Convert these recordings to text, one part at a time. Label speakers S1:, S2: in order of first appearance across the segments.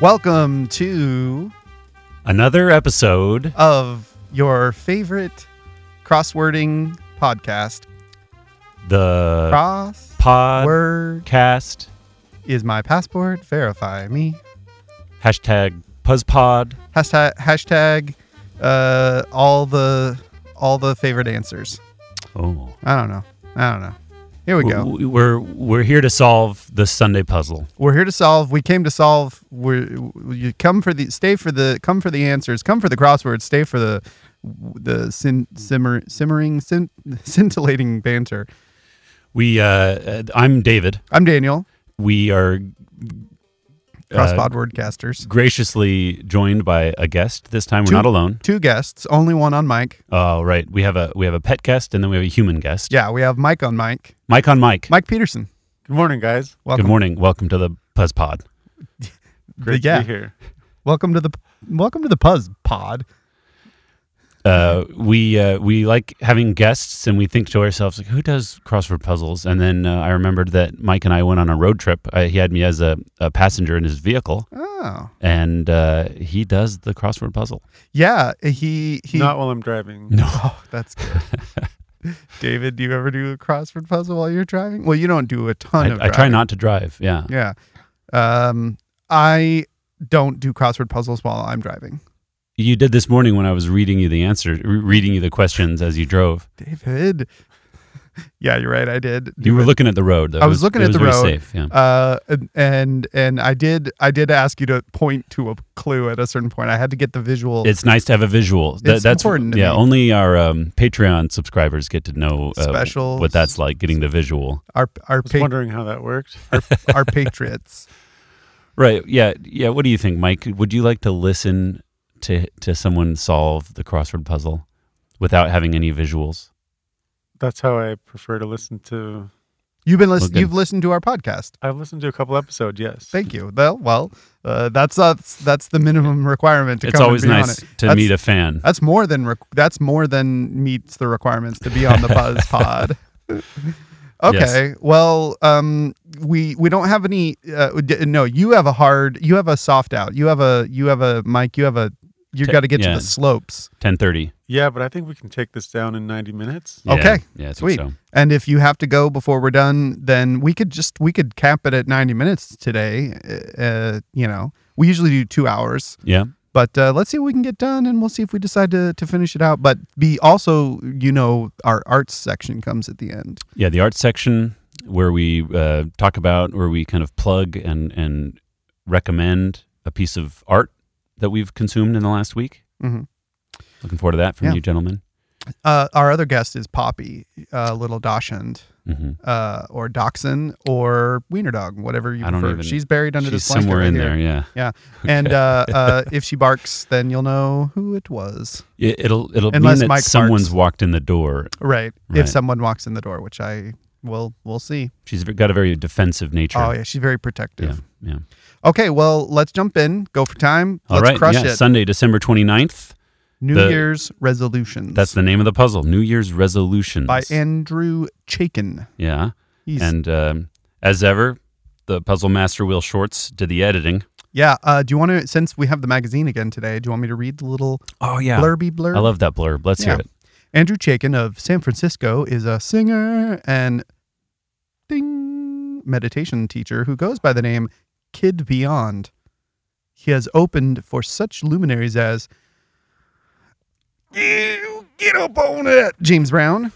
S1: Welcome to
S2: Another episode.
S1: of your favorite crosswording podcast.
S2: The
S1: Cross word
S2: podcast
S1: is my passport. Verify me.
S2: hashtag PuzzPod.
S1: Hashtag hashtag uh, all the all the favorite answers.
S2: Oh,
S1: I don't know. I don't know. Here we go.
S2: W- We're we're here to solve the Sunday puzzle.
S1: We're here to solve. We came to solve. We're you come for the stay for the come for the answers. Come for the crosswords. Stay for the the sin, simmer, simmering sin, scintillating banter.
S2: We uh, uh, I'm David.
S1: I'm Daniel.
S2: We are Uh,
S1: Crosspod wordcasters.
S2: graciously joined by a guest this time. We're
S1: Two-
S2: not alone.
S1: Two guests, only one on mic.
S2: Oh, right. We have a we have a pet guest and then we have a human guest.
S1: Yeah, we have Mike on mic.
S2: Mike on Mike.
S1: Mike Peterson.
S3: Good morning, guys.
S1: Welcome.
S2: Good morning. Welcome to the PuzzPod.
S3: Great
S1: Yeah.
S3: to be here.
S1: Welcome to the welcome to the Puzz Pod.
S2: uh, we uh, we like having guests, and we think to ourselves, like, who does crossword puzzles? And then uh, I remembered that Mike and I went on a road trip. Uh, he had me as a, a passenger in his vehicle,
S1: Oh.
S2: and uh, he does the crossword puzzle.
S1: Yeah, he he
S3: Not while I'm driving.
S1: Oh, that's good. David, do you ever do a crossword puzzle while you're driving? Well, you don't do a ton of
S2: I, I try
S1: driving.
S2: not to drive. Yeah,
S1: Yeah. Um I don't do crossword puzzles while I'm driving.
S2: you did this morning when I was reading you the answer, re- reading you the questions as you drove.
S1: David. yeah, you're right. I did.
S2: You were looking at the road. though.
S1: I
S2: It
S1: was looking
S2: it
S1: at the
S2: very
S1: road.
S2: Safe. Yeah.
S1: Uh, and and I did I did ask you to point to a clue at a certain point. I had to get the visual.
S2: It's nice to have a visual. Tha-
S1: It's
S2: that's
S1: important to
S2: yeah.
S1: me.
S2: Only our um, Patreon subscribers get to know uh,
S1: Specials.
S2: what that's like getting the visual.
S1: our our
S3: I was
S1: pa-
S3: wondering how that worked.
S1: our patriots.
S2: Right. Yeah. Yeah. What do you think, Mike? Would you like to listen to to someone solve the crossword puzzle without having any visuals?
S3: That's how I prefer to listen to.
S1: You've been listening.
S2: Okay.
S1: You've listened to our podcast.
S3: I've listened to a couple episodes, yes.
S1: Thank you. Well, well, uh, that's that's that's the minimum requirement to
S2: It's
S1: come and
S2: always
S1: be on
S2: nice
S1: it.
S2: to
S1: That's-
S2: meet a fan.
S1: That's more than requ that's more than meets the requirements to be on the Buzz Pod. okay. Well, um, we we don't have any. Uh, d- no, you have a hard. You have a soft out. You have a. You have a Mike. You have a. You
S2: Te-
S1: got to get
S2: yeah.
S1: to the slopes.
S2: Ten thirty.
S3: Yeah, but I think we can take this down in 90 minutes.
S2: Yeah,
S1: Okay.
S2: Yeah. I think
S1: Sweet.
S2: So.
S1: And if you have to go before we're done, then we could just we could cap it at ninety minutes today. Uh, Uh, you know, we usually do two hours.
S2: Yeah.
S1: But uh, let's see what we can get done, and we'll see if we decide to, to finish it out. But be also, you know, our arts section comes at the end.
S2: Yeah. The arts section where we uh, talk about where we kind of plug and and recommend a piece of art that we've consumed in the last week.
S1: Mhm.
S2: Looking forward to that from
S1: Yeah.
S2: you, gentlemen.
S1: Uh, our other guest is Poppy, uh, little Dachshund,
S2: hmm
S1: uh, or Dachshund, or Wiener Dog, whatever you
S2: I don't
S1: prefer.
S2: even-
S1: She's buried under
S2: She's
S1: this blanket
S2: somewhere
S1: right
S2: in
S1: here.
S2: there. Yeah.
S1: And uh, uh, if she barks, then you'll know who it was.
S2: It, it'll it'll
S1: Unless
S2: mean that
S1: Mike
S2: someone's
S1: farts.
S2: walked in the door
S1: Right. If
S2: Right.
S1: someone walks in the door, which I will, we'll see.
S2: She's v- got a very defensive nature.
S1: Oh yeah, she's very protective.
S2: yeah, yeah.
S1: Okay, well, let's jump in. Go for time.
S2: All
S1: let's
S2: right,
S1: crush
S2: yeah.
S1: it.
S2: Sunday, December 29th.
S1: New
S2: the-
S1: Year's resolutions.
S2: That's the name of the puzzle. New Year's resolutions.
S1: by Andrew Chaikin.
S2: yeah,
S1: He's,
S2: and um, as ever, the puzzle master Will Shorts did the editing.
S1: yeah, uh, do you want to? Since we have the magazine again today, do you want me to read the little
S2: Oh yeah,
S1: blurby blurb?
S2: I love that blurb. Let's
S1: Yeah.
S2: hear it.
S1: Andrew Chaikin of San Francisco is a singer and ding meditation teacher who goes by the name Kid Beyond. He has opened for such luminaries as You get up on it, James Brown,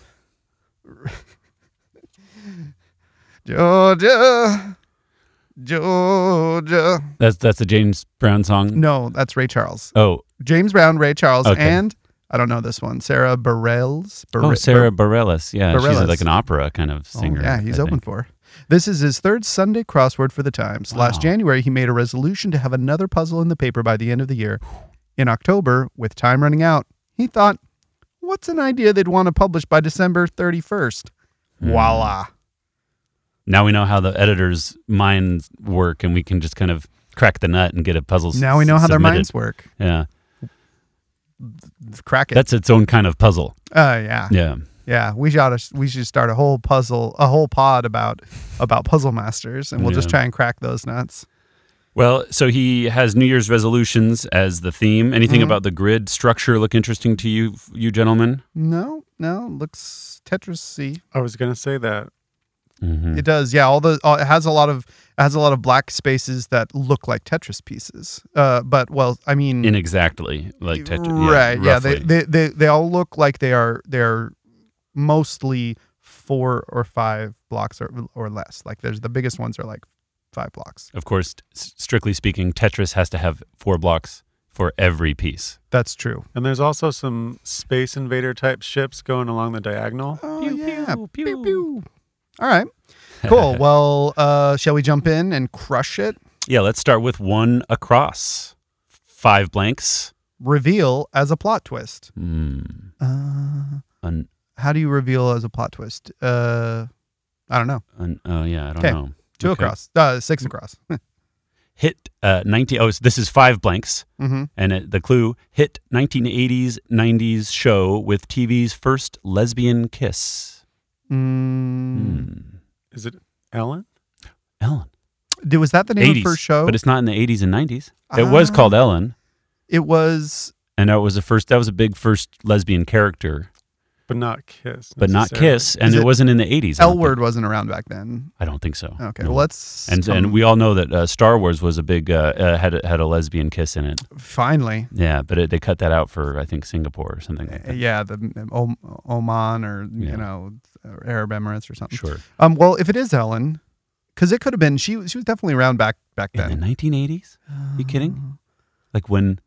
S1: Georgia, Georgia.
S2: That's that's the James Brown song.
S1: No, that's Ray Charles.
S2: Oh,
S1: James Brown, Ray Charles,
S2: Okay.
S1: and I don't know this one, Sarah Bareilles.
S2: oh,
S1: Barre-
S2: Sarah Bareilles. Yeah,
S1: Bareilles.
S2: she's like an opera kind of singer.
S1: Oh, yeah, he's
S2: I
S1: open
S2: think.
S1: for. This is his third Sunday crossword for the Times. Last
S2: Wow.
S1: January, he made a resolution to have another puzzle in the paper by the end of the year. In October, with time running out, he thought, what's an idea they'd want to publish by December 31st?
S2: Hmm.
S1: Voila.
S2: Now we know how the editors' minds work, and we can just kind of crack the nut and get a puzzle. s-
S1: Now we know how their
S2: submitted.
S1: minds work.
S2: Yeah,
S1: Crack it.
S2: that's its own kind of puzzle.
S1: uh, yeah.
S2: Yeah.
S1: Yeah, we ought to, we should start a whole puzzle, a whole pod about about puzzle masters and we'll just
S2: Yeah.
S1: try and crack those nuts.
S2: Well, so he has New Year's resolutions as the theme. Anything
S1: Mhm.
S2: about the grid structure look interesting to you, you gentlemen?
S1: No, no, looks Tetris-y.
S3: I was gonna say that.
S2: Mm-hmm.
S1: It does, yeah. All the all, it has a lot of it has a lot of black spaces that look like Tetris pieces. Uh, but well, I mean,
S2: Inexactly, like Tetris.
S1: right? Yeah, they,
S2: roughly.
S1: they they they all look like they are they are mostly four or five blocks or or less. Like there's the biggest ones are like five blocks.
S2: Of course, s- strictly speaking, Tetris has to have four blocks for every piece.
S1: That's true.
S3: And there's also some space invader type ships going along the diagonal.
S1: Oh
S2: Pew,
S1: yeah,
S2: pew,
S1: pew
S2: pew.
S1: pew. All right, cool. well, uh, shall we jump in and crush it?
S2: Yeah, let's start with one across. Five blanks.
S1: Reveal as a plot twist.
S2: Mm.
S1: Uh,
S2: An,
S1: how do you reveal as a plot twist? Uh, I don't know.
S2: an, oh, yeah, I don't
S1: 'Kay.
S2: know.
S1: Two
S2: Okay.
S1: across, uh, six across.
S2: Hit uh, 19. Oh, so this is five blanks.
S1: hmm
S2: And it, the clue hit 1980s, 90s show with TV's first lesbian kiss.
S1: Mm.
S2: Hmm.
S3: Is it Ellen?
S2: Ellen.
S1: Did, Mm, was that the name
S2: 80s,
S1: of her show?
S2: But it's not in the 80s and 90s. It was
S1: Ah.
S2: called Ellen.
S1: It was
S2: And that was the first, that was a big first lesbian character,
S3: But not Kiss.
S2: but not
S3: necessarily.
S2: kiss. And
S1: Is
S2: it,
S1: it-
S2: wasn't in the 80s. I don't
S1: L word wasn't around back then.
S2: think- I don't think so.
S1: Okay,
S2: No.
S1: well, let's
S2: and
S1: come-
S2: and we all know that uh, Star Wars was a big uh, uh, had a, had a lesbian kiss in it.
S1: finally,
S2: Yeah, but it, they cut that out for I think Singapore or something like that.
S1: yeah, the um, Om- Oman or
S2: Yeah.
S1: you know or Arab Emirates or something.
S2: Sure.
S1: Um, well, if it is Ellen, because it could have been she. She was definitely around back back
S2: In
S1: then.
S2: the 1980s, you
S1: Oh.
S2: kidding? like when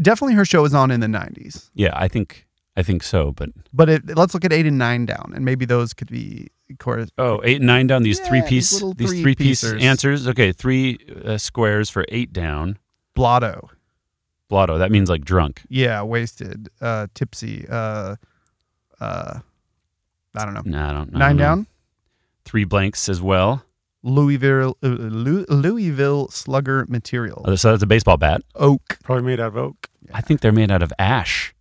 S1: Definitely, her show was on in the '90s.
S2: yeah, I think I think so. But
S1: But it, let's look at eight and nine down, and maybe those could be chorus.
S2: oh, eight and nine down. These
S1: Yeah,
S2: three
S1: these
S2: piece
S1: little
S2: these
S1: three
S2: three piece
S1: piecers.
S2: answers. Okay, three uh, squares for eight down.
S1: Blotto,
S2: Blotto. That means like drunk.
S1: yeah, wasted, uh, tipsy, uh, uh, I don't know.
S2: No, Mm, I don't. I don't
S1: Nine
S2: know.
S1: down.
S2: Three blanks as well.
S1: Louisville uh, Lu- Louisville Slugger material.
S2: Oh, So that's a baseball bat.
S1: Oak.
S3: Probably made out of oak.
S2: I think they're made out of ash,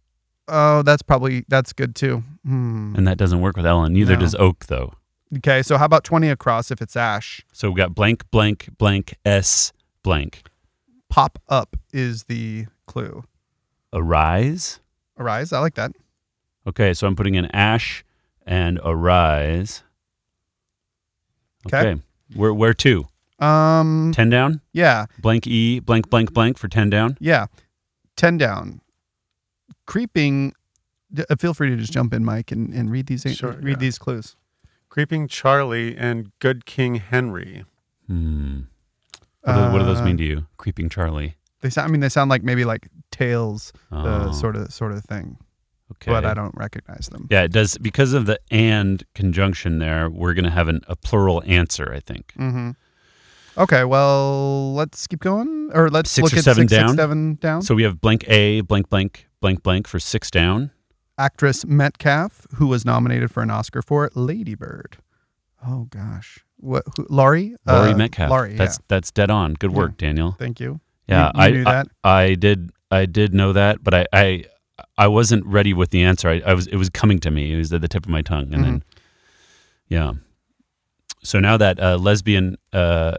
S1: Oh, that's probably that's good too. Hmm.
S2: and that doesn't work with Ellen. Neither
S1: No.
S2: does oak though.
S1: Okay, so how about twenty across if it's ash?
S2: So we've got blank, blank, blank, S, blank.
S1: Pop up is the clue.
S2: Arise.
S1: Arise. I like that.
S2: Okay, so I'm putting in ash and arise.
S1: Okay.
S2: Where, where to?
S1: Um.
S2: 10 down?
S1: Yeah.
S2: Blank E, blank, blank, blank for 10 down.
S1: Yeah. Ten down. Creeping. d- uh, Feel free to just jump in, Mike, and, and read these
S3: Sure,
S1: read
S3: yeah.
S1: these clues.
S3: Creeping Charlie and Good King Henry.
S2: Hmm. What, do, what do those
S1: Uh,
S2: mean to you? Creeping Charlie.
S1: They sound. I mean, they sound like maybe like tales, uh,
S2: Oh,
S1: sort of sort of thing.
S2: okay.
S1: But I don't recognize them.
S2: yeah, it does. Because of the and conjunction there, we're going to have an, a plural answer, I think.
S1: Mm-hmm. Okay, well, let's keep going, or let's
S2: Six
S1: look
S2: or
S1: at
S2: seven
S1: six, six,
S2: down?
S1: seven down.
S2: So we have blank A, blank, blank, blank, blank for six down.
S1: Actress Metcalf, who was nominated for an Oscar for Lady Bird. Oh gosh, what? Who, Laurie?
S2: Laurie
S1: Uh,
S2: Metcalf.
S1: Laurie.
S2: that's that's dead on. Good work, Daniel.
S1: yeah. Thank you.
S2: Yeah,
S1: you
S2: I,
S1: knew
S2: I-
S1: that?
S2: I did I did know that, but I I, I wasn't ready with the answer. I, I was it was coming to me. It was at the tip of my tongue, and then yeah. So now that uh, lesbian uh,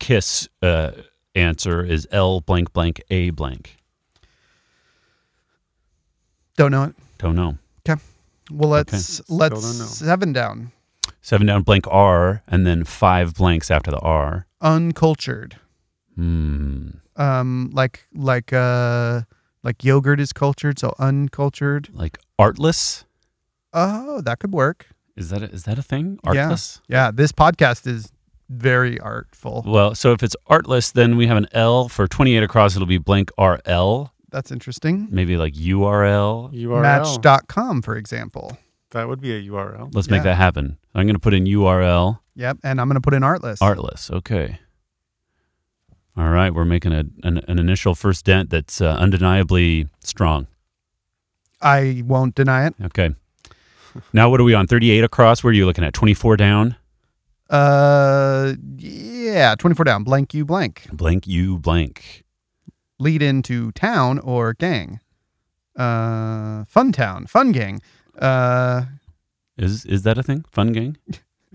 S2: kiss uh, answer is L blank blank A blank.
S1: Don't know it.
S2: Don't know.
S1: Well, let's let's
S3: don't know.
S1: seven down.
S2: Seven down blank R, and then five blanks after the R.
S1: Uncultured.
S2: Hmm.
S1: Um, like like uh, like yogurt is cultured, so uncultured.
S2: Like artless.
S1: Oh, that could work.
S2: Is that a, is that a thing?
S1: Yeah.
S2: Artless.
S1: Yeah, this podcast is very artful.
S2: Well, so if it's artless, then we have an L for 28 across. It'll be blank RL,
S1: That's interesting.
S2: maybe like URL.
S3: URL.
S1: Match.com, for example.
S3: That would be a URL.
S2: Let's
S1: Yeah.
S2: make that happen. I'm going to put in URL
S1: Yep. And I'm going to put in Artlist.
S2: artless. Okay. All right. We're making a, an, an initial first dent that's uh, undeniably strong.
S1: I won't deny it.
S2: Okay. Now, what are we on? 38 across. Where are you looking at? 24 down?
S1: Uh, yeah, 24 down, blank you blank.
S2: Blank U blank.
S1: Lead into town or gang. Uh, fun town, fun gang. Uh,
S2: Is, is that a thing? Fun gang?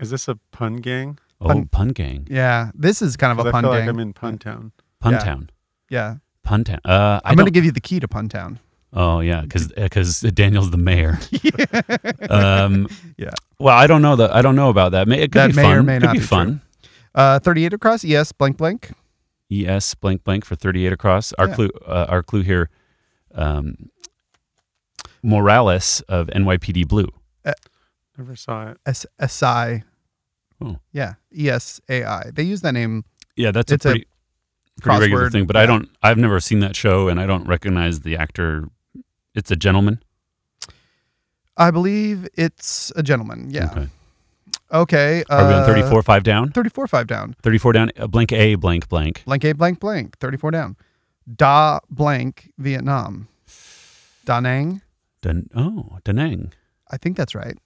S3: Is this a pun gang?
S2: Oh,
S1: Pun-
S2: Pun Gang.
S1: Yeah, this is kind of
S3: 'Cause
S1: a
S3: I
S1: pun
S3: feel
S1: gang.
S3: like I'm in Pun Town.
S2: Pun
S1: Yeah.
S2: Town.
S1: yeah,
S2: Pun Town. Uh, I
S1: I'm going
S2: don't-
S1: to give you the key to Pun Town.
S2: Oh yeah, because Daniel's the mayor. um,
S1: Yeah.
S2: Well, I don't know that. I don't know about that. May- It
S1: That
S2: could be
S1: may
S2: fun.
S1: or may
S2: could
S1: not
S2: be,
S1: be
S2: fun.
S1: Uh, 38 across. Yes, blank blank.
S2: ES E blank blank for thirty eight across. Our
S1: Yeah.
S2: clue. Uh, our clue here. Um, Morales of NYPD Blue.
S3: Never saw it.
S1: S S I.
S2: Oh.
S1: Yeah, E S A I. They use that name.
S2: Yeah, that's a
S1: It's a
S2: pretty, pretty regular
S1: crossword,
S2: thing. But I
S1: yeah.
S2: don't. I've never seen that show, and I don't recognize the actor. It's a gentleman.
S1: I believe it's a gentleman. Yeah.
S2: Okay.
S1: Okay.
S2: Are we on
S1: uh,
S2: thirty four five down?
S1: 34 5 down.
S2: Thirty four down. Uh, blank a blank blank.
S1: Blank A blank blank. 34 down. Da blank Vietnam. Da Nang.
S2: Dan- oh, Danang.
S1: I think that's right.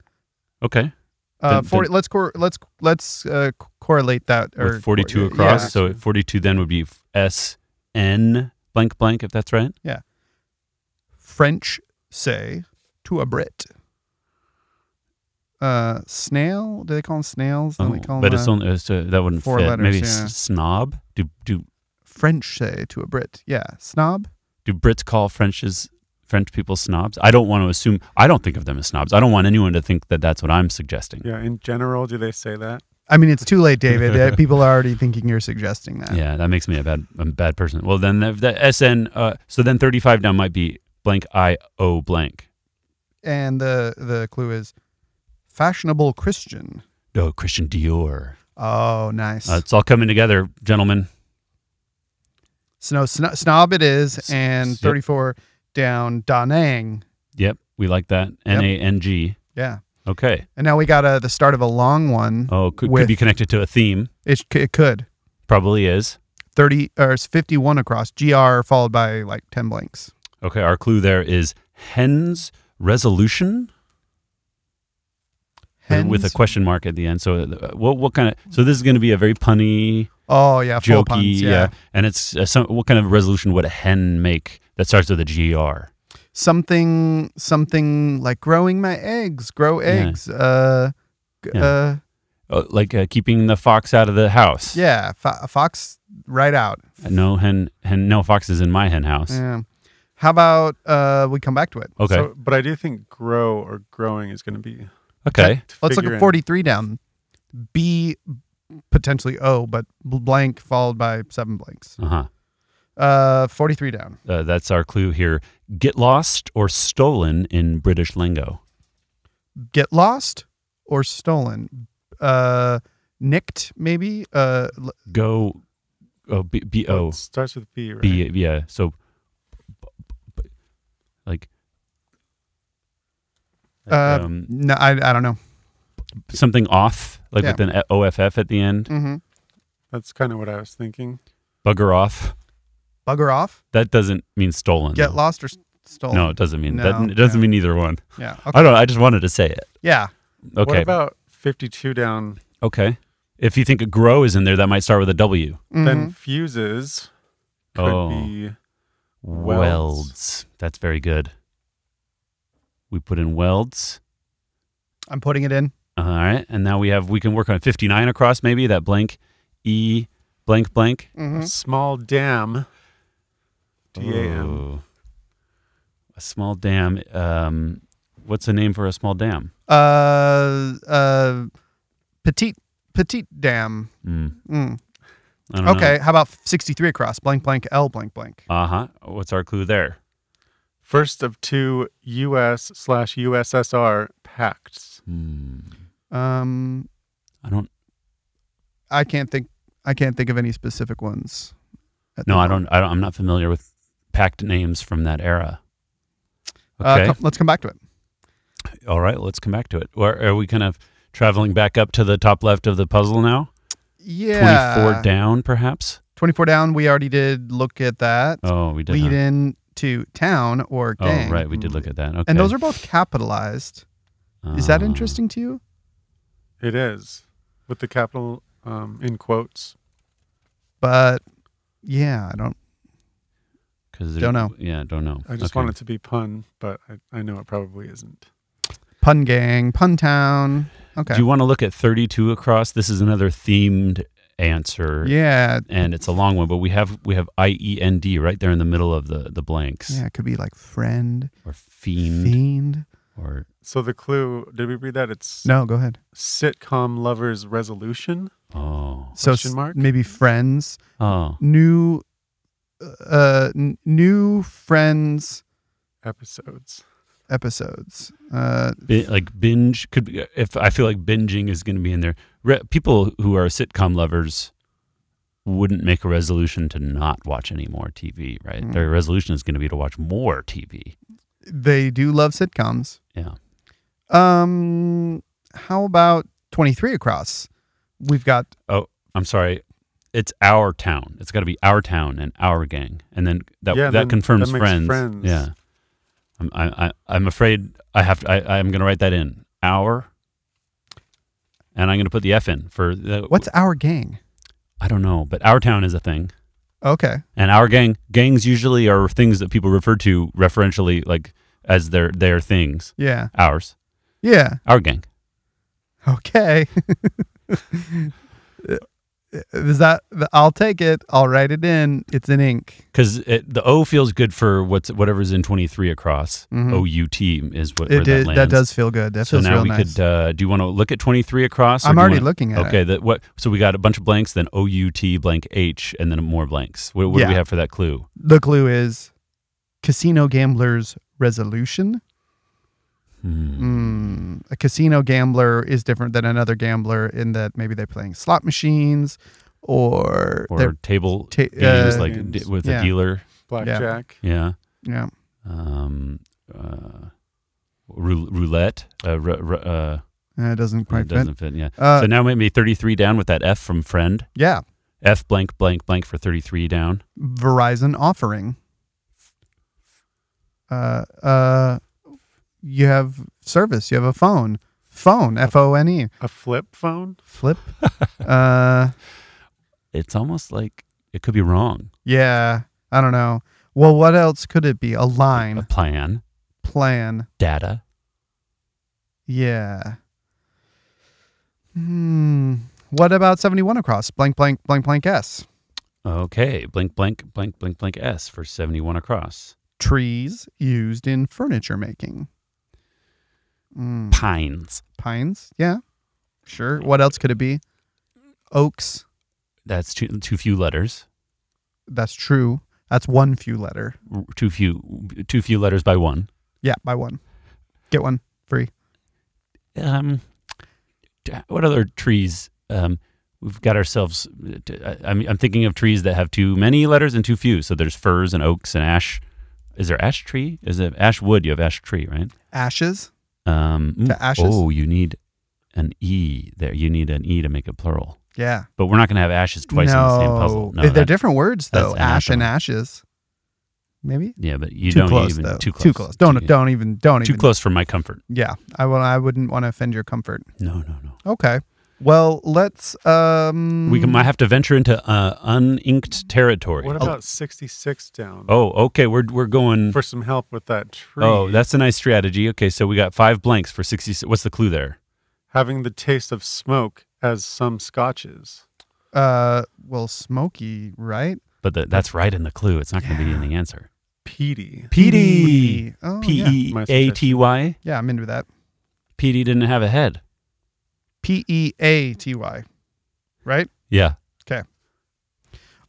S2: Okay.
S1: Uh,
S2: Then-
S1: 40, let's cor- let's let's uh, c- correlate that or
S2: with 42
S1: cor-
S2: across.
S1: yeah.
S2: So 42 then would be S N blank blank if that's right.
S1: French say to a Brit. Uh, snail? Do they call them snails? Don't they
S2: Oh,
S1: call
S2: but
S1: them,
S2: it's
S1: uh,
S2: only it's, uh, that wouldn't
S1: four
S2: fit.
S1: letters,
S2: Maybe s-
S1: yeah.
S2: snob. Do do
S1: French say to a Brit. Yeah, snob.
S2: do Brits call Frenches French people snobs? I don't want to assume. I don't think of them as snobs. I don't want anyone to think that that's what I'm suggesting.
S3: Yeah, in general, do they say that?
S1: I mean, it's too late, David. Uh, People are already thinking you're suggesting that.
S2: Yeah, that makes me a bad a bad person. Well, then that, that SN uh, so then 35 down might be blank I O blank.
S1: And the the clue is fashionable Christian.
S2: No, Christian Dior.
S1: Oh, nice.
S2: Uh, it's all coming together, gentlemen.
S1: Snow sno- snob it is,
S2: S-
S1: and
S2: yep.
S1: 34 down Da Nang.
S2: Yep, we like that. N A N G.
S1: Yeah.
S2: Okay.
S1: And now we got uh, the start of a long one.
S2: Oh, could,
S1: With-
S2: could be connected to a theme.
S1: It, c- it could.
S2: Probably is.
S1: 30 or it's 51 across, GR followed by like 10 blanks.
S2: Okay, our clue there is Hen's resolution uh, with a
S1: Hens?
S2: question mark at the end. So, uh, what what kind of? So this is going to be a very punny,
S1: Oh, yeah. Full
S2: jokey,
S1: puns,
S2: yeah.
S1: yeah.
S2: And it's uh, some what kind of resolution would a hen make that starts with a gr?
S1: Something, something like growing my eggs, grow eggs. Uh, g-
S2: Yeah.
S1: uh,
S2: Uh, like uh, keeping the fox out of the house.
S1: Yeah, fo- fox right out.
S2: No hen hen no foxes in my hen house.
S1: Yeah. How about uh we come back to it?
S2: Okay.
S3: So, but I do think grow or growing is going to be.
S2: okay.
S3: to
S1: Let's look
S3: figure
S1: at
S3: in.
S1: 43 down. B potentially O, but bl- blank followed by seven blanks.
S2: Uh-huh.
S1: Uh 43 down.
S2: Uh That's our clue here. Get lost or stolen in British lingo.
S1: Get lost or stolen. Uh nicked maybe? Uh l-
S2: Go. Oh, b b
S3: Well,
S2: o.
S3: it starts with B, right?
S2: B yeah so b- b- b- like like,
S1: Uh,
S2: um,
S1: no, I I don't know.
S2: something off like
S1: yeah.
S2: with an E off at the end
S1: Mhm.
S3: That's kind of what I was thinking.
S2: bugger off
S1: Bugger off.
S2: that doesn't mean stolen
S1: Get
S2: though.
S1: lost or s- stolen.
S2: no it doesn't mean
S1: No,
S2: that it doesn't
S1: yeah.
S2: mean either one
S1: Yeah.
S2: i
S1: Okay.
S2: don't know i just wanted to say it
S1: Yeah.
S2: okay
S3: What about 52 down,
S2: okay if you think a grow is in there that might start with a w
S3: then
S1: Mhm.
S3: fuses could
S2: Oh.
S3: be.
S2: welds.
S3: Welds.
S2: that's very good we put in welds
S1: I'm putting it in.
S2: all right and now we have we can work on 59 across maybe that blank e blank blank
S3: a
S1: Mhm.
S3: small dam. D A M.
S2: Oh. A small dam. Um, what's the name for a small dam?
S1: Uh uh petite petite dam.
S2: Hmm,
S1: Mm.
S2: I don't
S1: Okay, how about 63 across? Blank, blank, L, blank, blank.
S2: Uh huh. What's our clue there?
S3: First of two U.S. slash USSR pacts.
S2: Hmm.
S1: Um,
S2: I don't.
S1: I can't think. I can't think of any specific ones. at the
S2: No, I
S1: moment.
S2: don't. I don't. I'm not familiar with packed names from that era.
S1: Uh,
S2: Okay.
S1: come- let's come back to it.
S2: All right. Let's come back to it. Or are we kind of traveling back up to the top left of the puzzle now?
S1: Yeah.
S2: 24 down, perhaps.
S1: 24 down. We already did look at that.
S2: Oh, we did.
S1: Lead
S2: huh?
S1: in to town or
S2: Oh,
S1: gang.
S2: right. We did look at that. Okay.
S1: And those are both capitalized. Is that
S2: Uh,
S1: interesting to you?
S3: It is with the capital um, in quotes.
S1: But yeah, I don't.
S2: 'Cause they're-
S1: Don't know.
S2: Yeah, don't know.
S3: I just
S2: Okay.
S3: want it to be pun, but I, I know it probably isn't.
S1: Pun Gang, Pun Town. Okay.
S2: Do you want to look at 32 across? This is another themed answer.
S1: yeah.
S2: And it's a long one, but we have we have I E N D right there in the middle of the the blanks
S1: Yeah. It could be like friend,
S2: or fiend,
S1: fiend.
S2: or
S3: So the clue, did we read that? It's
S1: No, go ahead.
S3: sitcom lovers resolution.
S2: oh
S1: So
S3: Question
S1: s-
S3: mark?
S1: maybe friends,
S2: oh
S1: new, uh, n- new friends
S3: episodes.
S1: episodes. Uh,
S2: Bi- like binge could be if I feel like binging is going to be in there. Re- people who are sitcom lovers wouldn't make a resolution to not watch any more TV, right?
S1: Mm.
S2: Their resolution is going to be to watch more TV.
S1: they do love sitcoms.
S2: Yeah.
S1: Um, how about 23 across? We've got
S2: I'm sorry. It's our town. It's got to be our town and our gang, and then that
S3: Yeah,
S2: that
S3: and then
S2: confirms
S3: that makes
S2: friends.
S3: friends.
S2: Yeah, I'm I, I, I'm afraid I have to. I, I'm going to write that in our, and I'm going to put the F in for the,
S1: what's our gang?
S2: I don't know, but our town is a thing.
S1: Okay.
S2: And our gang gangs usually are things that people refer to referentially like as their their things.
S1: Yeah.
S2: Ours.
S1: Yeah.
S2: Our gang.
S1: Okay. Is that I'll take it. I'll write it in. It's in ink.
S2: Cuz the O feels good for what's whatever's in 23 across.
S1: Mhm.
S2: O U T is what where
S1: It
S2: that
S1: is, that,
S2: lands.
S1: does feel good. That
S2: So
S1: feels
S2: now
S1: real
S2: we
S1: nice.
S2: could uh, do you want to look at 23 across? or
S1: I'm
S2: do you
S1: already
S2: wanna-
S1: looking at
S2: Okay,
S1: it.
S2: that what so we got a bunch of blanks then O U T blank H and then more blanks. What, what do we
S1: Yeah.
S2: have for that clue?
S1: The clue is casino gambler's resolution.
S2: Hmm.
S1: Mm, a casino gambler is different than another gambler in that maybe they're playing slot machines or,
S2: Or
S1: they're
S2: table
S1: ta-
S2: games
S1: uh,
S2: like
S3: Games.
S2: d- with a
S1: yeah.
S2: dealer.
S3: Blackjack.
S2: Yeah.
S1: yeah.
S2: um, uh, rou- roulette. Uh, ru- ru- uh,
S1: It doesn't quite
S2: it doesn't fit. Yeah.
S1: fit. Uh,
S2: so now maybe 33 down with that F from friend.
S1: yeah.
S2: F blank blank blank for 33 down.
S1: Verizon offering. Uh, uh, you have service. You have a phone. Phone. F O N E.
S3: A flip phone.
S1: Flip. Uh,
S2: It's almost like it could be wrong.
S1: yeah. I don't know. Well, what else could it be? A
S2: A
S1: line.
S2: plan,
S1: Plan.
S2: data.
S1: Yeah. Hmm. What about seventy-one across? Blank, blank, blank, blank. S.
S2: Okay, blank blank blank blank blank S for 71 across.
S1: Trees used in furniture making. Mm.
S2: Pines.
S1: Pines. Yeah. Sure. What else could it be? Oaks.
S2: That's too, too few letters.
S1: That's true. That's one few letter.
S2: R- Too few too few letters by one.
S1: Yeah, by one. Get one free.
S2: um, d- what other trees? Um, we've got ourselves. uh, t- I- I'm, I'm thinking of trees that have too many letters and too few. So there's firs and oaks and ash. Is there ash tree? Is it ash wood? You have ash tree, right?
S1: Ashes.
S2: Um, mm,
S1: To ashes.
S2: Oh, you need an e there. You need an e to make a plural.
S1: Yeah.
S2: But we're not going to have ashes twice in the same puzzle.
S1: They're
S2: that-
S1: different words though.
S2: that's
S1: Ash and
S2: anathema.
S1: ashes. Maybe.
S2: Yeah, but you
S1: too
S2: don't
S1: close
S2: even
S1: though.
S2: too close.
S1: Too close. Don't
S2: Too-
S1: don't even don't
S2: Too
S1: even.
S2: close for my comfort.
S1: Yeah. I will. I wouldn't want to offend your comfort.
S2: No, no, no.
S1: Okay. Well, let's. um
S2: We can, might have to venture into uh, uninked territory.
S3: What
S1: Oh.
S3: about 66 down?
S2: oh, okay. We're we're going
S3: For some help with that tree.
S2: Oh, that's a nice strategy. Okay, so we got five blanks for 60. What's the clue there?
S3: having the taste of smoke as some scotches.
S1: Uh. Well, smoky, right?
S2: But the, that's right in the clue. It's not going to be in the answer.
S3: Petey.
S2: PD.
S1: Oh
S2: P
S1: yeah.
S2: E A T Y.
S1: Yeah, I'm into that.
S2: PD didn't have a head.
S1: P e a t y. Right.
S2: Yeah.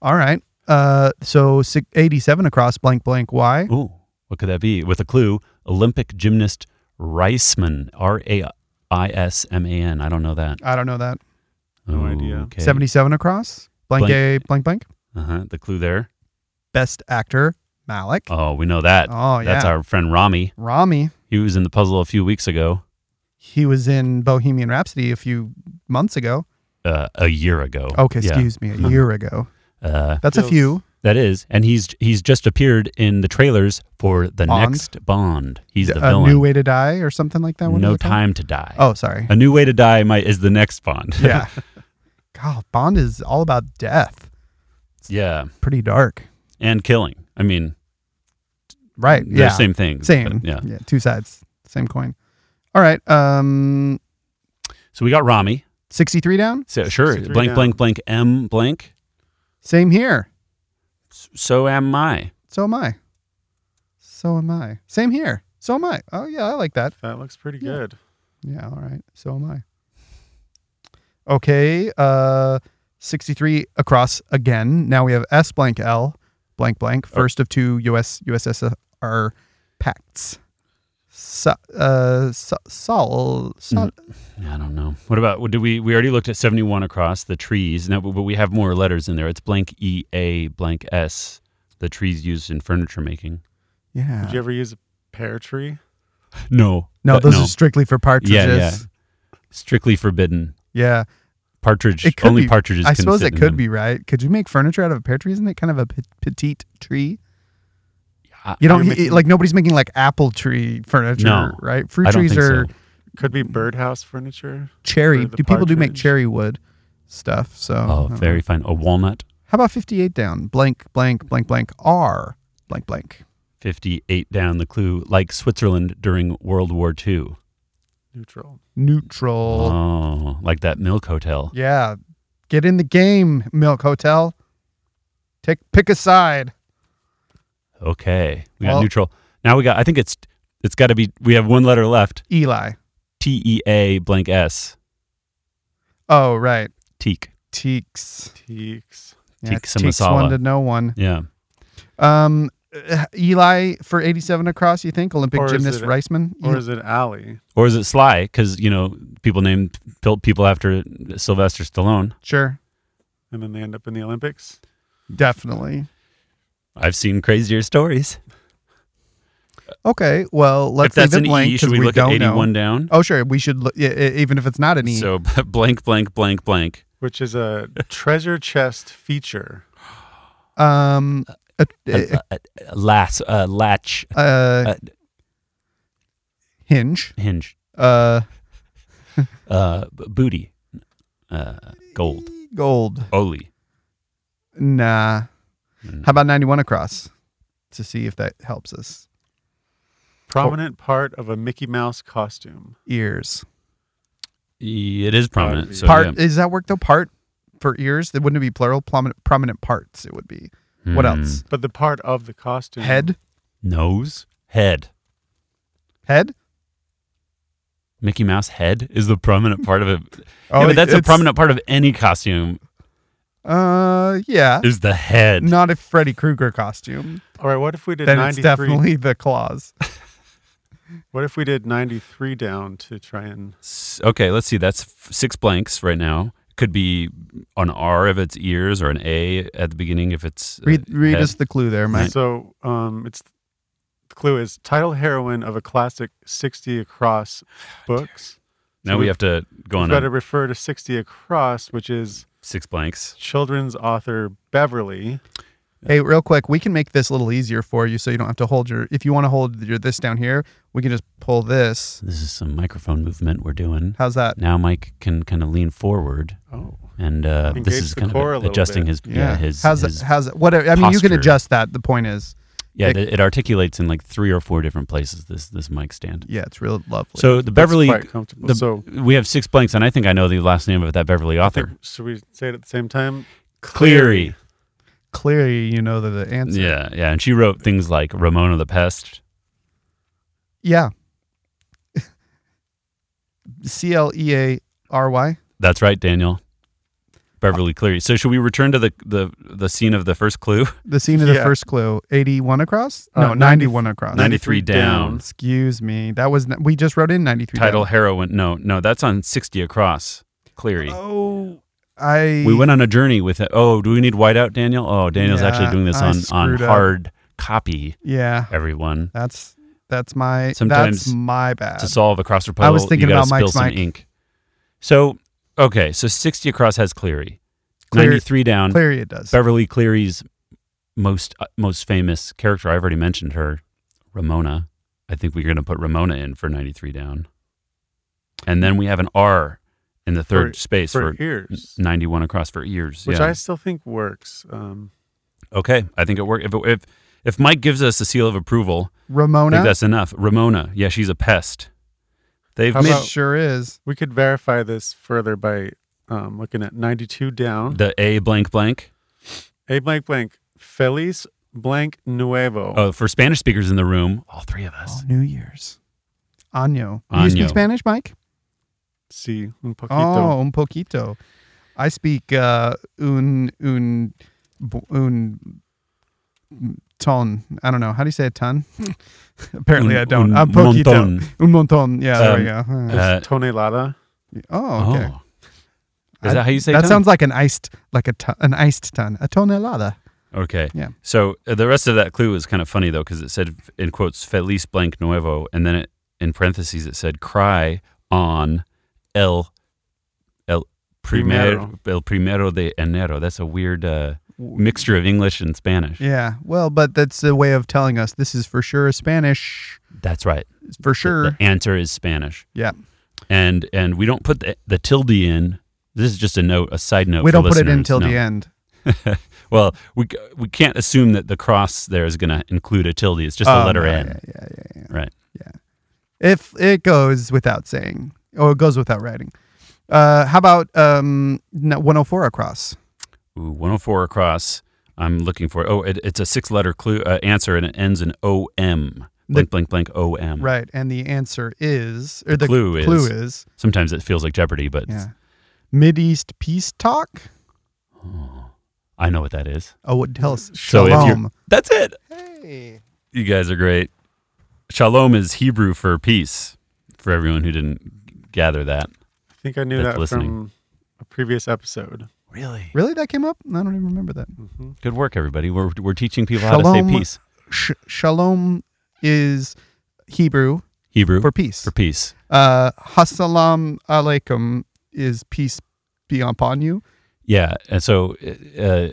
S1: All right. Uh, so six- 87 across blank blank Y.
S2: Ooh, what could that be? With a clue, Olympic gymnast Reisman. R A I S M A N. I don't know that.
S1: I don't know that.
S3: No idea.
S2: Okay.
S1: 77 across blank,
S2: Blank.
S1: A blank blank.
S2: Uh-huh. The clue there.
S1: Best actor Malik. Oh,
S2: Oh, we know that.
S1: yeah.
S2: That's our friend Rami.
S1: Rami.
S2: He was in the puzzle a few weeks ago,
S1: He was in Bohemian Rhapsody a few months ago.
S2: uh, a year ago.
S1: Okay,
S2: Yeah. Uh-huh.
S1: excuse me, a year ago.
S2: Uh,
S1: That's a
S3: Feels-
S1: few.
S2: That is, and he's he's just appeared in the trailers for the
S1: Bond?
S2: next Bond. He's the
S1: a
S2: villain.
S1: Uh, new way to die or something like that. What is
S2: no
S1: it called?
S2: time to die.
S1: Oh, sorry.
S2: A new way to die might is the next Bond.
S1: yeah. God, Bond is all about death.
S2: yeah,
S1: Pretty dark.
S2: and killing. I mean,
S1: Right.
S2: they're
S1: Yeah.
S2: same things.
S1: Same.
S2: but Yeah.
S1: Two sides. Same coin. All right. Um,
S2: So we got Rami.
S1: 63 down.
S2: So, sure.
S3: 63
S2: Blank,
S3: down.
S2: blank, blank, M, blank.
S1: Same here.
S2: S- So am I.
S1: So am I. So am I. Same here. So am I. Oh, yeah. I like that.
S3: That looks pretty
S1: Yeah.
S3: good.
S1: Yeah, all right. So am I. Okay, uh 63 across again. Now we have S blank L blank blank first of two US USSR pacts. So, uh so, sol, sol
S2: I don't know. What about, what do we, we already looked at 71 across the trees. Now, but but we have more letters in there. It's blank E, A, blank S, the trees used in furniture making.
S1: yeah.
S3: Did you ever use a pear tree?
S2: No.
S1: No,
S2: But
S1: those are strictly for partridges. Yeah.
S2: Strictly forbidden. Partridge,
S1: It could
S2: only
S1: be-
S2: partridges
S1: I
S2: can
S1: suppose
S2: sit
S1: it
S2: in
S1: could
S2: them.
S1: be right. Could you make furniture out of a pear tree? Isn't it kind of a pe- petite tree?
S2: I-
S1: You don't
S3: You're
S1: he-
S3: making-
S1: like nobody's making like apple tree furniture,
S2: No,
S1: right? Fruit
S2: I don't
S1: trees
S2: think
S1: are
S2: so.
S3: Could be birdhouse furniture.
S1: cherry.
S3: Or the
S1: Do people do make
S3: partridge.
S1: cherry wood stuff? So
S2: Oh,
S1: I don't
S2: very
S1: know.
S2: fine. A walnut,
S1: How about fifty-eight down? Blank, blank, blank, blank. R blank, blank.
S2: 58 down the clue, like Switzerland during World War II.
S3: Neutral.
S1: Neutral.
S2: Oh, like that milk hotel.
S1: yeah, get in the game, Milk Hotel. Take pick a side.
S2: Okay, we got
S1: Well-
S2: neutral. Now we got. I think it's it's got to be. We have one letter left.
S1: Eli.
S2: T E A blank S.
S1: Oh right,
S2: Teak.
S1: Teeks.
S3: Teaks.
S2: Teek
S1: it's Teeks one
S2: Samasawa.
S1: to no one.
S2: Yeah.
S1: Um, uh, Eli for eighty-seven across. You think Olympic
S3: Or is
S1: gymnast
S3: it-
S1: Reisman?
S3: Or is it alley?
S2: Or is it Sly? Because you know people named built people after Sylvester Stallone.
S1: sure,
S3: And then they end up in the Olympics?
S1: definitely.
S2: I've seen crazier stories.
S1: Okay, well let's
S2: if that's
S1: leave
S2: an
S1: it blank
S2: E,
S1: because
S2: should
S1: we,
S2: we, look at
S1: don't know.
S2: eighty-one down?
S1: Oh, sure. We should, look, yeah, e- even if it's not an E.
S2: So blank, blank, blank, blank.
S3: Which is a treasure chest feature.
S1: um, a, a,
S2: Uh, uh, uh, Lass. Uh, latch.
S1: a- a
S2: Uh,
S1: hinge,
S2: hinge.
S1: uh,
S2: Uh, b- booty. Uh, gold.
S1: gold.
S2: Oli.
S1: Nah.
S2: Mm.
S1: How about 91 across to see if that helps us?
S3: Prominent part of a Mickey Mouse costume.
S1: Ears.
S2: It is prominent. So
S1: part,
S2: yeah.
S1: is that work though? Part for ears? It wouldn't it be plural? Prominent, prominent parts, it would be. What
S2: Hmm.
S1: else?
S3: But the part of the costume.
S1: Head?
S2: Nose. Head.
S1: Head?
S2: Mickey Mouse head is the prominent part of it.
S1: Oh,
S2: yeah, but that's a
S1: it's-
S2: prominent part of any costume
S1: Uh, yeah.
S2: is the head.
S1: Not a Freddy Krueger costume.
S3: All right, what if we did
S1: Then it's
S3: 93?
S1: definitely the claws.
S3: What if we did 93 down to try and
S2: S- Okay, let's see. That's f- six blanks right now. Could be an R if it's ears or an A at the beginning if it's uh,
S1: Read, read
S2: head.
S1: us the clue there, Mike.
S3: So um, it's the clue is title heroine of a classic 60 across books.
S2: Now we have to go
S3: You've
S2: on
S3: got to
S2: a
S3: refer to 60 across, which is
S2: six blanks.
S3: children's author Beverly.
S1: Hey, real quick, we can make this a little easier for you so you don't have to hold your if you want to hold your this down here, we can just pull this.
S2: This is some microphone movement we're doing.
S1: How's that?
S2: Now Mike can kind of lean forward,
S3: Oh,
S2: and uh,
S3: Engage
S2: this is
S3: the
S2: kind
S3: core a
S2: of
S3: little
S2: adjusting
S3: bit.
S2: his yeah, his
S1: how's
S2: his
S1: that how's that whatever I mean you can
S2: posture.
S1: adjust that. The point is,
S2: yeah.
S1: it-
S2: It, it articulates in like three or four different places. This this mic stand.
S1: yeah, it's real lovely.
S2: So the
S3: that's
S2: Beverly
S3: quite comfortable.
S2: the-
S3: so
S2: We have six blanks, and I think I know the last name of that Beverly author.
S3: should we say it at the same time?
S2: Cleary.
S1: clearly you know the, the answer.
S2: Yeah, yeah. And she wrote things like Ramona the Pest.
S1: Yeah. C L E A R Y.
S2: That's right, Daniel. Beverly Cleary. So should we return to the the, the scene of the first clue?
S1: The scene of the
S3: Yeah.
S1: first clue. Eighty one across?
S3: Uh,
S1: No,
S3: 90
S1: ninety one across.
S2: 90 down.
S1: Excuse me. That was we just wrote in ninety three.
S2: Title heroine. No, no, that's on sixty across. Cleary.
S1: Oh I
S2: we went on a journey with it. Oh, do we need whiteout, Daniel? Oh, Daniel's
S1: Yeah,
S2: actually doing this
S1: I
S2: on on
S1: screwed up.
S2: hard copy.
S1: Yeah.
S2: Everyone
S1: That's that's my
S2: Sometimes
S1: that's my bad.
S2: to solve a crossword puzzle.
S1: Uh, I was thinking
S2: you gotta
S1: about
S2: spill
S1: Mike's
S2: some
S1: mic.
S2: ink. So okay, so sixty across has Cleary.
S1: Clear-
S2: Ninety three down.
S1: Clearly it does.
S2: Beverly Cleary's most uh, most famous character. I've already mentioned her, Ramona. I think we're going to put Ramona in for 93 down. And then we have an R in the third
S3: For-
S2: space
S3: For
S2: for,
S3: ears,
S2: 91 across for ears.
S3: which
S2: yeah.
S3: I still think works. Um,
S2: okay, I think it worked. If, if if Mike gives us a seal of approval, I think
S1: Ramona.
S2: that's enough. Ramona, yeah, she's a pest. They've
S3: How
S2: made
S1: It
S3: about-
S1: sure is.
S3: We could verify this further by um, looking at 92 down.
S2: the A blank blank.
S3: A blank blank. Feliz blank nuevo.
S2: Oh, for Spanish speakers in the room, all three of us.
S1: Oh, New Year's. Año. Do you
S2: Año.
S1: speak Spanish, Mike?
S3: See, un poquito.
S1: Oh, un poquito. I speak uh, un un b- un ton. I don't know. How do you say a ton? Apparently, I don't. a poquito.
S2: montón.
S1: Un montón. Yeah, there we go. Huh.
S2: Uh,
S3: Tonelada.
S1: oh, okay.
S2: Oh. Is that how you say
S1: That
S2: ton?
S1: sounds like an iced, like a ton, an iced ton, a tonelada.
S2: Okay.
S1: Yeah.
S2: So uh, the rest of that clue is kind of funny though, because it said f- in quotes "Feliz blank nuevo," and then it in parentheses it said "Cry on el el primer
S3: Primero.
S2: el primero de enero." That's a weird uh, mixture of English and Spanish.
S1: Yeah. Well, but that's a way of telling us this is for sure Spanish.
S2: That's right.
S1: It's For
S2: The-
S1: sure.
S2: The answer is Spanish.
S1: Yeah.
S2: And and we don't put the, the tilde in. This is just a note, a side note.
S1: we
S2: for
S1: don't put it in
S2: listeners.
S1: till
S2: No.
S1: the end.
S2: Well, we c- we can't assume that the cross there is going to include a tilde. It's just a
S1: Oh,
S2: letter
S1: yeah,
S2: N.
S1: Yeah, yeah, yeah, yeah.
S2: Right.
S1: Yeah. If it goes without saying, or it goes without writing. Uh, how about um, no- 104 across?
S2: Ooh, 104 across. I'm looking for it. Oh, it, it's a six letter clue uh, answer and it ends in OM. Blank, blank, blank, OM.
S1: Right. And the answer is, or
S2: Hmm. The
S1: the,
S2: clue is-
S1: is,
S2: Sometimes it feels like Jeopardy, but
S1: yeah. Mideast peace talk?
S2: I know what that is.
S1: Oh, what tell us?
S2: So if you're-
S1: Shalom.
S2: That's it.
S1: Hey.
S2: You guys are great. Shalom is Hebrew for peace, for everyone who didn't gather that.
S3: I think I knew
S2: That's
S3: that
S2: listening.
S3: from a previous episode.
S2: Really?
S1: Really? That came up? I don't even remember that.
S3: hmm
S2: Good work, everybody. We're, we're teaching people how to
S1: Shalom.
S2: say peace.
S1: Sh- shalom is Hebrew
S2: Hebrew
S1: for
S2: for,
S1: peace.
S2: peace.
S1: Uh, Hassalam alaikum is peace be upon you.
S2: Yeah. And so uh,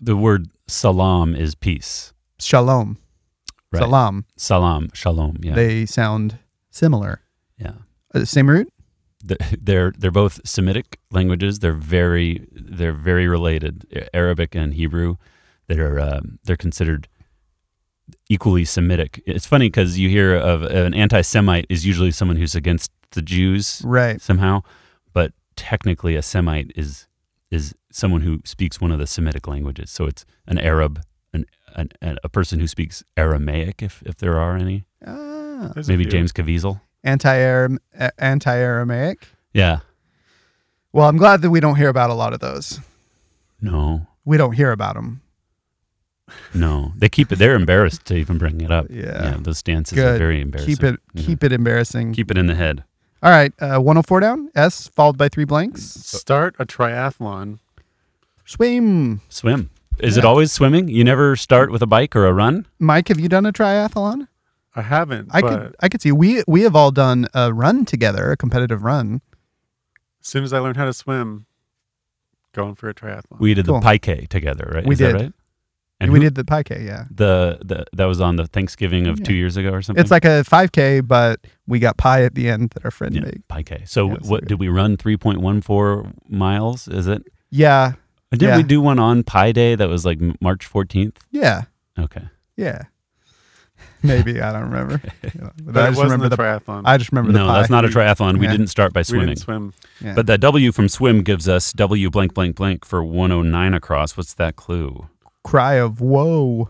S2: the word salam is peace.
S1: Shalom.
S2: Right.
S1: Salam.
S2: Salam, shalom. Yeah.
S1: They sound similar.
S2: yeah.
S1: Uh, same root?
S2: th- they're they're both Semitic languages. They're very they're very related. Arabic and Hebrew, they're um, they're considered equally Semitic. It's funny because you hear of an anti-Semite is usually someone who's against the Jews
S1: Right.
S2: somehow, but technically a Semite is is someone who speaks one of the Semitic languages. So it's an Arab, an, an, an a person who speaks Aramaic, if if there are any.
S1: Ah.
S2: Maybe James Caviezel.
S1: Anti-Aram- a- anti-Aramaic.
S2: Yeah.
S1: Well, I'm glad that we don't hear about a lot of those.
S2: No.
S1: We don't hear about them.
S2: No, they keep it. They're embarrassed to even bring it up.
S1: Yeah.
S2: those stances are
S1: Good.
S2: very embarrassing.
S1: Keep it
S2: Yeah.
S1: keep it embarrassing.
S2: keep it in the head.
S1: All right, uh, 104 down. S followed by three blanks.
S3: Start a
S2: Mm.
S3: triathlon.
S1: Swim.
S2: Swim. Is it
S1: Yeah.
S2: always swimming? You never start with a bike or a run.
S1: Mike, have you done a triathlon?
S3: I haven't.
S1: I
S3: but
S1: could I could see we we have all done a run together, a competitive run.
S3: as soon as I learned how to swim, going for a triathlon.
S2: We did
S1: Cool.
S2: the pike together, right?
S1: We
S2: Is
S1: did.
S2: That right? And
S1: we
S2: who-
S1: did the pike, yeah.
S2: the, the that was on the Thanksgiving of
S1: Yeah.
S2: two years ago or something.
S1: It's like a 5K, but we got pie at the end that our friend
S2: yeah,
S1: made.
S2: pike. So
S1: Yeah, it's
S2: what
S1: okay.
S2: did we run? Three point one four miles. Is it? Uh,
S1: Yeah,
S2: Didn't
S1: Yeah.
S2: we do one on Pi Day that was like M- March fourteenth?
S1: yeah,
S2: Okay.
S1: yeah. Maybe I don't remember. Yeah, but
S3: but
S1: I
S3: it
S1: just
S3: wasn't
S1: remember
S3: a
S1: the.
S3: triathlon.
S1: I just remember the
S2: no,
S1: pie.
S2: that's not a triathlon. We
S1: Yeah.
S2: didn't start by
S3: we
S2: swimming.
S3: didn't swim.
S1: Yeah.
S2: But the W from swim gives us W blank blank blank for 109 across. What's that clue?
S1: cry of whoa,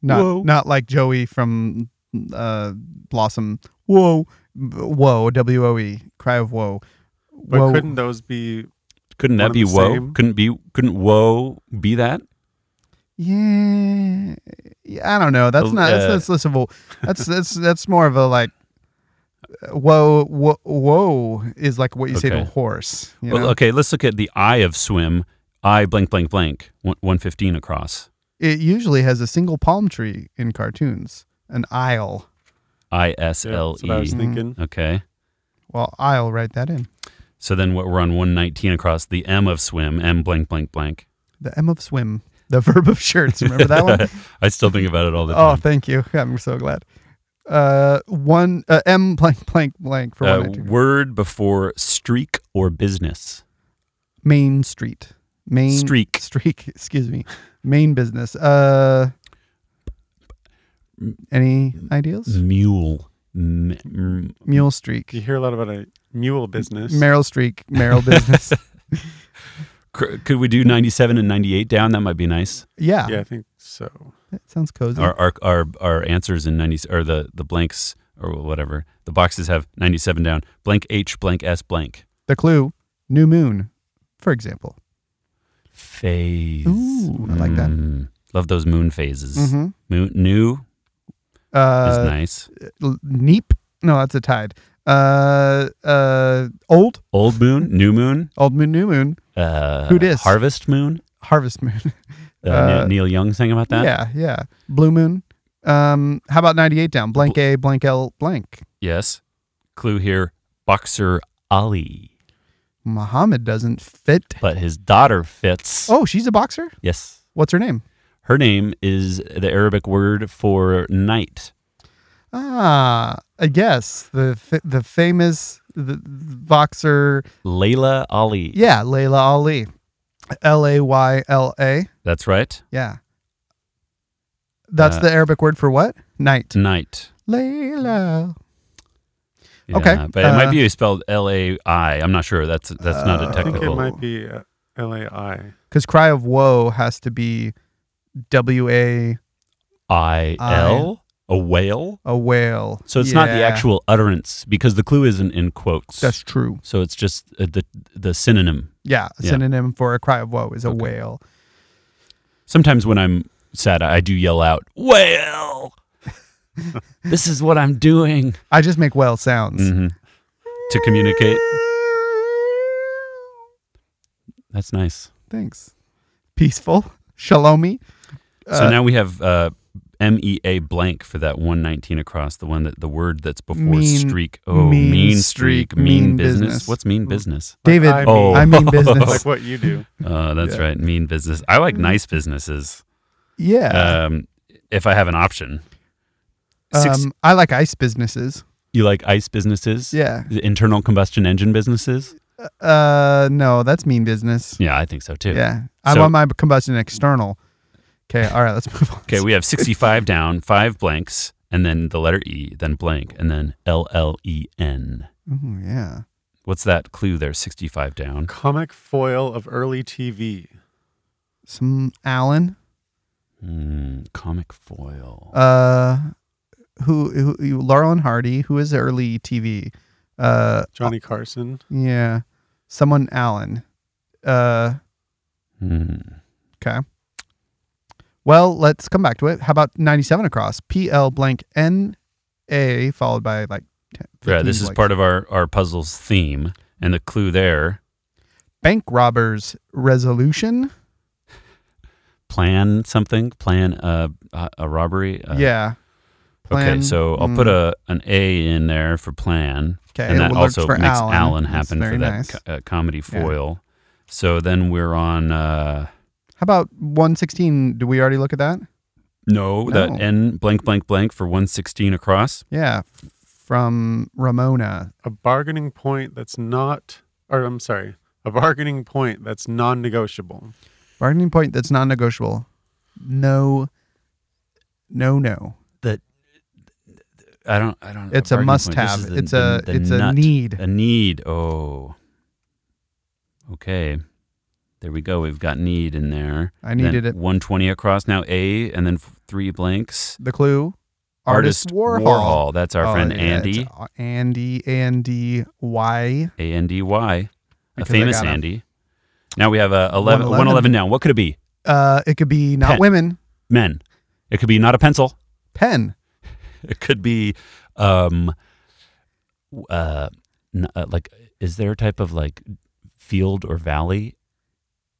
S1: not
S2: Whoa.
S1: not like Joey from uh, Blossom. Whoa, B- whoa, W O E, cry of whoa.
S3: But
S1: Whoa,
S3: couldn't those be?
S2: Couldn't
S3: One
S2: that
S3: of
S2: be
S3: the
S2: woe?
S3: same.
S2: Couldn't be couldn't woe be that?
S1: yeah, yeah. I don't know. That's
S2: Uh,
S1: not that's that's listable. That's that's that's more of a like. Whoa, whoa, whoa is like what you say to a
S2: Okay.
S1: horse. You know?
S2: Well, okay, let's look at the I of swim. I blank blank blank one- 115 across.
S1: It usually has a single palm tree in cartoons, an aisle.
S2: I S
S3: Yeah,
S2: L
S3: that's what I was
S2: E.
S3: thinking.
S2: Okay.
S1: Well, I'll write that in.
S2: So then what we're on 119 across the M of swim, M blank blank blank.
S1: The M of swim, the verb of shirts. Remember that one?
S2: I still think about it all the
S1: oh,
S2: time.
S1: thank you. I'm so glad. Uh, one uh, M blank blank blank for
S2: uh,
S1: one. entry.
S2: word before streak or business.
S1: Main street. Main
S2: Streak.
S1: Streak. Excuse me. Main business. Uh, any ideas?
S2: Mule. M- m-
S1: Mule streak.
S3: You hear a lot about a mule business.
S1: Meryl streak. Meryl business.
S2: cr- could we do 97 and 98 down? That might be nice.
S1: Yeah.
S3: yeah, I think so.
S1: That sounds cozy.
S2: Our, our, our, our answers in 90s or the, the blanks or whatever. The boxes have 97 down. Blank H, blank S, blank.
S1: The clue, new moon, for example.
S2: Phase.
S1: Ooh, I like that.
S2: Mm. Love those moon phases.
S1: Mm-hmm.
S2: Moon, new is
S1: Uh,
S2: nice.
S1: l- neep. No, that's a tide. Uh, uh, old,
S2: Old moon, new moon.
S1: old moon, new moon,
S2: Uh,
S1: Who dis?
S2: Harvest moon.
S1: harvest moon.
S2: Uh,
S1: Uh,
S2: Ne- Neil Young sang about that.
S1: Yeah, yeah. Blue moon. Um, how about 98 down? Blank A, blank L, blank.
S2: Yes. Clue here: boxer Ali,
S1: Muhammad doesn't fit.
S2: but his daughter fits.
S1: Oh, she's a boxer?
S2: Yes.
S1: What's her name?
S2: Her name is the Arabic word for night.
S1: Ah, I guess the f- the famous the, the boxer,
S2: Layla Ali.
S1: yeah, Layla Ali. L A Y L A.
S2: That's right.
S1: Yeah. That's
S2: Uh,
S1: the Arabic word for what? Night.
S2: Night.
S1: Layla.
S2: Yeah,
S1: Okay,
S2: But it
S1: uh,
S2: might be spelled L A I. I'm not sure. That's that's not
S1: Uh,
S2: a
S3: I think it
S2: technical.
S3: might be uh, LAI.
S1: Because cry of woe has to be W A
S2: I L. A whale.
S1: a whale.
S2: So it's not the
S1: Yeah,
S2: actual utterance because the clue isn't in quotes.
S1: That's true.
S2: so it's just uh, the the synonym.
S1: Yeah. A
S2: Yeah.
S1: synonym for a cry of woe is a
S2: Okay.
S1: whale.
S2: Sometimes when I'm sad, I do yell out, "Whale!" this is what I'm doing
S1: I just make whale sounds.
S2: Mhm. to communicate. That's nice.
S1: Thanks. Peaceful. Shalomi.
S2: so
S1: Uh,
S2: now we have uh, M E A blank for that 119 across the one that the word that's before
S1: Mean-
S2: streak. Oh,
S1: mean
S2: mean,
S1: streak,
S2: streak, mean,
S1: mean
S2: business.
S1: business.
S2: What's mean business?
S1: David,
S3: I mean-
S2: Oh.
S1: I mean
S3: like
S1: business.
S3: what you do.
S2: Uh, that's
S1: Yeah. Mm-hmm.
S2: right, mean business. I like nice businesses.
S1: yeah.
S2: Um, if I have an option, six-
S1: um, I like ice businesses.
S2: you like ice businesses.
S1: Yeah.
S2: The Internal combustion engine businesses?
S1: Uh, no, that's mean business.
S2: Yeah, I think so too.
S1: Yeah. I
S2: So-
S1: want my combustion external. Okay. All right. Let's move on.
S2: Okay, we have 65 down, five blanks, and then the letter E, then blank, and then L L E N.
S1: Ooh, yeah.
S2: What's that clue there? 65 down.
S3: Comic foil of early TV.
S1: Some Alan.
S2: Hmm, comic foil.
S1: Uh, who, who, who Laurel and Hardy, who is early TV. Uh,
S3: Johnny Carson.
S1: yeah. Someone Allen. Uh,
S2: Hmm.
S1: well, let's come back to it. How about 97 across? P L blank N A followed by like 10.
S2: Yeah, this is part of our, our puzzle's theme. And the clue there
S1: bank robbers resolution.
S2: plan something, plan a, a, a robbery. uh,
S1: yeah.
S2: Okay,
S1: Plan-
S2: so I'll
S1: mm,
S2: put a an A in there for plan.
S1: okay,
S2: and
S1: it
S2: that
S1: works
S2: also
S1: for
S2: makes Alan,
S1: That's
S2: happen for
S1: very
S2: that
S1: nice.
S2: co- uh, comedy
S1: Yeah.
S2: foil. So then we're on. Uh,
S1: How about 116? Do we already look at that?
S2: No,
S1: No.
S2: that N blank blank blank for 116 across.
S1: Yeah, f- from Ramona.
S3: A bargaining point that's not, or I'm sorry, a bargaining point that's non negotiable.
S1: Bargaining point that's non-negotiable. No, no, no.
S2: I don't I don't
S1: It's a,
S2: bargaining point. This
S1: must-have.
S2: is the-
S1: It's
S2: the-
S1: a
S2: the
S1: it's a
S2: nut. Uh,
S1: need.
S2: A need. Oh. Okay. There we go. We've got need in there.
S1: I needed it.
S2: Then 120 across now A and then f- three blanks.
S1: The clue. Artist, Warhol.
S2: That's our
S1: Oh,
S2: friend
S1: yeah, it's
S2: Andy.
S1: a- Andy. Andy. Why?
S2: A N D Y. A
S1: Because I
S2: famous
S1: got 'em.
S2: Andy. Now we have a 11
S1: 111.
S2: 111 down. What could it be?
S1: Uh, it could be not
S2: Pen.
S1: women.
S2: Men. It could be not a pencil.
S1: Pen.
S2: It could be, um, w- uh, n- uh, like, is there a type of like field or valley,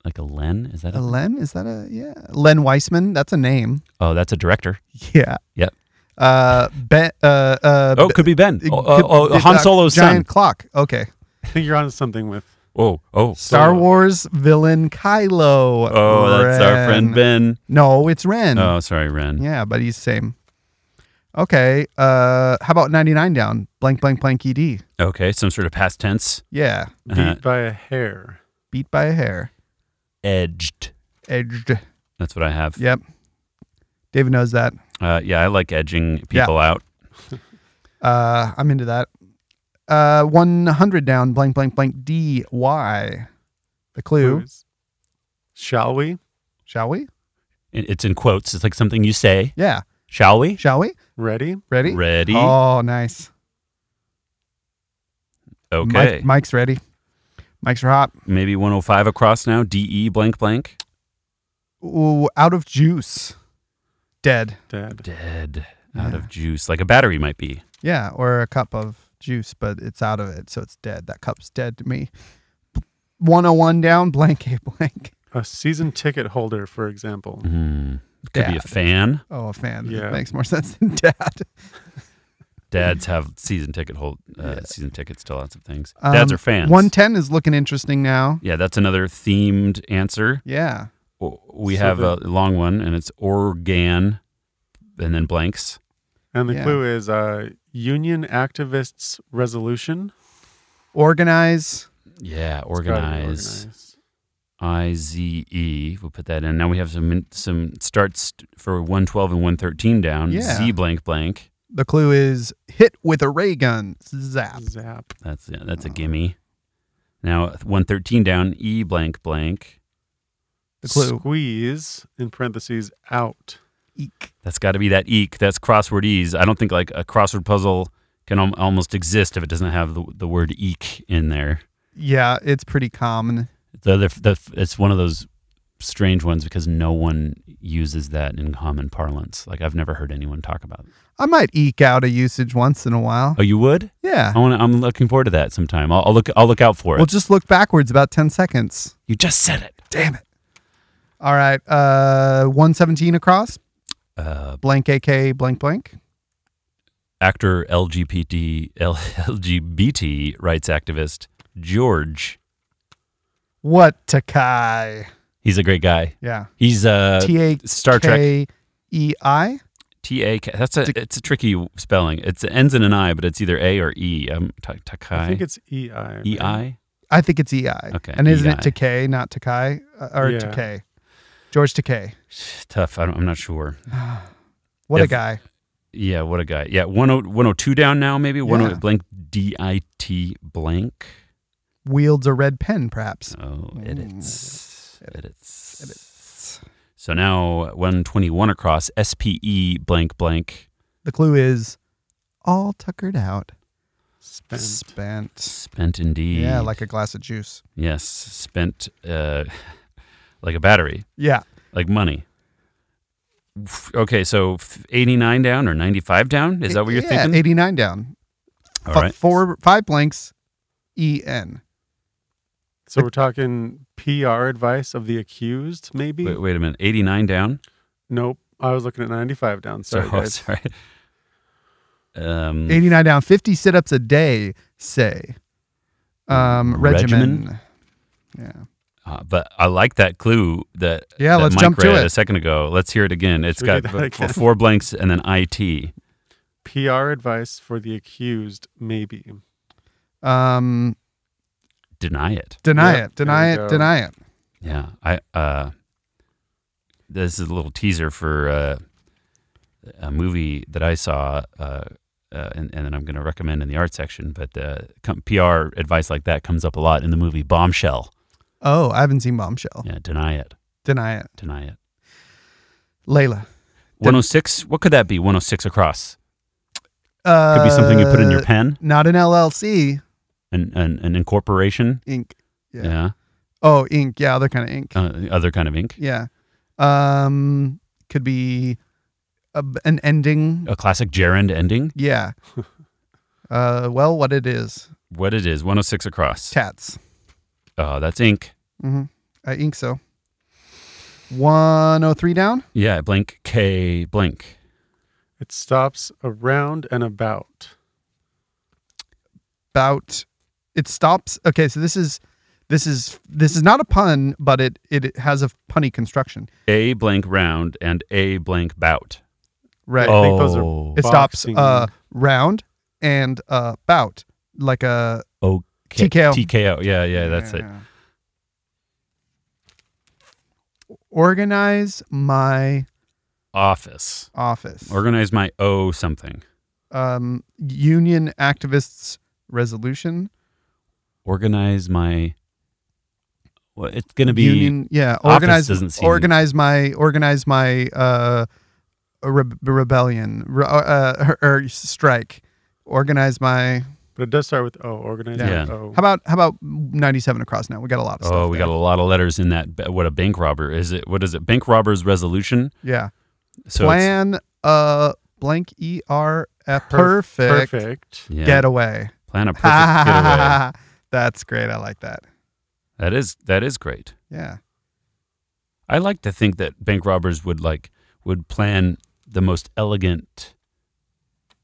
S2: like a len? Is that a,
S1: Uh, Len. Is that a yeah? Len Weissman. That's a name.
S2: oh, that's a director.
S1: Yeah.
S2: Yep.
S1: Uh, Ben. Uh, uh,
S2: Oh, it could be Ben.
S1: it
S2: Oh, oh,
S1: could-
S2: oh,
S1: it-
S2: Han
S1: uh,
S2: Solo's
S1: giant
S2: son.
S1: clock. Okay.
S3: I think you're on something with
S2: Oh, oh,
S1: Star
S2: Solo.
S1: Wars villain Kylo.
S2: Oh, that's our
S1: Ren.
S2: friend Ben.
S1: No, it's Ren.
S2: Oh, sorry, Ren.
S1: Yeah, but he's same. Okay. Uh, how about ninety nine down? Blank, blank, blank. Ed.
S2: Okay, some sort of past tense.
S1: Yeah,
S3: beat
S2: Uh-huh.
S3: by a hair.
S1: beat by a hair.
S2: Edged.
S1: Edged.
S2: That's what I have.
S1: Yep. David knows that.
S2: Uh, yeah, I like edging
S1: Yeah.
S2: people out.
S1: Uh, I'm into that. Uh, 100 down, blank, blank, blank, D, Y. The clue,
S3: Clues. Shall we?
S1: shall we?
S2: It- It's in quotes. It's like something you say.
S1: Yeah,
S2: Shall we?
S1: shall we?
S3: Ready?
S1: Ready?
S2: Ready?
S1: Oh, nice.
S2: okay.
S1: Mike, Mike's ready. Mike's hot.
S2: Maybe 105 across now. D E blank blank.
S1: Ooh, out of juice. Dead.
S3: Dead.
S2: Dead. Out
S1: Yeah.
S2: of juice. Like a battery might be.
S1: Yeah, or a cup of juice, but it's out of it, so it's dead. That cup's dead to me. 101 down, blank A blank.
S3: A season ticket holder, for example.
S2: Hmm. Could be a
S1: Dad.
S2: fan.
S1: Oh, a fan.
S3: Yeah.
S1: That makes more sense than dad.
S2: Dads have season ticket hold uh, season tickets to lots of things.
S1: Um,
S2: Dads are fans.
S1: 110 is looking interesting now.
S2: yeah, that's another themed answer.
S1: Yeah.
S2: O- We
S3: So
S2: have
S3: the-
S2: a long one, and it's organ, and then blanks.
S3: And the
S1: Yeah.
S3: clue is uh, union activists resolution.
S1: Organize.
S2: Yeah,
S3: It's gotta be
S2: organize.
S3: organize.
S2: I Z E. We'll put that in. Now we have some some starts for 112 and 113 down.
S1: Yeah.
S2: Z blank blank.
S1: The clue is hit with a ray gun. Zap.
S3: Zap.
S2: That's yeah, that's a
S1: Oh.
S2: gimme. Now 113 down. E blank blank.
S1: The clue.
S3: Squeeze in parentheses out.
S1: Eek.
S2: That's got to be that eek. That's crossword ease. I don't think like a crossword puzzle can al- almost exist if it doesn't have the, the word eek in there.
S1: Yeah, it's pretty common.
S2: The, the, the, it's one of those strange ones because no one uses that in common parlance. Like I've never heard anyone talk about. It.
S1: I might eke out a usage once in a while.
S2: Oh, you would?
S1: Yeah.
S2: I want. I'm looking forward to that sometime. I'll, I'll look. I'll look out for it.
S1: We'll just look backwards about 10 seconds.
S2: you just said it.
S1: Damn it. All right. Uh 117 across.
S2: Uh,
S1: Blank AK blank blank.
S2: actor LGBT L- LGBT rights activist George.
S1: What Takai?
S2: He's a great guy.
S1: Yeah.
S2: He's uh
S1: T A
S2: Star Trek.
S1: E I.
S2: T A K. That's a it's a tricky spelling. It's, it ends in an I, but it's either A or E. Um, ta-
S3: I think
S2: Takai.
S3: it's EI.
S2: E I.
S1: I think it's E I.
S2: Okay,
S1: And isn't
S2: EI.
S1: it Takei, not Takai? Uh, or
S3: Yeah.
S1: Takei? George Takei.
S2: Tough. I don't, I'm not sure.
S1: What a
S2: If-
S1: guy.
S2: Yeah, what a guy. Yeah, oh, 10 102 down now. Maybe one oh
S1: Yeah.
S2: blank D I T blank.
S1: Wields a red pen, perhaps.
S2: Oh,
S1: Mm.
S2: edits. Edits.
S1: Edits.
S2: So now 121 across S P E blank blank
S1: The clue is all tuckered out.
S3: Spent.
S1: Spent.
S2: spent indeed.
S1: Yeah, like a glass of juice.
S2: yes, spent uh, like a battery.
S1: Yeah.
S2: like money. F- Okay, so f- 89 down or 95 down? Is that what you're
S1: yeah,
S2: thinking?
S1: 89 down.
S2: All
S1: F-
S2: right.
S1: Four, five blanks, E N.
S3: So we're talking PR advice of the accused, maybe?
S2: Wait, wait a minute. 89 down?
S3: Nope. I was looking at 95 down. Sorry,
S2: So-
S3: guys.
S2: sorry. Um,
S1: 89 down, 50 sit ups a day, say. Um, regimen.
S2: Mm. Regimen?
S1: Yeah.
S2: uh, but I like that clue that,
S1: Yeah,
S2: that
S1: let's
S2: Mike
S1: jump to
S2: read
S1: it.
S2: a second ago. Let's hear it again. It's
S3: Should
S2: got
S3: we do
S2: f-
S3: that
S2: f-
S3: again?
S2: four blanks and then IT.
S3: PR advice for the accused, maybe.
S1: Um,
S2: Deny it.
S1: deny
S3: Yep,
S1: it, deny
S3: there
S1: it,
S3: we go.
S1: deny it.
S2: Yeah. I. Uh, this is a little teaser for uh, a movie that I saw, uh, uh, and, and then I'm going to recommend in the art section. But uh, com- PR advice like that comes up a lot in the movie Bombshell.
S1: Oh, I haven't seen Bombshell.
S2: Yeah, deny it,
S1: Deny it.
S2: deny it.
S1: Layla.
S2: 106. What could that be? 106 across.
S1: Uh,
S2: Could be something you put in your pen,
S1: Not an LLC.
S2: an an, an incorporation.
S1: Ink. Yeah.
S2: Yeah.
S1: Oh, ink. Yeah, other kind of ink.
S2: Uh, other kind of ink.
S1: Yeah. Um, could be a, an ending.
S2: A classic gerund ending.
S1: Yeah. uh, well, what it is.
S2: What it is? 106 across.
S1: Tats.
S2: Oh, that's ink.
S1: Mm-hmm. I ink so. 103 down.
S2: Yeah, blank K blank.
S3: It stops around and about.
S1: About it stops. Okay, so this is this is this is not a pun, but it it has a punny construction.
S2: a blank round and a blank bout.
S1: Right.
S2: Oh,
S3: I think those are-
S1: it stops
S3: boxing.
S1: uh round and uh bout like a
S2: K-
S1: TKO.
S2: TKO. Yeah, yeah, that's it.
S1: Organize my
S2: Office.
S1: office.
S2: Organize my O something.
S1: um, union activists resolution.
S2: Organize my. Well, it's gonna be
S1: union. Yeah,
S2: office
S1: organize.
S2: doesn't seem-
S1: organize my organize my uh, re- rebellion re- uh, or, or strike. Organize my.
S3: But it does start with O, organized.
S2: Yeah.
S3: with O.
S1: How about how about ninety seven across now? We got a lot of stuff.
S2: Oh, we
S1: there.
S2: got a lot of letters in that. ba- What a bank robber is it? What is it? Bank robber's resolution.
S1: yeah.
S2: So it's,
S1: Plan uh blank e r f
S3: Perf-
S1: perfect,
S3: Perfect.
S2: yeah,
S1: getaway.
S2: plan a perfect getaway.
S1: That's great. I like that.
S2: That is that is great.
S1: Yeah.
S2: I like to think that bank robbers would like would plan the most elegant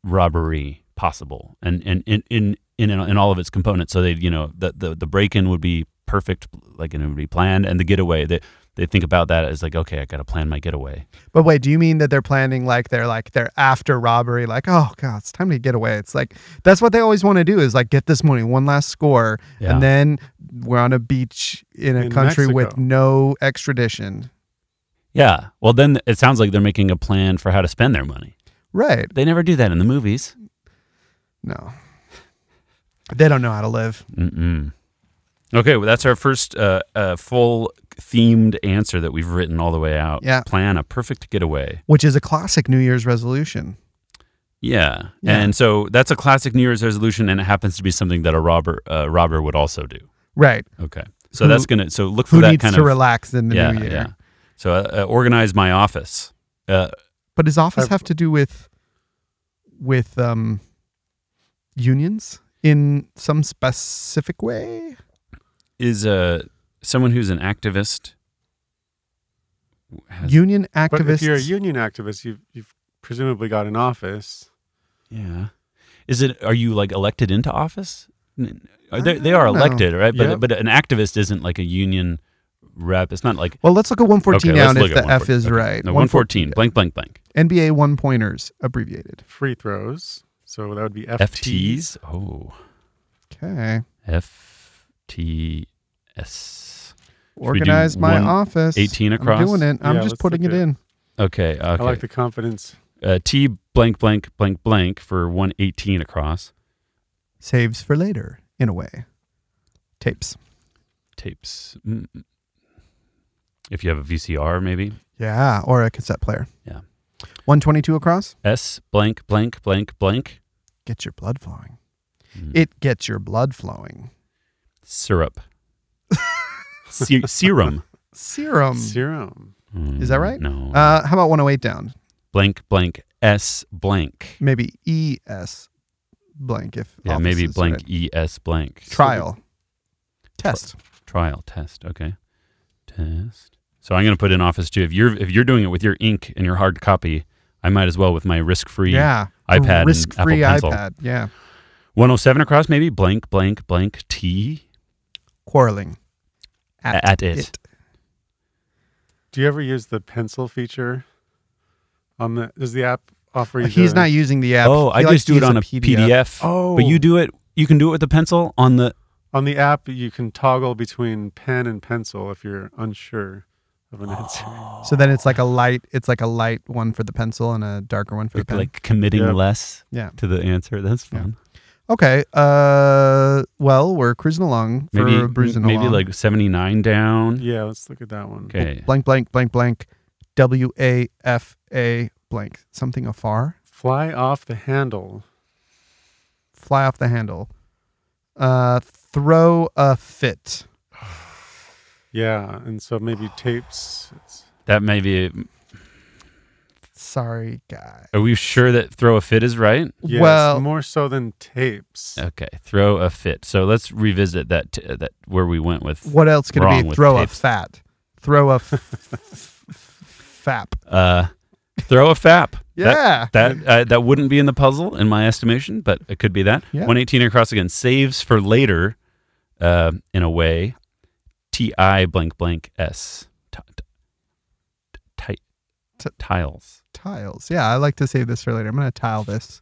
S2: robbery possible, and and in in in, in all of its components. So they you know the the, the break in would be perfect, like and it would be planned, and the getaway they they think about that as like okay, I got to plan my getaway.
S1: But wait, do you mean that they're planning like they're like they're after robbery? Like, oh god, it's time to get away. It's like that's what they always want to do is like get this money, one last score,
S2: Yeah.
S1: and then we're on a beach in a
S3: In
S1: country with
S3: Mexico.
S1: no extradition.
S2: yeah. Well, then it sounds like they're making a plan for how to spend their money.
S1: Right?
S2: They never do that in the movies.
S1: No. They don't know how to live.
S2: Mm-mm. Okay, well, that's our first uh, uh, full themed answer that we've written all the way out.
S1: Yeah.
S2: Plan a perfect getaway.
S1: Which is a classic New Year's resolution.
S2: Yeah.
S1: Yeah.
S2: And so that's a classic New Year's resolution, and it happens to be something that a robber uh, robber would also do.
S1: Right.
S2: Okay. So
S1: Who-
S2: that's going to, so look for
S1: Who
S2: that
S1: needs
S2: kind
S1: to
S2: of.
S1: relax in the
S2: yeah,
S1: new year?
S2: yeah. So uh, uh, organize my office. Uh,
S1: But does office
S3: I've-
S1: have to do with with um unions in some specific way?
S2: is uh, someone who's an activist. Has,
S1: Union
S3: But if you're a
S1: activists.
S3: union activist, you've, you've presumably got an office.
S2: yeah. Is it, are you like elected into office? N- Are they, they
S1: I
S2: are
S1: don't know.
S2: elected, right? But,
S3: Yeah.
S2: but an activist isn't like a union rep. It's not like
S1: well, let's look at 114
S2: Okay,
S1: now
S2: let's
S1: and
S2: look
S1: if
S2: at
S1: the F
S2: 114.
S1: is
S2: Okay.
S1: right.
S2: No, 114, blank, blank, blank.
S1: NBA one pointers abbreviated.
S3: Free throws. So that would be FT.
S2: FTs. Oh,
S1: Okay.
S2: FTS. we do
S1: Organize my
S2: one-
S1: office.
S2: 18
S1: I'm
S2: across?
S1: doing it. I'm
S3: Yeah,
S1: just
S3: let's
S1: putting it
S3: look at-
S1: in.
S2: Okay. Okay.
S3: I like the confidence.
S2: uh, T blank, blank, blank, blank for 118 across
S1: Saves for later, in a way. Tapes.
S2: tapes. Mm. If you have a VCR, maybe.
S1: Yeah, or a cassette player.
S2: Yeah.
S1: 122 across.
S2: S blank, blank, blank, blank.
S1: Gets your blood flowing.
S2: Mm.
S1: It gets your blood flowing.
S2: Syrup. Se- serum. Mm,
S1: Serum.
S3: Serum.
S1: Is that right?
S2: No.
S1: Uh, how about 108 down?
S2: blank, blank, S blank.
S1: Maybe ES blank if
S2: Yeah,
S1: office
S2: maybe
S1: is
S2: blank,
S1: right.
S2: ES blank.
S1: trial test.
S2: trial test okay test so i'm going to put in office too if you're if you're doing it with your ink and your hard copy i might as well with my risk-free
S1: Yeah,
S2: iPad and
S1: risk-free
S2: Apple Pencil.
S1: iPad. Yeah,
S2: 107 across maybe blank blank blank t
S1: quarreling
S2: at, it.
S3: Do you ever use the pencil feature on the, does the app offer you
S1: He's
S3: the-
S1: not using the app.
S2: oh
S1: He
S2: i
S1: likes
S2: just
S1: to
S2: do it
S1: use
S2: on a pdf,
S3: Oh.
S2: but you do it you can do it with a pencil on the
S3: On the app, you can toggle between pen and pencil if you're unsure of an answer.
S1: So then it's like a light. It's like a light one for the pencil and a darker one for the pen.
S2: like committing
S3: Yeah.
S2: less
S1: Yeah.
S2: to the answer that's
S1: Yeah.
S2: fun
S1: okay. Uh, well, we're cruising along for
S2: maybe
S1: bruising
S2: maybe
S1: along. Oh,
S2: like 79 down
S3: Yeah, let's look at that one.
S2: okay
S1: blank blank blank blank, W A F A blank something afar.
S3: Fly off the handle.
S1: fly off the handle. Uh, throw a fit.
S3: Yeah, and so maybe tapes. It's-
S2: that may be
S1: Sorry, guy.
S2: are we sure that throw a fit is right
S3: yeah,
S1: well,
S3: it's more so than tapes.
S2: Okay, throw a fit. So let's revisit that t- that where we went with
S1: what else could it
S2: wrong
S1: be?
S2: with
S1: Throw a
S2: tapes.
S1: fat. Throw a f- f- fap.
S2: uh, throw a fap.
S1: Yeah.
S2: That that, uh, that wouldn't be in the puzzle in my estimation, but it could be that.
S1: Yeah.
S2: 118 across again saves for later, uh, in a way. T I blank blank s T- t- t-
S1: T-
S2: tiles.
S1: Tiles. Yeah, I like to save this for later. I'm gonna tile this.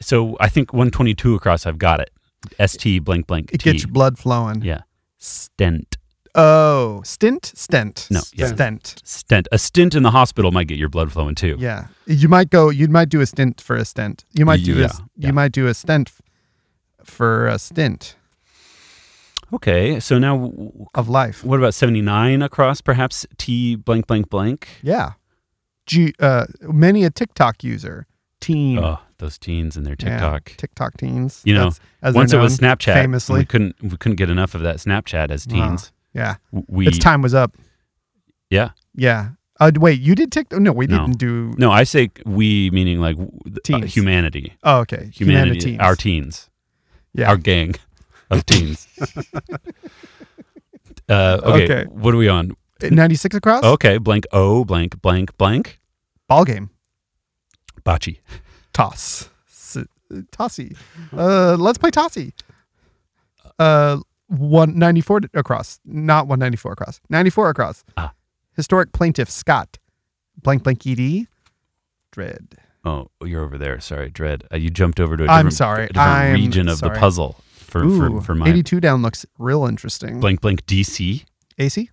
S2: So I think 122 across. I've got it. S T blank blank
S1: It
S2: T.
S1: gets your blood flowing.
S2: yeah. Stent.
S1: Oh, stint, stent.
S2: No, yeah.
S1: stent.
S2: Stent. A stint in the hospital might get your blood flowing too.
S1: Yeah, you might go. You might do a stint for a stent. You might do
S2: Yeah,
S1: a,
S2: yeah.
S1: You might do a stent f- for a stint
S2: Okay. So now, w- w-
S1: of life.
S2: what about 79 across, perhaps? T blank, blank, blank.
S1: Yeah. G, uh, many a TikTok user, teen,
S2: Oh, those teens and their
S1: Mm. Yeah.
S2: TikTok.
S1: TikTok teens.
S2: You know,
S1: that's- as they're
S2: Once it was
S1: known
S2: Snapchat, we
S1: famously.
S2: couldn't we couldn't get enough of that Snapchat as
S1: Wow.
S2: teens.
S1: Yeah,
S2: W- We
S1: its time was up.
S2: Yeah.
S1: Yeah. Uh, wait, you did TikTok? No, we
S2: No.
S1: didn't do.
S2: no, I say we meaning like w- th- uh,
S1: Teens.
S2: humanity,
S1: Oh, okay.
S2: humanity,
S1: Humanity.
S2: our teens,
S1: Yeah.
S2: our gang of teens. uh, okay,
S1: Okay.
S2: what are we on?
S1: 96 uh, across?
S2: Okay, blank O blank blank blank
S1: Ball game.
S2: bocce.
S1: Toss. S- tossy. Uh, let's play Tossy. Uh, 194 across. Not 194 across. 94 across.
S2: Ah.
S1: Historic plaintiff Scott. Blank blank ED. Dread.
S2: Oh, you're over there. Sorry, dread. Uh, you jumped over to a
S1: I'm
S2: different,
S1: sorry.
S2: a different
S1: I'm
S2: region of
S1: sorry.
S2: the puzzle for
S1: Ooh,
S2: for, for my
S1: 82 down looks real interesting.
S2: blank blank DC.
S1: AC?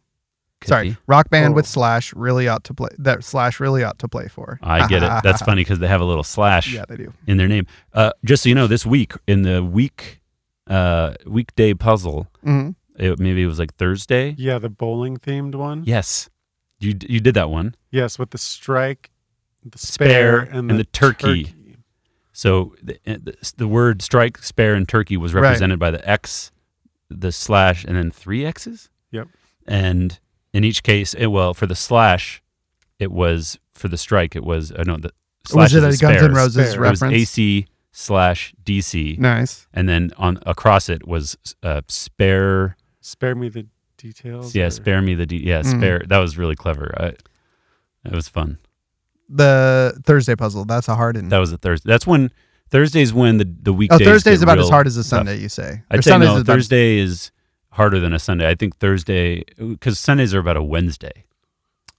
S2: Could
S1: Sorry.
S2: be.
S1: Rock band
S3: Oh.
S1: with slash really ought to play that slash really ought to play for.
S2: I get it. That's funny because they have a little slash.
S1: yeah, they do.
S2: in their name. Uh, just so you know, this week in the week uh, weekday puzzle,
S1: Mhm.
S2: it, maybe it was like Thursday.
S3: Yeah, the bowling themed one.
S2: Yes, you d- you did that one.
S3: Yes, with the strike, the
S2: Spare
S3: spare,
S2: and the turkey. So the, eh, the, the word strike, spare, and turkey was
S1: Right.
S2: represented by the X, the slash, and then three X's.
S3: Yep.
S2: And in each case, it, well, for the slash, it was for the strike. It was uh, no the slash
S1: Was it
S2: is
S1: a
S2: the
S1: Guns
S2: spares.
S1: N' Roses
S3: Spare.
S2: It was
S1: reference?
S2: AC slash DC,
S1: Nice.
S2: and then on across it was uh, spare.
S3: Spare me the details.
S2: Yeah,
S3: or-
S2: spare me the D. Yeah,
S1: Mm.
S2: spare. That was really clever. I, that was fun.
S1: The Thursday puzzle. That's a hard one.
S2: That was a Thursday. That's when Thursday's when the the
S1: Oh,
S2: weekdays.
S1: Thursday's
S2: get
S1: about as
S2: real
S1: hard as a
S2: tough.
S1: Sunday, you say. Or
S2: I'd say
S1: Sundays
S2: no.
S1: is about-
S2: Thursday is harder than a Sunday. I think Thursday because Sundays are about a Wednesday.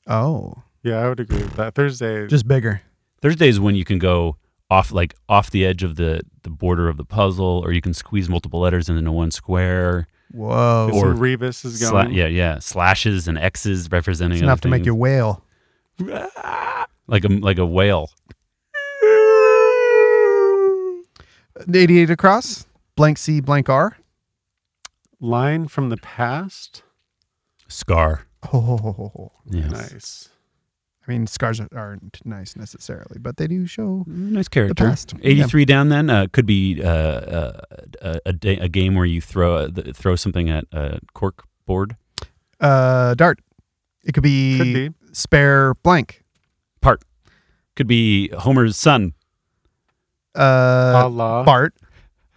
S1: Oh,
S3: Yeah, I would agree with that. Thursday.
S1: just bigger.
S2: Thursday is when you can go off like off the edge of the the border of the puzzle, or you can squeeze multiple letters into one square.
S1: Whoa.
S2: Or
S3: or Rebus is
S2: Sla-
S3: going.
S2: yeah, yeah. Slashes and X's representing
S1: it's
S2: other
S1: enough to make
S2: things.
S1: you wail.
S2: like a like a whale.
S1: 88 across. Blank C, blank R.
S3: Line from the past.
S2: Scar.
S1: Oh, ho, ho, ho, ho.
S2: Yes.
S3: Nice.
S1: I mean, scars aren't nice necessarily, but they do show.
S2: Nice character.
S1: past.
S2: Eighty-three down. Then uh, could be uh, uh, a, a, da- a game where you throw uh, th- throw something at a cork board
S1: Uh, dart. It could be,
S3: Could be.
S1: spare blank.
S2: part. Could be Homer's son. Oh,
S1: Uh,
S3: a la.
S1: Bart.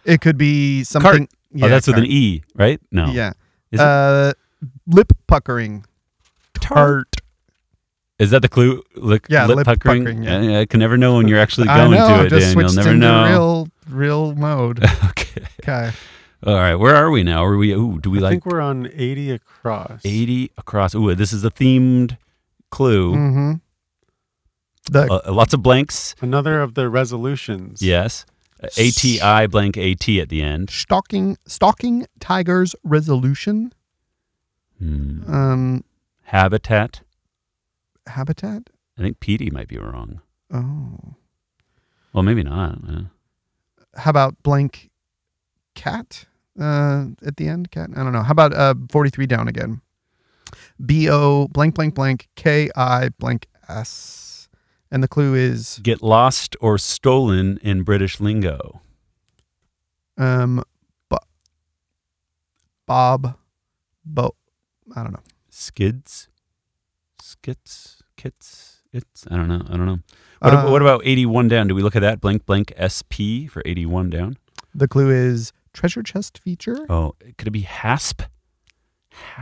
S1: It could be something. Yeah,
S2: oh, that's with
S1: cart.
S2: an E, right? No.
S1: Yeah.
S2: Is it-
S1: uh, lip puckering. Tart.
S2: Is that the clue? Look,
S1: Yeah,
S2: lip,
S1: lip
S2: puckering.
S1: puckering, yeah.
S2: I, I can never know when you're actually
S1: I
S2: going
S1: know.
S2: to it,
S1: just
S2: Dan. You'll
S1: switched
S2: never
S1: into
S2: know.
S1: real, real mode.
S2: okay.
S1: Okay.
S2: All right. Where are we now? Are we? Ooh, do we
S3: I
S2: like
S3: think we're on 80 across.
S2: eighty across? Ooh, this is a themed clue.
S1: Mm-hmm. The
S2: Uh, lots of blanks.
S3: Another of the resolutions.
S2: Yes. Uh, ATI blank AT at the end.
S1: stalking, stalking tigers resolution.
S2: Hmm.
S1: Um,
S2: Habitat.
S1: habitat.
S2: I think Petey might be wrong.
S1: Oh,
S2: Well, maybe not. uh,
S1: how about blank cat? Uh, at the end, cat. I don't know. How about uh, forty-three down again? B O blank blank blank K I blank S, and the clue is
S2: Get lost or stolen in British lingo.
S1: Um, Bo- Bob, Bo, I don't know.
S2: Skids, skits, kits, it's. I don't know. I don't know. What, ab-
S1: Uh,
S2: what about eighty-one down? Do we look at that blank blank SP for eighty-one down?
S1: The clue is treasure chest feature.
S2: Oh, could it be hasp?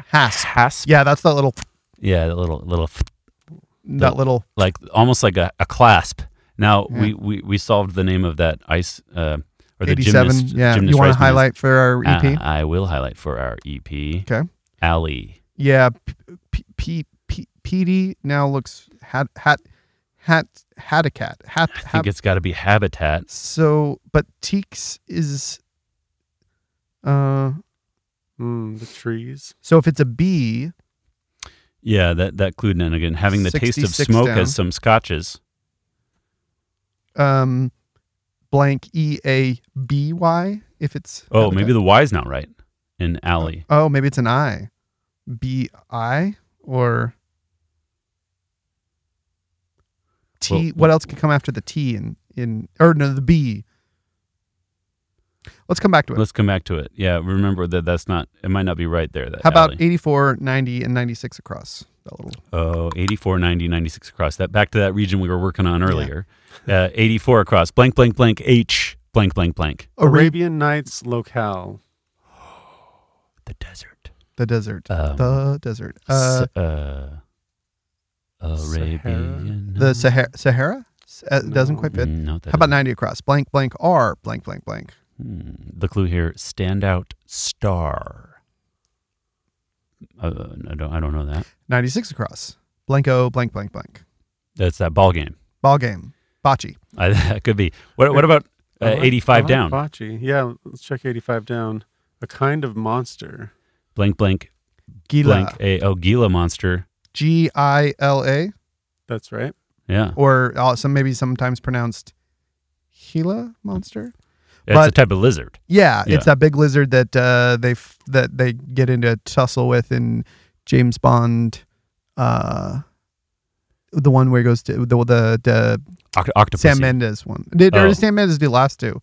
S1: Hasp.
S2: Hasp.
S1: Yeah, that's that little,
S2: Yeah, the little little f-
S1: that
S2: The-
S1: little.
S2: like almost like a, a clasp. Now
S1: Yeah.
S2: we, we we solved the name of that ice uh, or the
S1: 87.
S2: gymnast.
S1: yeah,
S2: gymnast
S1: you want
S2: race
S1: to
S2: man is-
S1: highlight for our E EP?
S2: Uh, I will highlight for our E EP.
S1: Okay.
S2: Alley.
S1: yeah, P- P- P- P- PD now looks hat hat hat hat a cat hat.
S2: I think it's got to be Habitat.
S1: so, but Teeks is. Uh,
S3: Mm, the trees.
S1: So if it's a B,
S2: Yeah, that that clued in again. Having the taste of
S1: 66
S2: smoke
S1: down.
S2: as some scotches.
S1: um, blank E A B Y. If it's
S2: Oh,
S1: habitat.
S2: maybe the Y's not right in alley.
S1: oh maybe it's an I, B I or T.
S2: Well,
S1: what else could come after the T in in or no the B? Let's come back to it.
S2: Let's come back to it. Yeah, remember that that's not. It might not be right there. That
S1: How about
S2: alley.
S1: 84, 90, and 96 across? That little
S2: Oh, 84, 90, 96 across. That back to that region we were working on earlier. Uh, 84 across. Blank, blank, blank. H. Blank, blank, blank.
S3: Arabian Nights locale.
S2: The desert.
S1: the desert.
S2: Um,
S1: the desert. Uh,
S2: S- uh, Arabian.
S1: the Sahara. Sahara S- uh, doesn't quite fit.
S2: Mm, no, that
S1: How about
S2: doesn't-
S1: 90 across? Blank, blank, R, blank, blank, blank.
S2: Hmm, the clue here: standout star. Uh, I don't. I don't know that.
S1: 96 across. Blank, O, blank, blank, blank.
S2: That's that ball game.
S1: Ball game. Bocce.
S2: I, that could be. What, what about
S3: I
S2: uh,
S3: like- I
S2: 85
S3: like
S2: down?
S3: Bocce. Yeah, let's check 85 down. A kind of monster.
S2: Blank, blank, blank.
S1: Gila.
S2: A, oh, Gila monster.
S1: G I L A.
S3: That's right.
S2: Yeah.
S1: Or uh, some maybe sometimes pronounced Gila monster.
S2: It's a
S1: But-
S2: type of lizard.
S1: Yeah,
S2: Yeah.
S1: it's that big lizard that uh, they f- that they get into a tussle with in James Bond, uh, the one where he goes to the the, the
S2: Oct- octopus.
S1: Sam Mendes one. Did or
S2: Oh.
S1: did Sam Mendes do last two?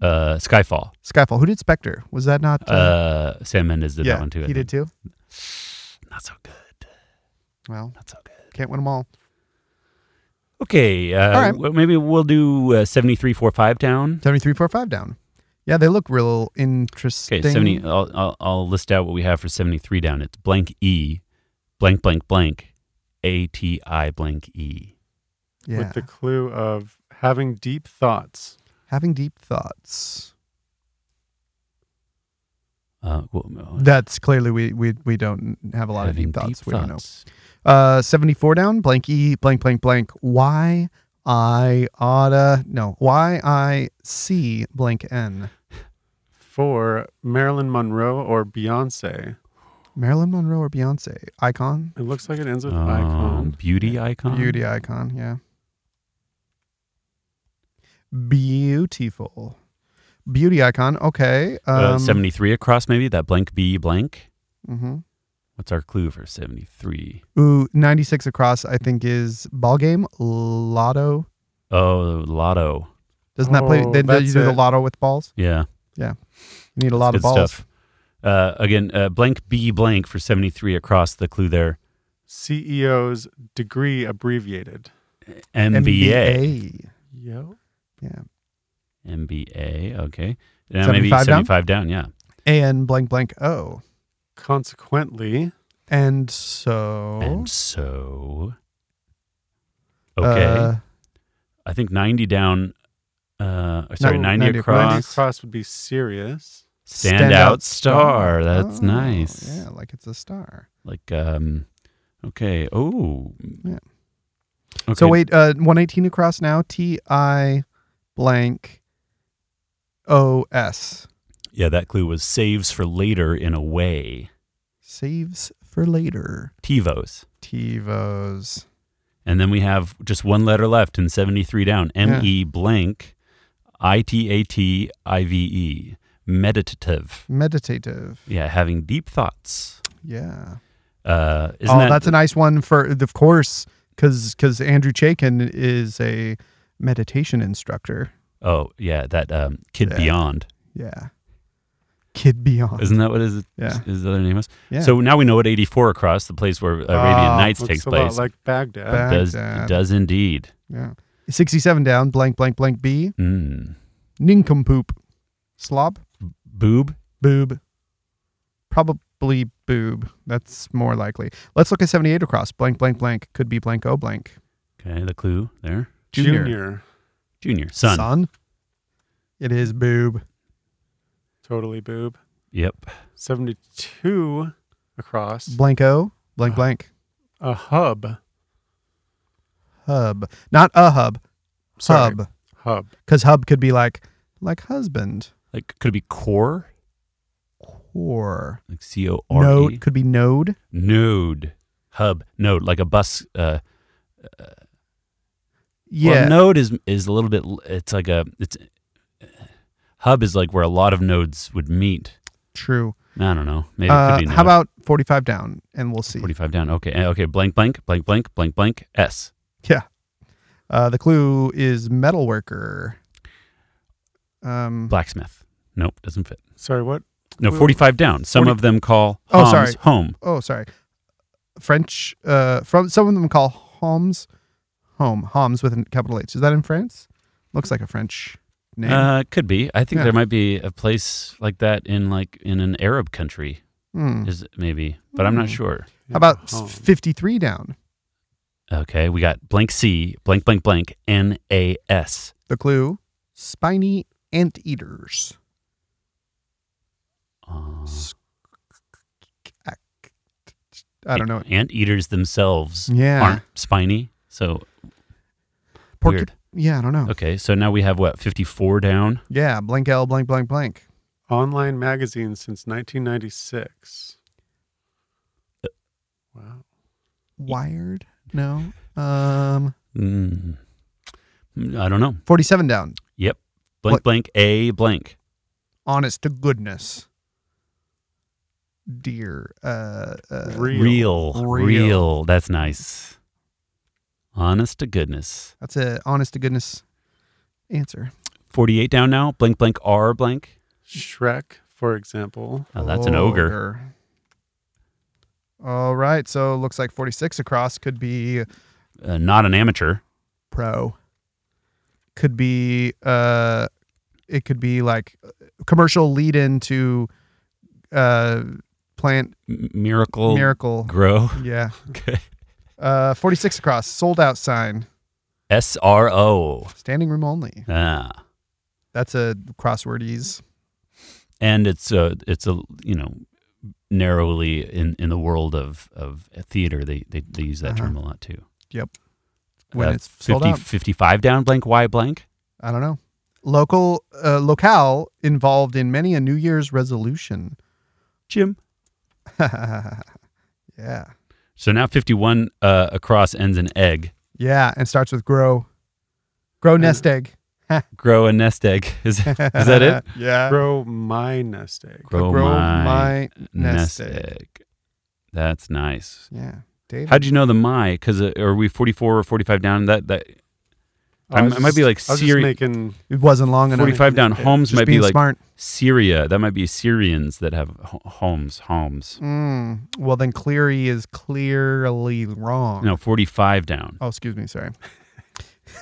S2: Uh, Skyfall.
S1: Skyfall. Who did Spectre? Was that not?
S2: Uh, Sam Mendes did
S1: yeah,
S2: that one too. I
S1: he did
S2: think.
S1: too.
S2: Not so good.
S1: Well,
S2: Not so good.
S1: can't win them all.
S2: Okay. Uh,
S1: All right.
S2: well, maybe we'll do uh, 7345 down.
S1: Seventy three, four, five down. Yeah, they look real interesting.
S2: Okay. uh, 70. I'll, I'll, I'll list out what we have for 73 down. It's blank E, blank, blank, blank, A T I blank E.
S1: Yeah,
S3: With the clue of having deep thoughts.
S1: having deep thoughts.
S2: Uh, well,
S1: That's clearly we we we don't have a lot of
S2: having
S1: deep thoughts. we don't know. Uh, 74 down, blank E, blank, blank, blank. Y, I, oughta, no, Y, I, C, blank N.
S3: For Marilyn Monroe or Beyonce.
S1: Marilyn Monroe or Beyonce? Icon?
S3: It looks like it ends with
S2: Um,
S3: icon.
S2: Beauty icon.
S1: Beauty icon, yeah. Beautiful. Beauty icon, okay. Um,
S2: Uh, 73 across, maybe that blank B blank.
S1: mhm.
S2: What's our clue for 73?
S1: Ooh, 96 across, I think, is ball game, lotto.
S2: Oh, lotto.
S1: Doesn't that play?
S3: Oh,
S1: Then do you
S3: that's
S1: do the
S3: it.
S1: lotto with balls?
S2: Yeah.
S1: You need a lot
S2: Good
S1: of balls.
S2: stuff. Uh, again, uh, blank B blank for 73 across, the clue there.
S3: CEO's E degree abbreviated.
S2: MBA.
S1: MBA.
S3: Yo.
S2: MBA. Okay. Now maybe
S1: 75 down?
S2: 75 down? Yeah.
S1: And blank, blank, O.
S3: Consequently,
S1: And so,
S2: And so. Okay.
S1: uh,
S2: I think 90 down. Uh, sorry,
S1: No,
S2: 90,
S1: 90
S2: across.
S1: across.
S3: cross would be serious.
S2: Standout star. That's nice.
S1: Oh, Yeah, like it's a star.
S2: Like, um, okay. Oh.
S1: Yeah.
S2: Okay.
S1: So wait, uh, one eighteen across now. T I blank O S
S2: Yeah, that clue was saves for later in a way.
S1: saves for later.
S2: TiVos.
S1: TiVos.
S2: And then we have just one letter left in 73 down. M E blank I T A T I V E. Meditative.
S1: Meditative.
S2: Yeah, having deep thoughts.
S1: Yeah.
S2: Uh, isn't
S1: oh,
S2: that
S1: that's a nice one for, of course, because because Andrew Chaikin is a meditation instructor.
S2: Oh, yeah, that um, Kid
S1: Yeah.
S2: Beyond.
S1: Yeah. Kid Beyond.
S2: Isn't that what his,
S1: Yeah.
S2: his other name was?
S1: Yeah.
S2: So now we know what 84 across, the place where Arabian
S1: Ah,
S2: Nights
S3: looks
S2: takes
S3: a
S2: place.
S3: lot like Baghdad.
S1: Ba-
S2: does,
S1: Baghdad.
S2: does indeed.
S1: yeah. Sixty-seven down. Blank blank blank B.
S2: Mm.
S1: nincompoop, slob,
S2: Boob.
S1: boob, probably boob. That's more likely. Let's look at 78 across. Blank, blank, blank. Could be blank, oh, blank.
S2: Okay, the clue there.
S1: Junior.
S3: Junior.
S2: Junior. Son.
S1: It is boob.
S3: Totally boob.
S2: Yep.
S3: 72 across.
S1: Blank, oh, blank, blank.
S3: a hub.
S1: Hub. Not a hub.
S3: Sorry.
S1: Hub.
S3: Hub.
S1: Because hub could be like, like husband.
S2: Like, could it be core?
S1: core.
S2: Like C O R E.
S1: Node could be node.
S2: Node. Hub. Node. Like a bus. Uh,
S1: Yeah.
S2: Well, node is is a little bit. It's like a. It's hub is like where a lot of nodes would meet.
S1: True.
S2: I don't know. Maybe it
S1: Uh,
S2: could be node.
S1: how about 45 down and we'll see.
S2: forty five down? Okay. eh, Okay. Blank. Blank. Blank. Blank. Blank. Blank. S.
S1: Yeah. Uh, the clue is metal worker. Um,
S2: Blacksmith. Nope. Doesn't fit.
S3: Sorry, what?
S2: No.
S3: Well,
S2: Forty five down. Some
S1: 40
S2: of them call
S1: Oh,
S2: Homs
S1: sorry.
S2: home.
S1: oh, sorry. French, uh, from some of them call Homs home. Homs with a capital H. Is that in France? Looks like a French name.
S2: Uh, could be. I think
S1: Yeah.
S2: there might be a place like that in like in an Arab country.
S1: Hmm.
S2: Is it maybe, but I'm not
S1: Hmm.
S2: sure.
S1: How about s-
S3: Home.
S1: 53 down?
S2: Okay, we got blank C, blank blank blank N A S.
S1: The clue spiny anteaters.
S2: Uh,
S1: I don't know.
S2: Ant eaters themselves
S1: Yeah.
S2: aren't spiny, so
S1: Porcu-
S2: weird.
S1: Yeah, I don't know.
S2: Okay, so now we have what 54 down.
S1: Yeah, blank L, blank, blank, blank.
S3: Online magazine since 1996. Wow.
S1: Wired? No. Um,
S2: Mm, I don't know.
S1: 47 down.
S2: Yep, blank
S1: What-
S2: blank A blank.
S1: honest to goodness dear uh, uh
S3: Real.
S2: Real, real,
S1: Real.
S2: That's nice. Honest to goodness.
S1: that's a honest to goodness answer
S2: 48 down now. Blank blank R blank.
S3: Shrek, for example.
S2: Oh, that's an ogre.
S1: all right so looks like 46 across could be
S2: Uh, not an amateur.
S1: pro could be uh it could be like uh, commercial lead into uh plant
S2: M- miracle.
S1: miracle
S2: Grow.
S1: yeah
S2: Okay.
S1: uh 46 across sold out sign
S2: S R O.
S1: standing room only
S2: Ah.
S1: that's a crossword ease
S2: and it's a it's a you know narrowly in in the world of of theater they they, they use that
S1: Uh-huh.
S2: term a lot too
S1: Yep. When
S2: Uh,
S1: it's sold out.
S2: 55 down blank y blank
S1: I don't know. Local uh, locale involved in many a New Year's resolution.
S2: jim
S1: yeah,
S2: so now 51 uh across ends in egg
S1: yeah, and starts with grow, grow nest egg.
S2: grow a nest egg is, is that it
S1: yeah, grow,
S3: Grow my nest egg.
S1: my,
S2: nest
S1: nest egg.
S2: egg that's nice
S1: Yeah, David.
S2: how'd you know the my because uh, are we 44 or 45 down that that
S3: I was
S2: I'm- I might be
S3: just-
S2: like
S3: I was just
S2: Siri-
S3: making
S1: it wasn't long enough.
S2: 45 down homes
S1: Just
S2: might
S1: being
S2: be like
S1: smart.
S2: syria that might be syrians that have ho- homes homes
S1: Mm, well, then Cleary is clearly wrong.
S2: no 45 down
S1: Oh, excuse me. Sorry.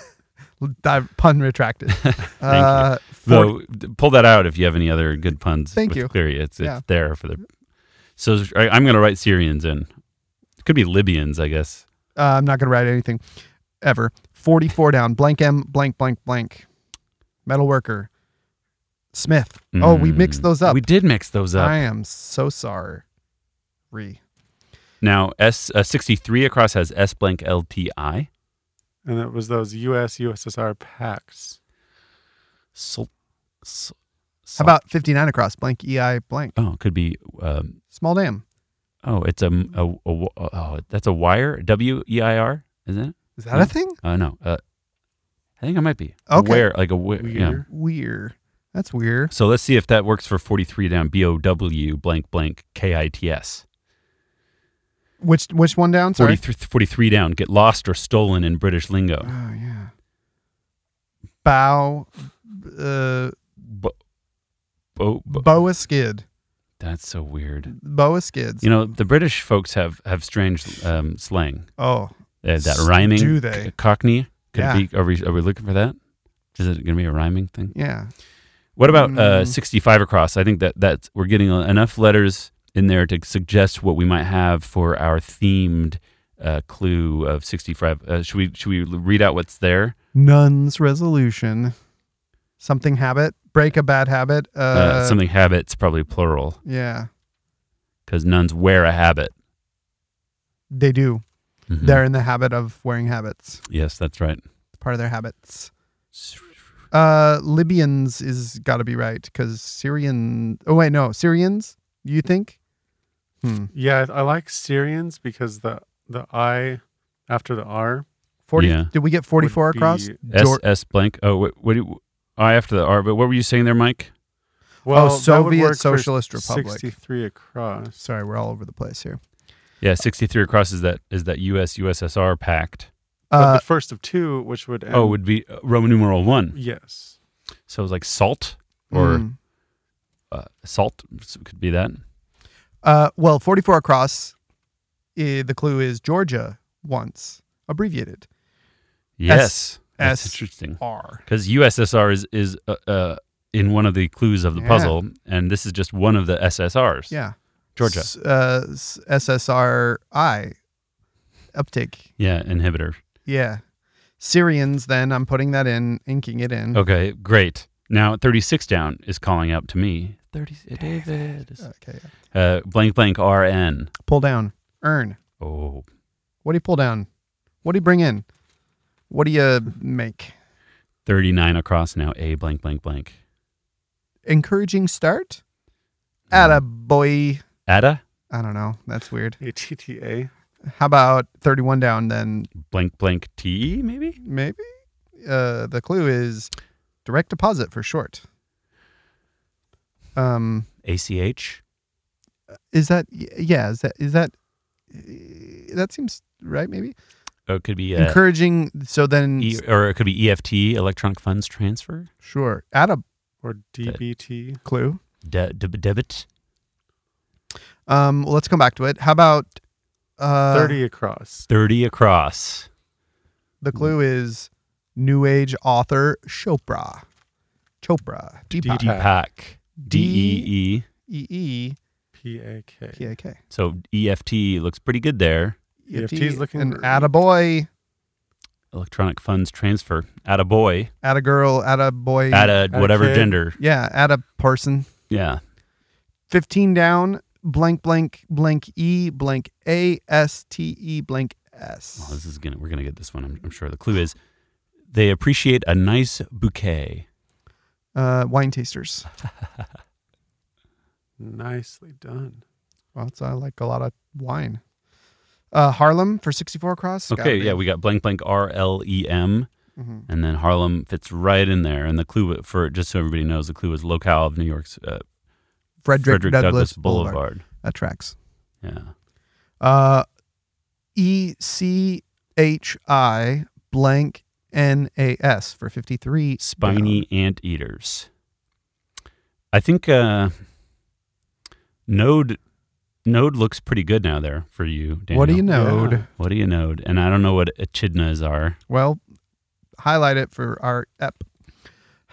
S1: Dive- Pun retracted.
S2: you.
S1: uh,
S2: Though d- pull that out if you have any other good puns.
S1: Thank
S2: with
S1: you.
S2: Cleary. It's
S1: Yeah.
S2: it's there for the. So I, I'm going to write Syrians in. It could be Libyans, I guess.
S1: Uh, I'm not going to write anything ever. 44 down, blank M, blank, blank, blank. Metal worker. Smith. Oh, we mixed
S2: Mm.
S1: those up.
S2: We did mix those up.
S1: I am so sorry. Re.
S2: Now S uh, 63 across has S blank L T I.
S3: and it was those U.S. USSR pacts.
S2: Sol, sol,
S1: How about 59 across, blank, EI, blank.
S2: Oh, it could be. Um,
S1: Small dam.
S2: oh, it's a, m- a- a w- oh, that's a wire. W e i r, isn't it?
S1: Is that a thing?
S2: Uh, no. Uh, I think it might be.
S1: Okay.
S2: Where like a where? Yeah.
S3: Weird.
S1: Weird. That's weird.
S2: So let's see if that works for 43 down. B O W blank blank K I T S.
S1: Which which one down? Sorry.
S2: 43, 43 down. Get lost or stolen in British lingo.
S1: Oh, yeah. Bow, uh,
S2: Bo- bo- bo-
S1: boa skid.
S2: That's so weird.
S1: Boa skids.
S2: You know, the British folks have, have strange um, slang.
S1: oh,
S2: Uh, that
S1: S-
S2: rhyming
S1: do they?
S2: c- cockney. Could
S1: Yeah.
S2: it be, are, we, are we looking for that? Is it going to be a rhyming thing?
S1: yeah.
S2: What about uh,
S1: Mm.
S2: 65 across? I think that that's, we're getting enough letters in there to suggest what we might have for our themed uh, clue of 65. Uh, should we should we read out what's there?
S1: Nun's resolution. Something habit. Break a bad habit. Uh,
S2: Uh, something habits, probably plural,
S1: Yeah,
S2: because nuns wear a habit.
S1: they do.
S2: Mhm.
S1: They're in the habit of wearing habits.
S2: Yes, that's right.
S1: Part of their habits. Uh, Libyans is got to be right because Syrian. Oh wait, no, Syrians You think? Hmm.
S3: Yeah, I like Syrians because the the I after the R.
S1: Forty?
S2: Yeah.
S1: Did we get forty-four
S3: would
S1: across?
S3: be-
S2: S
S1: Jor-
S2: S blank. Oh, what, what do you, I after the R? But what were you saying there, Mike?
S3: Well,
S1: oh, Soviet Socialist Republic.
S3: Sixty-three across.
S1: Sorry, we're all over the place here.
S2: Yeah, sixty three across is that is that U.S. USSR pact?
S3: but
S1: Uh,
S3: the first of two, which would end,
S2: oh, would be uh, Roman numeral one.
S3: yes,
S2: So it was like salt or
S1: mm.
S2: uh, salt so it could be that.
S1: Uh, well, 44 across, eh, the clue is Georgia once, abbreviated
S2: Yes,
S1: S-
S2: that's interesting.
S1: R.
S2: Because USSR is is uh, uh, in one of the clues of the
S1: Yeah.
S2: puzzle, and this is just one of the SSRs.
S1: Yeah.
S2: Georgia.
S1: S- uh, s- SSRI, uptick.
S2: Yeah, inhibitor.
S1: Yeah. Syrians, then I'm putting that in, inking it in.
S2: Okay, great. Now thirty six down is calling out to me. Thirty David.
S1: Okay.
S2: Uh, blank blank R N.
S1: Pull down, earn.
S2: Oh,
S1: What do you pull down? What do you bring in? What do you make?
S2: 39 across now. A blank blank blank.
S1: Encouraging start? Atta boy.
S2: Ada
S1: I don't know. That's weird.
S3: A T T A.
S1: How about 31 down then?
S2: blank blank T E, maybe.
S1: Maybe? Uh, the clue is direct deposit for short. Um,
S2: ACH.
S1: is that, y- yeah, is that, is that, eh, that seems right maybe?
S2: Oh, it could be uh,
S1: Encouraging, so then,
S2: e, or it could be EFT, electronic funds transfer.
S1: sure. Add a
S3: or DBT.
S1: clue.
S2: De- de- debit.
S1: Um, well, let's come back to it. How about, uh,
S3: 30 across.
S2: 30 across.
S1: The clue is New Age author Chopra. Chopra. Deepak.
S3: Deepak.
S2: Deepak. D E E.
S1: E E
S3: P A K.
S1: P A K. E
S2: So EFT looks pretty good there.
S3: EFT
S1: EFT.
S3: is looking
S1: an
S3: great.
S1: atta boy,
S2: Electronic funds transfer. At a boy.
S1: atta girl, atta boy.
S2: At a
S3: a
S2: whatever
S3: kid.
S2: gender.
S1: yeah, atta person.
S2: Yeah.
S1: Fifteen down. Blank blank blank E blank A S T E blank
S2: Well,
S1: S.
S2: this is gonna. We're gonna get this one. I'm, I'm sure. The clue is they appreciate a nice bouquet.
S1: Uh, wine tasters.
S3: Nicely done.
S1: Well, it's uh, like a lot of wine. Uh, Harlem for sixty-four across. Gotta
S2: Okay.
S1: be.
S2: Yeah. We got blank blank R L E M.
S1: Mhm.
S2: and then Harlem fits right in there. And the clue for just so everybody knows, the clue is locale of New York's uh,
S1: Frederick, Douglass, Boulevard.
S2: Boulevard.
S1: That tracks.
S2: Yeah,
S1: Uh, e C H I blank N A S for fifty-three. down.
S2: spiny ant eaters. I think uh, Node Node looks pretty good now there for you. Daniel.
S1: What do you know?
S3: Yeah.
S2: What do you Node? And I don't know what echidnas are.
S1: Well, highlight it for our ep.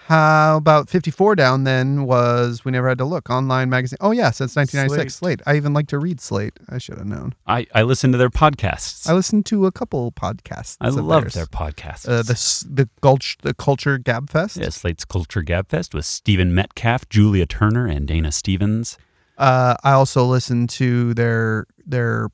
S1: How about 54 down then was we never had to look online magazine. Oh yeah, since 1996 Slate. I even like to read Slate. I should have known.
S2: I I listen to their podcasts.
S1: I listened to a couple podcasts.
S2: I
S1: of
S2: love
S1: theirs.
S2: their podcasts.
S1: uh, the s- the Gulch the Culture Gab Fest.
S2: yeah, Slate's Culture Gab Fest with Stephen Metcalf, Julia Turner, and Dana Stevens.
S1: Uh, I also listened to their their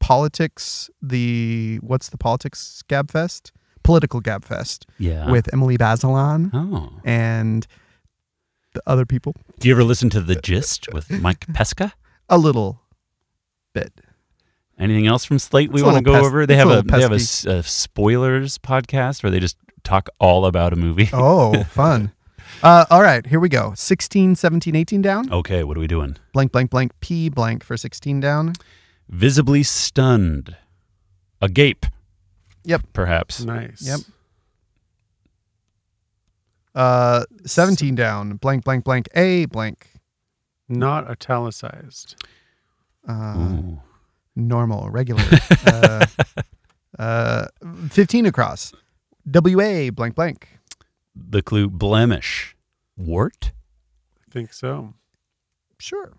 S1: politics. The what's the politics Gab Fest? Political Gab Fest
S2: Yeah.
S1: with Emily Bazelon
S2: oh,
S1: and the other people.
S2: Do you ever listen to The Gist with Mike Pesca?
S1: A little bit.
S2: Anything else from Slate we
S1: It's a
S2: want to
S1: little
S2: go
S1: pes-
S2: over? They
S1: it's
S2: have
S1: a
S2: a,
S1: little
S2: they have a,
S1: pesky.
S2: s- a spoilers podcast where they just talk all about a movie.
S1: Oh, fun. Uh, all right, here we go. 16, 17, 18 down.
S2: Okay, what are we doing?
S1: Blank, blank, blank, P blank for 16 down.
S2: Visibly stunned, agape.
S1: Yep.
S2: Perhaps.
S3: Nice.
S1: Yep. Uh, 17 down. Blank, blank, blank, A blank.
S3: Not italicized.
S1: Uh,
S2: Ooh.
S1: normal, regular. uh, uh, 15 across. WA blank, blank.
S2: The clue blemish, wart.
S3: I think so.
S1: Sure.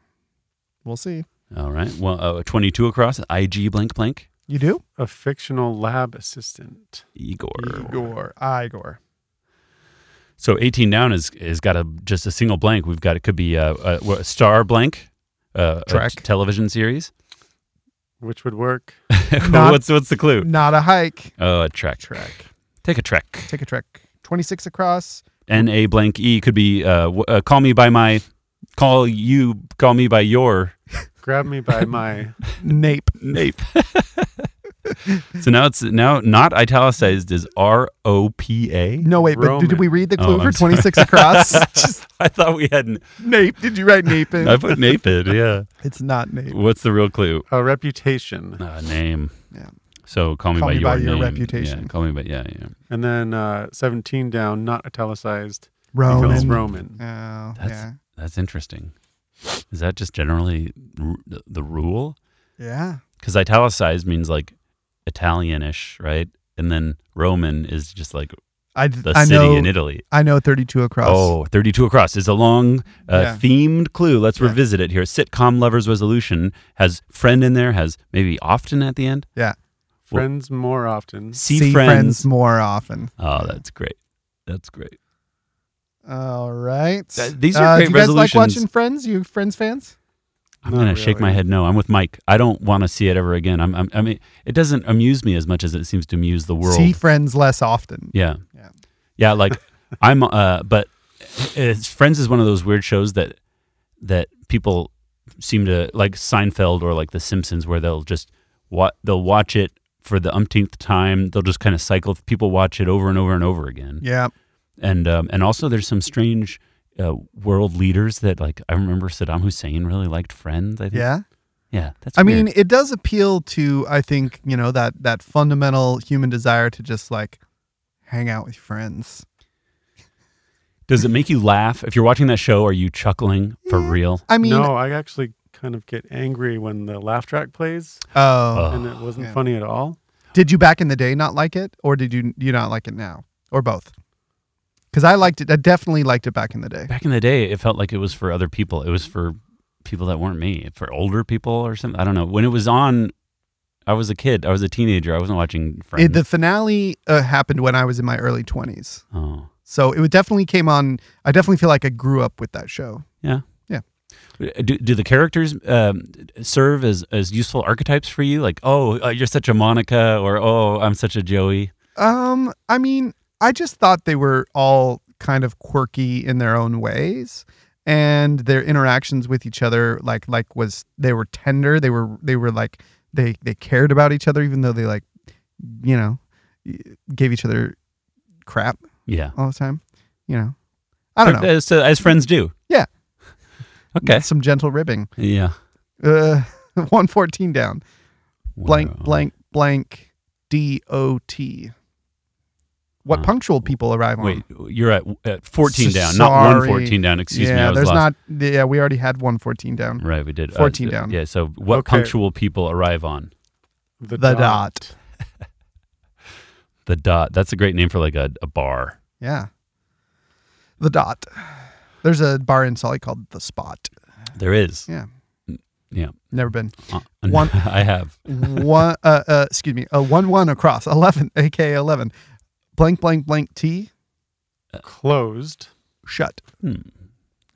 S1: We'll see.
S2: All right. Well, uh, twenty-two across. Ig blank blank.
S1: You do?
S3: A fictional lab assistant.
S2: Igor.
S1: Igor. Igor.
S2: So eighteen down is is got a just a single blank. We've got it could be a, a, a star blank, uh, a
S1: Trek.
S2: t- television series.
S3: Which would work.
S1: Not-
S2: what's what's the clue?
S1: Not a hike.
S2: Oh, a trek.
S1: Trek.
S2: Take a trek.
S1: Take a trek. 26 across.
S2: N A blank E could be uh, w- uh, call me by my call you call me by your
S3: Grab me by my.
S1: Nape.
S2: nape. so now it's now not italicized is R O P A.
S1: No, wait, but did
S3: Roman.
S1: we read the
S2: Oh,
S1: clue
S2: I'm
S1: for
S2: sorry.
S1: 26 across? Just
S2: I thought we hadn't.
S1: nape. Did you write nape in?
S2: I put nape in. Yeah.
S1: It's not nape.
S2: What's the real clue?
S3: A uh, reputation.
S2: Uh, name.
S1: Yeah.
S2: So call me by, your, name.
S1: reputation.
S2: Yeah, call me by yeah yeah.
S3: And then uh, 17 down, not italicized. Becomes
S1: Roman.
S3: Roman.
S1: Oh, yeah.
S2: That's- That's interesting. Is that just generally r- the the rule?
S1: Yeah.
S2: Because italicized means like Italianish, right? And then Roman is just like
S1: I,
S2: the
S1: I
S2: city
S1: know,
S2: in Italy.
S1: I know 32 across.
S2: Oh, 32 across is a long uh,
S1: Yeah.
S2: themed clue. Let's
S1: Yeah.
S2: revisit it here. Sitcom lovers resolution has friend in there, has maybe often at the end. Well-
S3: Friends more often.
S2: See, friends.
S1: more often.
S2: Oh, that's great. That's great.
S1: All right. Uh,
S2: Th- these are great
S1: do you guys like
S2: resolutions.
S1: watching Friends? You Friends fans?
S2: I'm
S3: Not
S2: gonna shake my
S3: really.
S2: head no. I'm with Mike. I don't want to see it ever again. I'm, I'm. I mean, it doesn't amuse me as much as it seems to amuse the world.
S1: See Friends less often.
S2: Yeah.
S1: Yeah.
S2: Yeah, like I'm uh but it's Friends is one of those weird shows that that people seem to like Seinfeld or like The Simpsons where they'll just wa- they'll watch it for the umpteenth time. They'll just kind of cycle people watch it over and over and over again.
S1: Yeah.
S2: And um and also there's some strange uh, world leaders that like I remember Saddam Hussein really liked Friends. I think.
S1: Yeah.
S2: Yeah. That's.
S1: I
S2: weird.
S1: mean, it does appeal to I think you know that that fundamental human desire to just like hang out with friends.
S2: does it make you laugh if you're watching that show? Are you chuckling for real?
S1: I mean,
S3: no, I actually kind of get angry when the laugh track plays,
S1: oh,
S2: Uh.
S3: and it wasn't
S1: Yeah.
S3: funny at all.
S1: did you back in the day not like it, or did you you not like it now, or both? Because I liked it. I definitely liked it back in the day.
S2: back in the day it felt like it was for other people it was for people that weren't me for older people or something i don't know when it was on i was a kid i was a teenager i wasn't watching friends
S1: It, the finale uh, happened when I was in my early twenties,
S2: oh
S1: so it would definitely came on. I definitely feel like I grew up with that show.
S2: do, do the characters um, serve as, as useful archetypes for you like oh uh, you're such a monica or oh i'm such a joey
S1: Um, I mean, I just thought they were all kind of quirky in their own ways, and their interactions with each other, like like was they were tender. They were they were like they they cared about each other, even though they like, you know, gave each other crap
S2: yeah
S1: all the time. You know, I don't know.
S2: As, as friends do
S1: Yeah.
S2: okay
S1: Some gentle ribbing.
S2: yeah
S1: Uh, one fourteen down. Blank
S2: Wow.
S1: blank blank. D O T. What
S2: Wow.
S1: punctual people arrive on?
S2: wait you're at, at 14
S1: S-
S2: down not
S1: sorry.
S2: 114 down excuse me
S1: yeah,
S2: i was
S1: there's
S2: lost
S1: not. Yeah, we already had one fourteen down.
S2: right we did Uh,
S1: 14 down.
S2: yeah so what
S3: Okay.
S2: punctual people arrive on
S3: The,
S1: The
S3: dot.
S2: The dot. That's a great name for like a, a bar.
S1: Yeah, the dot. There's a bar in Salt Lake called the Spot.
S2: There is.
S1: Yeah.
S2: Yeah.
S1: Never been.
S2: Uh,
S1: One-
S2: I have.
S1: one. Uh, uh, excuse me. A one one across eleven. AKA eleven. Blank blank blank T.
S3: Closed.
S1: Shut.
S2: Hmm.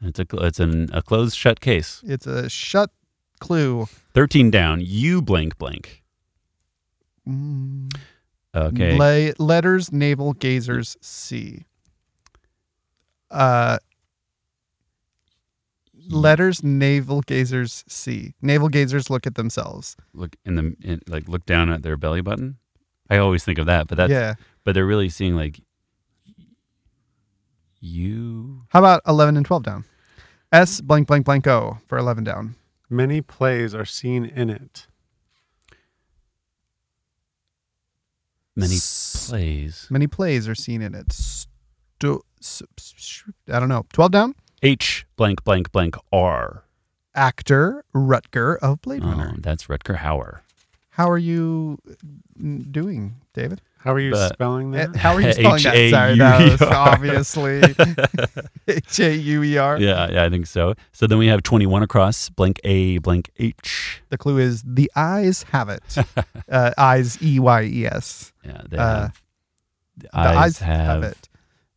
S2: It's a cl- it's an, a closed shut case.
S1: It's a shut clue.
S2: Thirteen down. You blank blank.
S1: Mm.
S2: Okay.
S1: Le- letters navel gazers C. Uh. Letters navel gazers C. Navel gazers look at themselves.
S2: look in the in, like look down at their belly button. I always think of that, but that's
S1: yeah.
S2: but they're really seeing like you.
S1: How about 11 and 12 down? S blank blank blank O for 11 down.
S3: Many plays are seen in it.
S2: Many
S1: S-
S2: plays.
S1: Many plays are seen in it. Sto- s- s- sh- I don't know. 12 down?
S2: H blank blank blank R.
S1: Actor Rutger of Blade
S2: Oh,
S1: Runner.
S2: that's Rutger Hauer.
S1: How are you mm, doing, David?
S3: How are you
S2: But-
S3: spelling
S1: Eh,
S3: that?
S2: E
S1: How are you spelling that? Sorry, that was obviously H A U E R.
S2: Yeah, yeah, I think so. So then we have 21 across, blank A, blank H.
S1: The clue is the eyes have it. Uh, eyes, E Y E S.
S2: Yeah, they
S1: Uh,
S2: have, the
S1: The
S2: eyes,
S1: eyes
S2: have,
S1: it.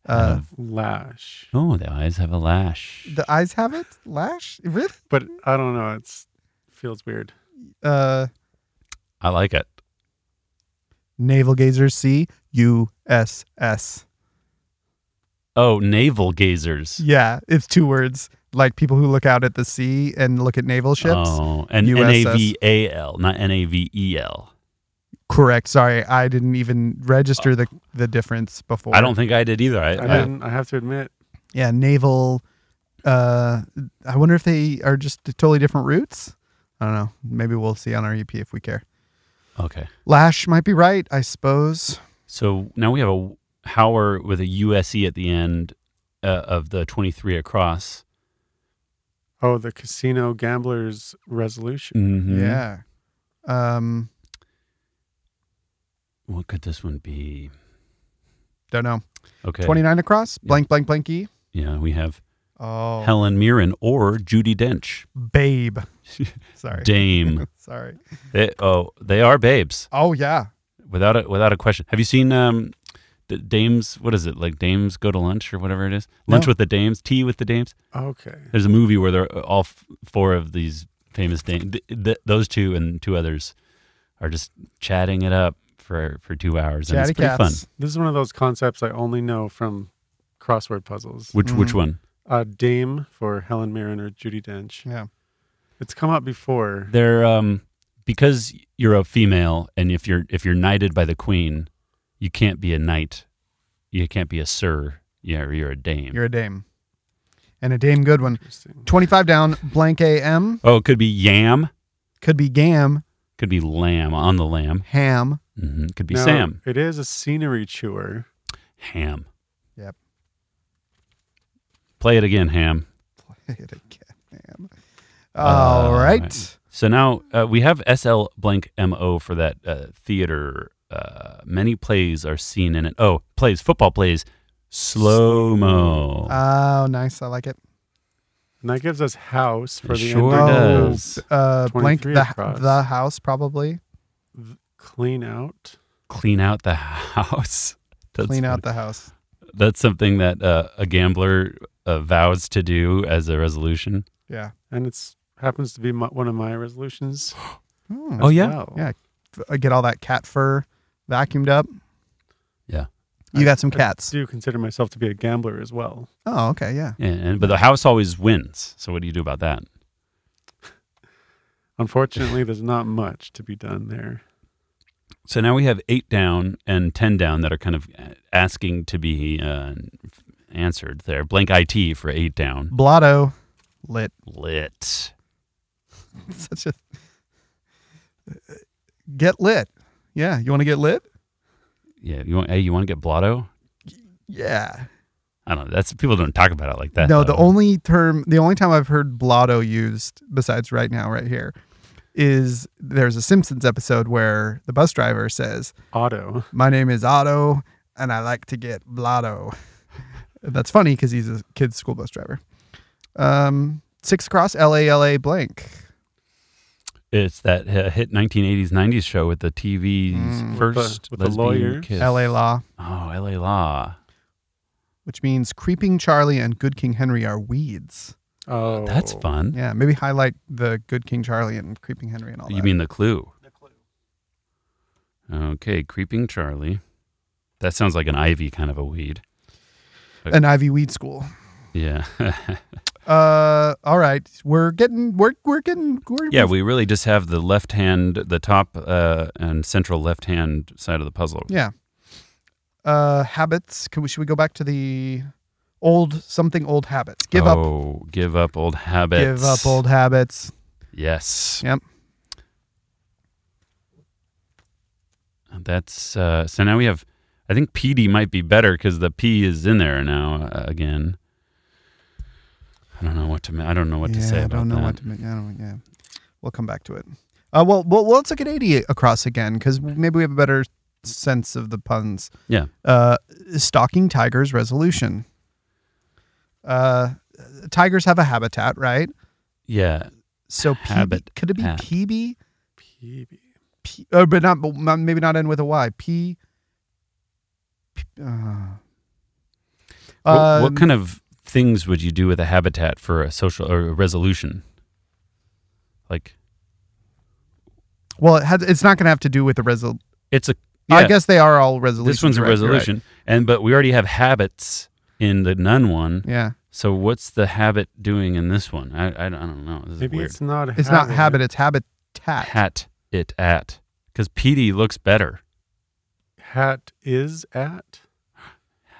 S1: Uh,
S2: have-
S3: Lash.
S2: oh, the eyes have a lash.
S1: the eyes have it? Lash? Really?
S3: But I don't know. It's feels weird.
S1: Uh,
S2: I like it.
S1: Naval Gazer C U S S.
S2: Oh, navel gazers.
S1: Yeah, it's two words. Like people who look out at the sea and look at naval ships.
S2: Oh, and N A
S1: USS.
S2: V A L, not N A V E L.
S1: Correct. Sorry, I didn't even register the the difference before.
S2: I don't think I did either. I,
S3: I
S2: I,
S3: didn't. I have to admit.
S1: Yeah, naval. Uh, I wonder if they are just totally different routes. I don't know. Maybe we'll see on our EP if we care.
S2: okay.
S1: Lash might be right, I suppose.
S2: So now we have a Howard with a USE at the end uh, of the 23 across.
S3: Oh, the casino gambler's resolution.
S2: Mm-hmm.
S1: Yeah. Um,
S2: What could this one be?
S1: don't know.
S2: Okay.
S1: Twenty nine across. Blank, blank, blank. E.
S2: Yeah, we have
S1: Oh,
S2: Helen Mirren or Judy Dench.
S1: babe. Sorry.
S2: Dame.
S1: Sorry.
S2: they, oh, they are babes
S1: Oh yeah.
S2: without a, without a question. Have you seen um, D- Dames? What is it like? Dames go to lunch or whatever it is. Lunch
S1: No.
S2: with the Dames. Tea with the Dames.
S3: Okay.
S2: There's a movie where they're uh, all f- four of these famous dames. Th- th- those two and two others are just chatting it up for for two hours, and
S1: Chatty
S2: it's pretty fun.
S1: cats.
S3: This is one of those concepts I only know from crossword puzzles.
S2: Which which
S1: Mhm.
S2: one?
S3: Uh, Dame for Helen Mirren or Judy Dench.
S1: Yeah.
S3: It's come up before.
S2: They're um because you're a female, and if you're if you're knighted by the queen, you can't be a knight. You can't be a sir. Yeah, or you're a dame.
S1: You're a dame. And a dame good one.
S3: Interesting.
S1: Twenty five down. Blank A M.
S2: oh, it could be yam.
S1: Could be gam.
S2: Could be lamb on the lamb.
S1: Ham.
S2: hmm Could be
S3: Now,
S2: Sam.
S3: It is a scenery chewer.
S2: Ham.
S1: Yep.
S2: Play it again, Ham.
S1: Play it again. Ham.
S2: All
S1: All right.
S2: right. So now uh, we have SL blank MO for that uh, theater. Uh, many plays are seen in it. Oh, plays, football plays, slow mo.
S1: Oh, nice. I like it.
S3: And that gives us house for
S2: It
S3: the
S2: sure
S3: end of
S2: does.
S3: the
S1: Uh, blank
S3: 23
S1: the
S3: across.
S1: the house probably.
S3: clean out.
S2: Clean out the house. That's
S1: Clean out the house.
S2: That's something that uh, a gambler uh, vows to do as a resolution.
S1: Yeah.
S3: And it's happens to be my, one of my resolutions.
S1: Hmm.
S2: Oh,
S3: as
S2: yeah?
S3: well.
S1: Yeah. F- Get all that cat fur vacuumed up.
S2: Yeah.
S1: You got some
S3: I
S1: cats.
S3: do consider myself to be a gambler as well.
S1: Oh, okay. Yeah.
S2: And, and- but the house always wins. So what do you do about that?
S3: Unfortunately, there's not much to be done there.
S2: So now we have eight down and 10 down that are kind of asking to be uh, answered there. Blank IT for eight down.
S1: Blotto lit.
S2: Lit.
S1: Such a get lit. Yeah. You want to get lit?
S2: Yeah. You want, hey, you want to get blotto?
S1: Yeah.
S2: I don't know. That's people don't talk about it like that.
S1: no, the
S2: though.
S1: only term, the only time I've heard blotto used besides right now, right here, is there's a Simpsons episode where the bus driver says,
S3: Auto.
S1: My name is Otto, and I like to get blotto. That's funny because he's a kid's school bus driver. Um, six across, L A L A blank.
S2: it's that uh, hit 1980s 90s show with the TV's
S1: Mm.
S3: With the-
S2: first
S3: with the
S2: lesbian
S3: lawyers.
S2: kiss.
S1: L A Law,
S2: Oh, LA Law.
S1: which means Creeping Charlie and Good King Henry are weeds.
S3: Oh,
S2: That's fun.
S1: Yeah, maybe highlight the Good King Charlie and Creeping Henry and all that.
S2: You mean the clue?
S3: The clue.
S2: Okay, creeping Charlie. That sounds like an ivy kind of a weed.
S1: an Ivy Weed School?
S2: Yeah.
S1: Uh, all right, we're getting, we're we're getting, we're
S2: yeah, we really just have the left hand, the top uh, and central left hand side of the puzzle.
S1: yeah. Uh, habits. Can we should we go back to the old something old habits? Give up,
S2: oh, give up old habits.
S1: give up old habits.
S2: Yes.
S1: Yep.
S2: That's uh, so now we have. I think PD might be better because the P is in there now uh, again. I don't know what to. ma- I don't know what
S1: yeah,
S2: to say
S1: I
S2: about
S1: don't know
S2: that.
S1: what to make. I don't. Yeah, we'll come back to it. Uh, well, well, well, let's look at eighty across again because maybe we have a better sense of the puns.
S2: Yeah.
S1: Uh, stalking tigers resolution. Uh, tigers have a habitat, right?
S2: yeah.
S1: So PB,
S2: Habit-
S1: could it be
S2: hat.
S1: PB?
S3: PB.
S1: P, uh, but not, but not- maybe not end with a Y. P. P uh,
S2: What, what
S1: um,
S2: kind of things would you do with a habitat for a social or a resolution? Like
S1: well, it has, it's not going to have to do with the resol.
S2: it's a.
S1: I
S2: yeah,
S1: guess they are all resolutions.
S2: this one's a
S1: right, you're right.
S2: resolution, and but we already have habits in the nun one.
S1: Yeah.
S2: So what's the habit doing in this one? I, I, I don't know. This is
S3: Maybe
S2: weird.
S3: it's not. A
S1: It's
S3: habit.
S1: not habit, it's habitat.
S2: hat it at because Petey looks better.
S3: Hat is at.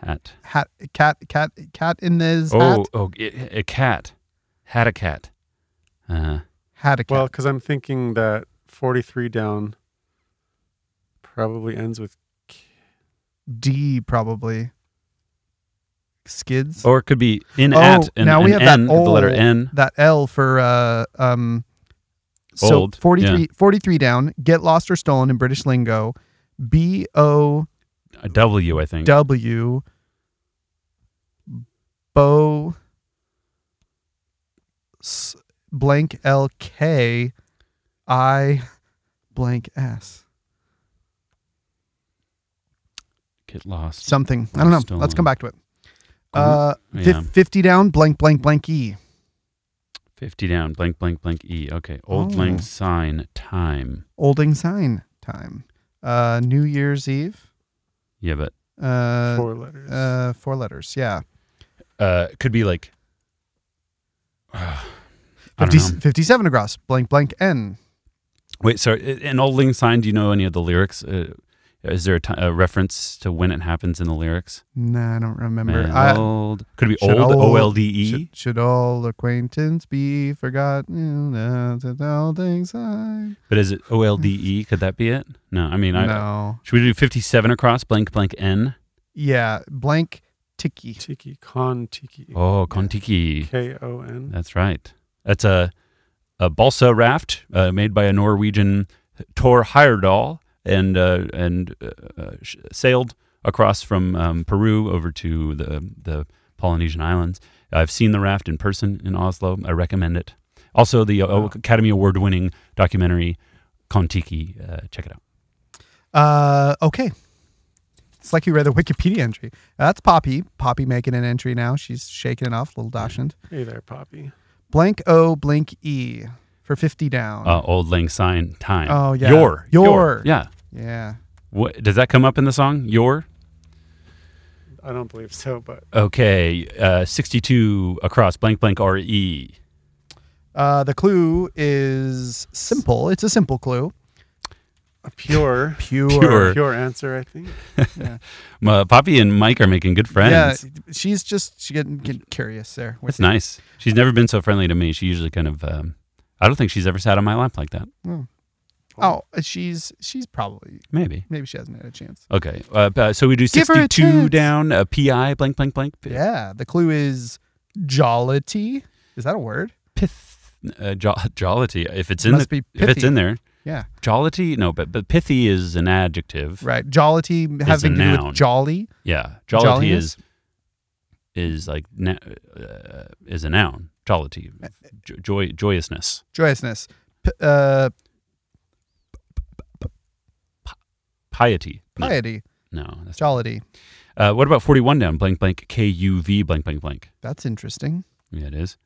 S2: Hat.
S1: Hat cat cat cat in this
S2: Oh,
S1: hat.
S2: oh, i- a cat. Had a cat. Uh,
S1: Hat a cat.
S3: Well, because I'm thinking that 43 down probably ends with K.
S1: D probably. Skids.
S2: or it could be in
S1: Oh,
S2: at and,
S1: now we have
S2: and
S1: that
S2: N, the letter
S1: old-
S2: N.
S1: That L for uh um so
S2: Old,
S1: 43,
S2: yeah.
S1: 43 down, get lost or stolen in British lingo. B O
S2: A W, I think.
S1: W Bo s- blank L K I blank S.
S2: Get lost.
S1: Something. I don't know. Let's
S2: Stolen.
S1: come back to it. Uh, fif-
S2: Yeah.
S1: 50 down, blank, blank, blank E.
S2: 50 down. Blank, blank, blank. E. Okay. Old
S1: Oh.
S2: lang sign. Time.
S1: Olding sign time. Uh, New Year's Eve.
S2: Yeah, but
S1: Uh,
S3: four letters.
S1: uh, four letters. Yeah.
S2: uh, it could be like. I don't
S1: 50,
S2: know.
S1: 57 across, blank, blank N.
S2: Wait, sorry. An old lang sign. Do you know any of the lyrics? Uh, is there a ti- a reference to when it happens in the lyrics?
S1: Nah, I don't remember.
S2: Man,
S1: I-
S2: old could it be
S1: should
S2: old
S1: old-
S2: O L D E.
S1: Should, should all acquaintance be forgotten? Uh, that all things I.
S2: But is it O L D E? Could that be it? No, I mean, I,
S1: no.
S2: should we do fifty-seven across blank blank N?
S1: Yeah, blank tiki.
S3: tiki. Con tiki.
S2: Oh, Kontiki.
S3: K O N.
S2: That's right. That's a a balsa raft uh, made by a Norwegian Tor Heyerdahl and uh, and uh, uh, sh- sailed across from um, Peru over to the the Polynesian islands. I've seen the raft in person in Oslo. I recommend it. Also, the uh,
S3: Wow.
S2: Academy Award winning documentary Kontiki. Uh, check it out.
S1: Uh, okay. It's like you read the Wikipedia entry. That's Poppy. Poppy making an entry now. She's shaking it off, little dachshund.
S3: Hey there, Poppy.
S1: Blank O, blank E for 50 down.
S2: Uh, Old Lang Syne time.
S1: Oh, yeah.
S2: Your
S1: Your.
S2: yeah.
S1: Yeah.
S2: What, does that come up in the song? Your
S3: I don't believe so, but
S2: okay. Uh, Sixty-two across blank blank R E.
S1: Uh, the clue is simple. It's a simple clue.
S3: a pure,
S1: Pure.
S2: Pure.
S3: pure answer, I think.
S2: Uh, Poppy and Mike are making good friends.
S1: Yeah, she's just she getting, getting curious there.
S2: That's
S1: With
S2: nice. She's never been so friendly to me. She usually kind of. Um, I don't think she's ever sat on my lap like that.
S1: Oh, she's she's probably
S2: Maybe.
S1: maybe she hasn't had a chance.
S2: Okay. Uh, uh, so we do
S1: Give her a
S2: sixty-two
S1: chance.
S2: down. Uh, Pi blank blank blank. P-
S1: Yeah, the clue is jollity. Is that a word?
S2: Pith. Uh, jo- jollity. If it's in
S1: Must
S2: the,
S1: be
S2: if it's
S1: pithy.
S2: in there,
S1: Yeah,
S2: jollity. No, but but pithy is an adjective.
S1: right. Jollity
S2: It's a
S1: having to do
S2: noun.
S1: with jolly.
S2: Yeah. Jollity
S1: Jolliness?
S2: is is like na- uh, is a noun. Jollity,
S1: Uh,
S2: jo- joy, joyousness.
S1: Joyousness. P- uh,
S2: Piety. No,
S1: piety.
S2: No, that's
S1: Jollity.
S2: Uh, what about 41 down? Blank, blank, K U V, blank, blank, blank.
S1: That's interesting.
S2: Yeah, it is.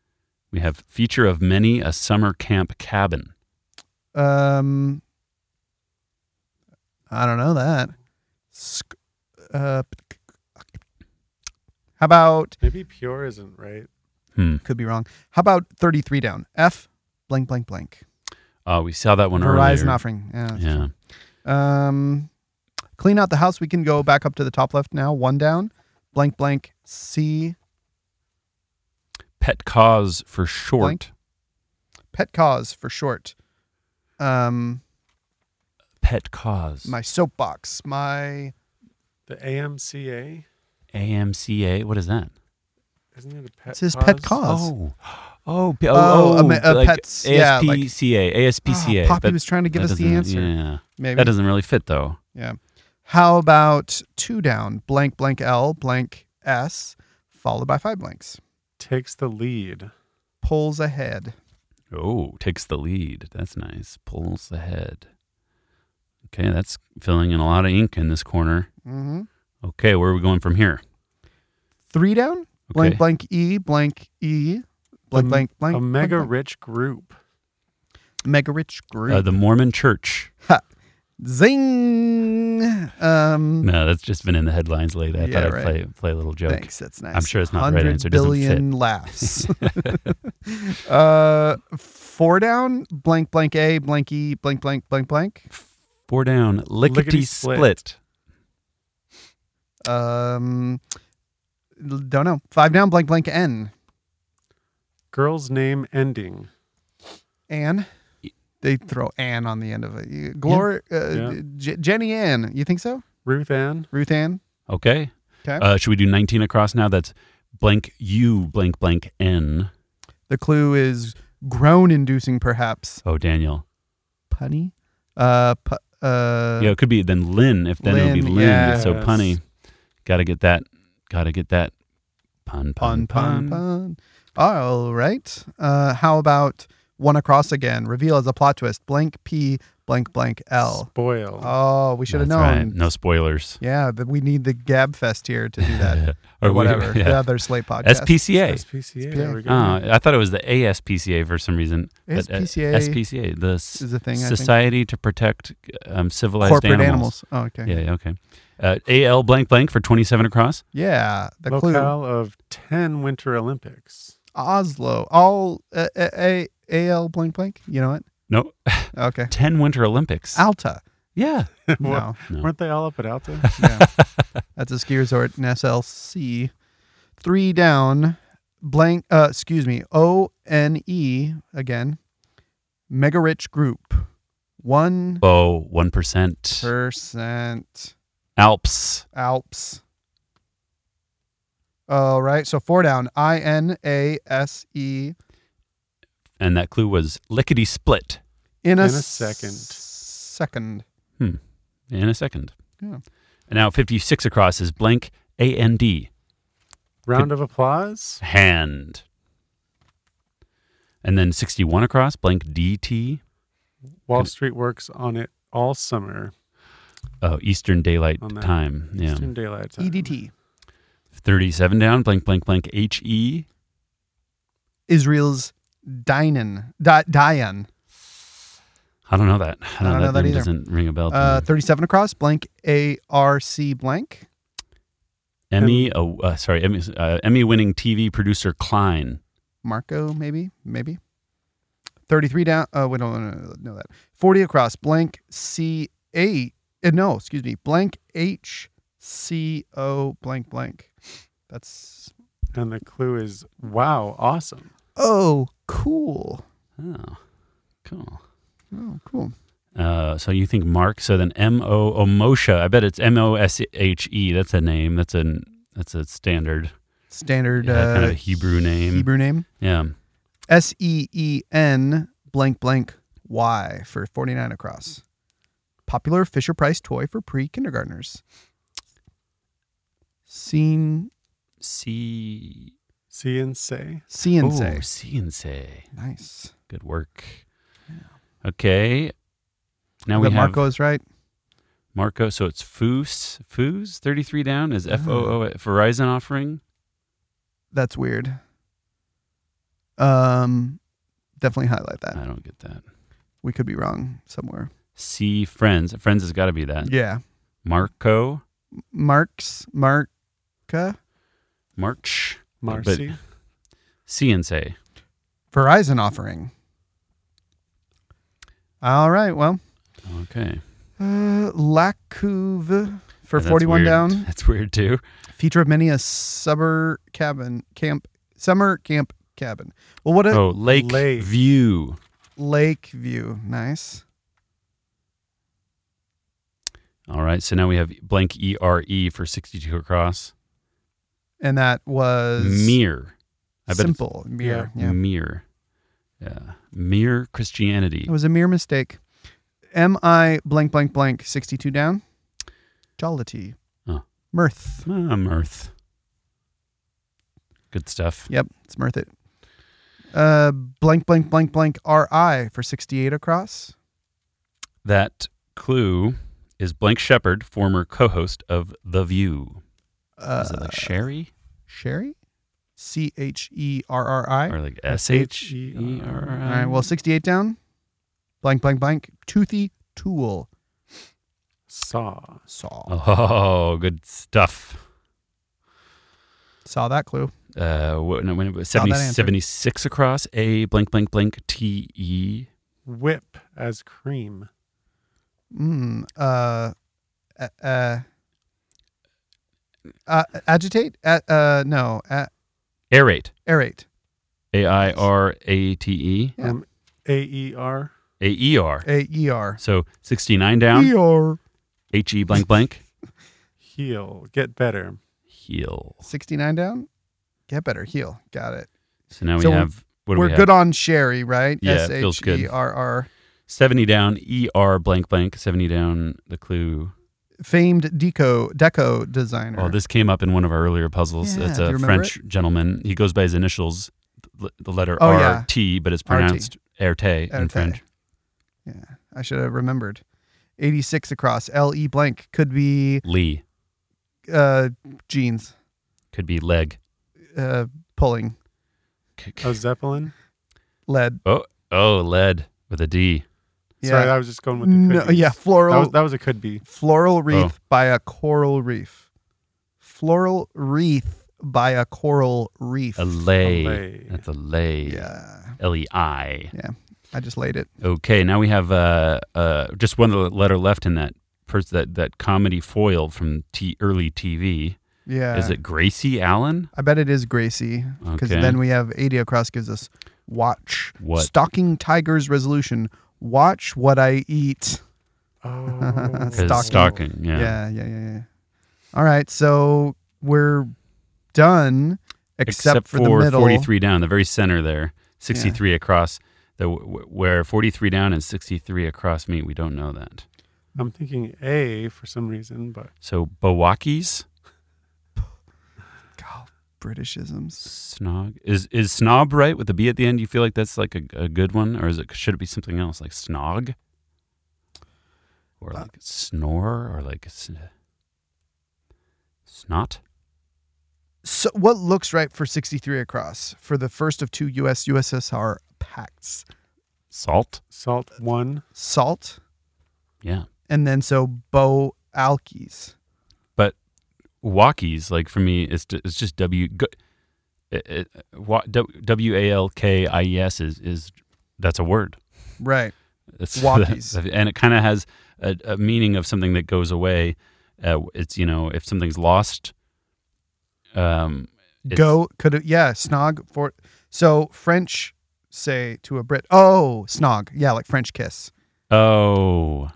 S2: We have feature of many a summer camp cabin.
S1: Um, I don't know that. Sc- uh, how about
S3: Maybe pure isn't right.
S2: Hmm.
S1: could be wrong. How about thirty three down? F blank blank blank.
S2: Uh, we saw that one
S1: Verizon
S2: earlier.
S1: offering. Yeah.
S2: Yeah.
S1: Um, clean out the house. We can go back up to the top left now. One down. Blank blank C.
S2: Pet cause for short.
S1: Blank. Pet cause for short. Um,
S2: Pet cause.
S1: my soapbox. My
S3: The AMCA
S2: AMCA. What is that?
S3: isn't it a pet?
S1: it's his pet cause.
S2: Oh. Oh, p- oh,
S1: Oh,
S2: oh,
S1: a ma- a
S2: like
S1: pets- yeah, like-
S2: ASPCA. ASPCA.
S1: Ah, Poppy
S2: but
S1: was trying to give
S2: that
S1: us the
S2: doesn't-
S1: answer.
S2: Yeah.
S1: Maybe.
S2: That doesn't really fit, though.
S1: yeah. How about two down? Blank blank L blank S, followed by five blanks.
S3: takes the lead.
S1: Pulls ahead.
S2: Oh, takes the lead. That's nice. Pulls ahead. Okay, that's filling in a lot of ink in this corner.
S1: hmm
S2: Okay, where are we going from here?
S1: Three down. Blank
S2: Okay.
S1: blank E blank E. Blank
S3: A-
S1: blank blank.
S3: a
S1: blank,
S3: mega
S1: blank.
S3: rich group.
S1: mega rich group.
S2: Uh, the Mormon Church.
S1: Zing. Um,
S2: No, that's just been in the headlines lately. I
S1: Yeah,
S2: thought I'd
S1: right.
S2: play play a little joke.
S1: Thanks. That's nice.
S2: sure it's not the right
S1: 100
S2: answer. It doesn't fit.
S1: billion laughs. uh, four down, blank, blank, A, blank, E, blank, blank, blank, blank.
S2: Four down, lickety,
S3: Lickety-split.
S2: split.
S1: Um, don't know. Five down, blank, blank, N.
S3: Girl's name ending.
S1: Anne. They throw Anne on the end of it. Glory, uh,
S3: Yeah.
S1: J- Jenny Ann. You think so?
S3: Ruth Ann.
S1: Ruth Ann.
S2: Okay.
S1: Okay.
S2: Uh, should we do 19 across now? That's blank U blank blank N.
S1: The clue is groan-inducing, perhaps.
S2: Oh, Daniel.
S1: Punny. Uh, pu- uh,
S2: yeah, it could be then Lynn. If then it would be
S1: Lynn,
S2: Lynn. It's so
S3: yes.
S2: punny. Got to get that. Got to get that. Pun
S1: Pun, pun,
S2: pun
S1: pun. All right. Uh, how about one across again? Reveal as a plot twist. Blank P, blank, blank L.
S3: Spoil.
S1: Oh, we should have
S2: That's
S1: known.
S2: right. No spoilers.
S1: Yeah, that we need the Gab Fest here to do that.
S2: Or
S1: or
S2: we-
S1: whatever.
S2: yeah.
S1: The other Slate podcast.
S2: SPCA.
S3: SPCA.
S1: SPCA.
S3: There we go.
S2: Oh, I thought it was the ASPCA for some reason. but, uh,
S1: SPCA
S2: SPCA. The S-
S1: is a thing, I think.
S2: Society to Protect um, Civilized
S1: Corporate
S2: Animals.
S1: animals. Oh, okay.
S2: Yeah, yeah, okay. Uh, AL blank blank for 27 across.
S1: Yeah, the clue.
S3: Locale of 10 Winter Olympics.
S1: Oslo. All uh, a, a, AL blank blank. You know what?
S2: No,
S1: Okay.
S2: 10 Winter Olympics.
S1: Alta.
S2: Yeah.
S1: No.
S2: No.
S3: Weren't they all up at Alta?
S1: yeah. That's a ski resort in SLC. Three down, blank, uh, excuse me, O N E again, mega rich group. One
S2: Oh, 1%.
S1: percent
S2: Alps.
S1: Alps. All right. So four down, I N A S E
S2: And that clue was lickety split
S1: in a,
S3: In a second.
S1: s- Second.
S2: in a second.
S1: Yeah.
S2: And now 56 across is blank A N D.
S3: Round of applause.
S2: Hand. And then 61 across, blank D T.
S3: Wall
S2: Good.
S3: Street works on it all summer.
S2: Oh, Eastern Daylight
S3: On that.
S2: Time. Yeah.
S3: Eastern Daylight Time.
S1: EDT.
S2: 37 down, blank, blank, blank, H E.
S1: Israel's Dinan. Di- Dian.
S2: I don't know that. I don't, know that, name
S1: either.
S2: doesn't ring a bell. to
S1: Uh,
S2: me.
S1: 37 across, blank A R C blank.
S2: Emmy, oh, uh, sorry, Emmy, uh, Emmy-winning TV producer Klein.
S1: Marco, maybe, maybe. 33 down. Oh, we don't know that. 40 across, blank C8. Uh, no, excuse me, blank H C O blank blank. That's,
S3: And the clue is wow, awesome.
S1: oh, cool.
S2: Oh, cool.
S1: Oh, cool.
S2: Uh, so you think Mark? So then M O O Moshe. I bet it's M O S H E. That's a name. That's an that's a standard.
S1: Standard
S2: Yeah, kind
S1: uh,
S2: of a Hebrew name.
S1: Hebrew name.
S2: Yeah.
S1: S E E N blank blank Y for 49 across. Popular Fisher Price toy for pre kindergartners. Scene,
S2: C.
S3: See and say.
S1: CNC.
S2: Oh, Ciense.
S1: Nice.
S2: Good work. Okay. Now we
S1: that
S2: have Marco.
S1: Marco is right.
S2: So it's Foos. Foos. Thirty-three down is F O O Verizon offering.
S1: That's weird. Um, definitely highlight that.
S2: I don't get that.
S1: We could be wrong somewhere.
S2: C friends. Friends has got to be that.
S1: Yeah,
S2: Marco.
S1: Marks, Marca,
S2: March.
S3: Marcy.
S2: CNC.
S1: Verizon offering. All right. Well,
S2: Okay.
S1: uh, Lacouve for
S2: That's
S1: forty-one
S2: weird.
S1: down.
S2: That's weird too.
S1: Feature of many a summer cabin camp, summer camp cabin. Well, what a
S2: Oh, Lake,
S3: Lake.
S2: View.
S1: lake view. Nice.
S2: All right. So now we have blank E R E for 62 across.
S1: And that was
S2: Mere. I bet it's
S1: simple. Mere. yeah.
S2: Mere. Yeah. Mere Christianity.
S1: It was a mere mistake. M I blank blank blank sixty two down. Jollity.
S2: Oh.
S1: Mirth.
S2: Ah, mirth. Good stuff.
S1: Yep, it's mirth it. Uh blank blank blank blank R I for sixty eight across.
S2: That clue is Blank Shepherd, former co host of The View.
S1: Uh
S2: is it like Sherry?
S1: Sherry? C H E R R I. All
S2: Or like S H E R I?
S1: right, well sixty eight down. Blank blank blank. Toothy tool.
S3: Saw.
S1: Saw.
S2: Oh, good stuff.
S1: Saw that clue.
S2: Uh, when, when it was
S1: Saw that
S2: 70,
S1: answer.
S2: 76 across, A blank, blank, blank, T E.
S3: Whip as cream.
S1: Mm, uh, uh, uh, uh, agitate? Uh, uh, no. Uh,
S2: Aerate.
S1: aerate.
S2: A I R A T E.
S1: Yeah.
S3: Um, A E R.
S2: A E R.
S1: A E R.
S2: So 69 down,
S1: E R.
S2: H E blank, blank,
S3: Heal. Get better.
S2: heal.
S1: 69 down? Get better. Heal. Got it.
S2: So now we
S1: So
S2: have, what do
S1: We're
S2: we have?
S1: good on Sherry, right? E
S2: Yeah, it feels good.
S1: S-H-E-R-R.
S2: 70 down, E R blank, blank, 70 down, the clue.
S1: Famed deco deco designer.
S2: Oh, this came up in one of our earlier puzzles.
S1: Yeah,
S2: it's
S1: do you
S2: a
S1: remember
S2: French gentleman. He goes by his initials, l- the letter
S1: Oh, yeah.
S2: R T, but it's pronounced Erte in
S1: Erte.
S2: French.
S1: I should have remembered. 86 across. L E blank could be
S2: Lee
S1: uh jeans
S2: could be leg.
S1: uh pulling
S2: K- k-
S3: A Zeppelin.
S1: lead.
S2: Oh, lead with a D.
S1: Yeah.
S3: Sorry, I was just going with the
S1: no,
S3: could be.
S1: yeah,
S3: That
S1: floral
S3: was, that was a could be.
S1: floral wreath
S2: Oh.
S1: by a coral reef. Floral wreath by a coral reef.
S2: A lay.
S3: lay.
S2: That's a lay.
S1: yeah.
S2: L E I.
S1: I just laid it.
S2: Okay, now we have uh, uh, just one le- letter left in that pers- that that comedy foil from t- early TV.
S1: Yeah.
S2: Is it Gracie Allen?
S1: I bet it is Gracie because
S2: Okay.
S1: then we have 80 across gives us watch
S2: What?
S1: stalking tigers resolution. Watch what I eat.
S3: Oh.
S2: 'Cause
S1: Stalking.
S2: Stalking. Yeah.
S1: Yeah, yeah, yeah, yeah. All right, so we're done except, for, the middle.
S2: 43 down, the very center there, 63 across. The wh- where 43 down and 63 across meet, we don't know that.
S3: I'm thinking A for some reason, but
S2: So Bowakis
S1: God, Britishisms.
S2: snog is is snob right with the b at the end? You feel like that's like a, a good one, or is it should it be something else like snog, or
S1: Uh,
S2: like snore, or like s- snot?
S1: So what looks right for 63 across for the first of two US USSR pacts?
S2: Salt?
S3: salt one.
S1: Salt
S2: Yeah.
S1: and then so Bo Alkies.
S2: Walkies, like for me, it's ju- it's just W. go- it- it- wa- W- W A L K I E S is is that's a word.
S1: Right.
S2: It's
S1: Walkies.
S2: and it kind of has a, a meaning of something that goes away. Uh, it's you know if something's lost. Um, it's-
S1: go could have yeah snog for so french say to a brit oh snog yeah like french kiss
S2: Oh,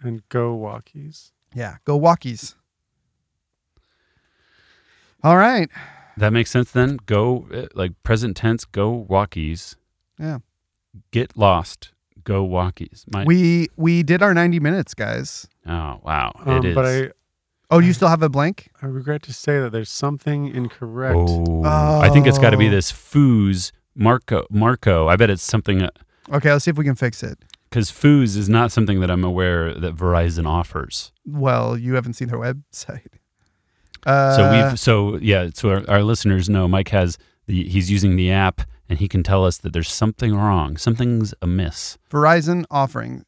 S3: And go walkies.
S1: yeah go walkies all right
S2: that makes sense then. Go uh, like present tense. Go walkies.
S1: Yeah.
S2: Get lost. Go walkies. My
S1: we we did our 90 minutes guys
S2: oh wow
S3: Um,
S2: it is.
S3: but I,
S1: oh you still have a blank
S3: I regret to say that there's something incorrect.
S2: Oh, I think it's got to be
S1: Oh.
S2: this foos Marco Marco. I bet it's something
S1: okay let's see if we can fix it
S2: because foos is not something that I'm aware that Verizon offers.
S1: well you haven't seen their website uh,
S2: so we've so yeah. So our, our listeners know Mike has the he's using the app and he can tell us that there's something wrong, something's amiss.
S1: verizon offering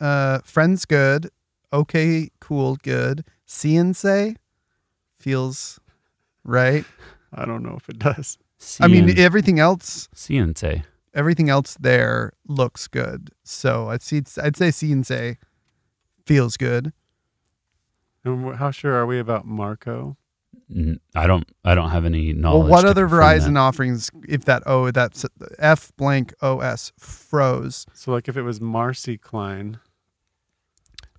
S1: uh friends good okay cool good cnc feels right
S3: I don't know if it does.
S1: I mean,
S2: CN
S1: everything else,
S2: CNC.
S1: everything else there looks good. So I'd see, I'd say C and say feels good.
S3: And wh- how sure are we about Marco?
S2: N- I don't I don't have any knowledge.
S1: well, what
S2: to
S1: other
S2: confirm
S1: Verizon
S2: that.
S1: offerings? If that O, that's F blank OS froze
S3: So, like, if it was Marcy Klein,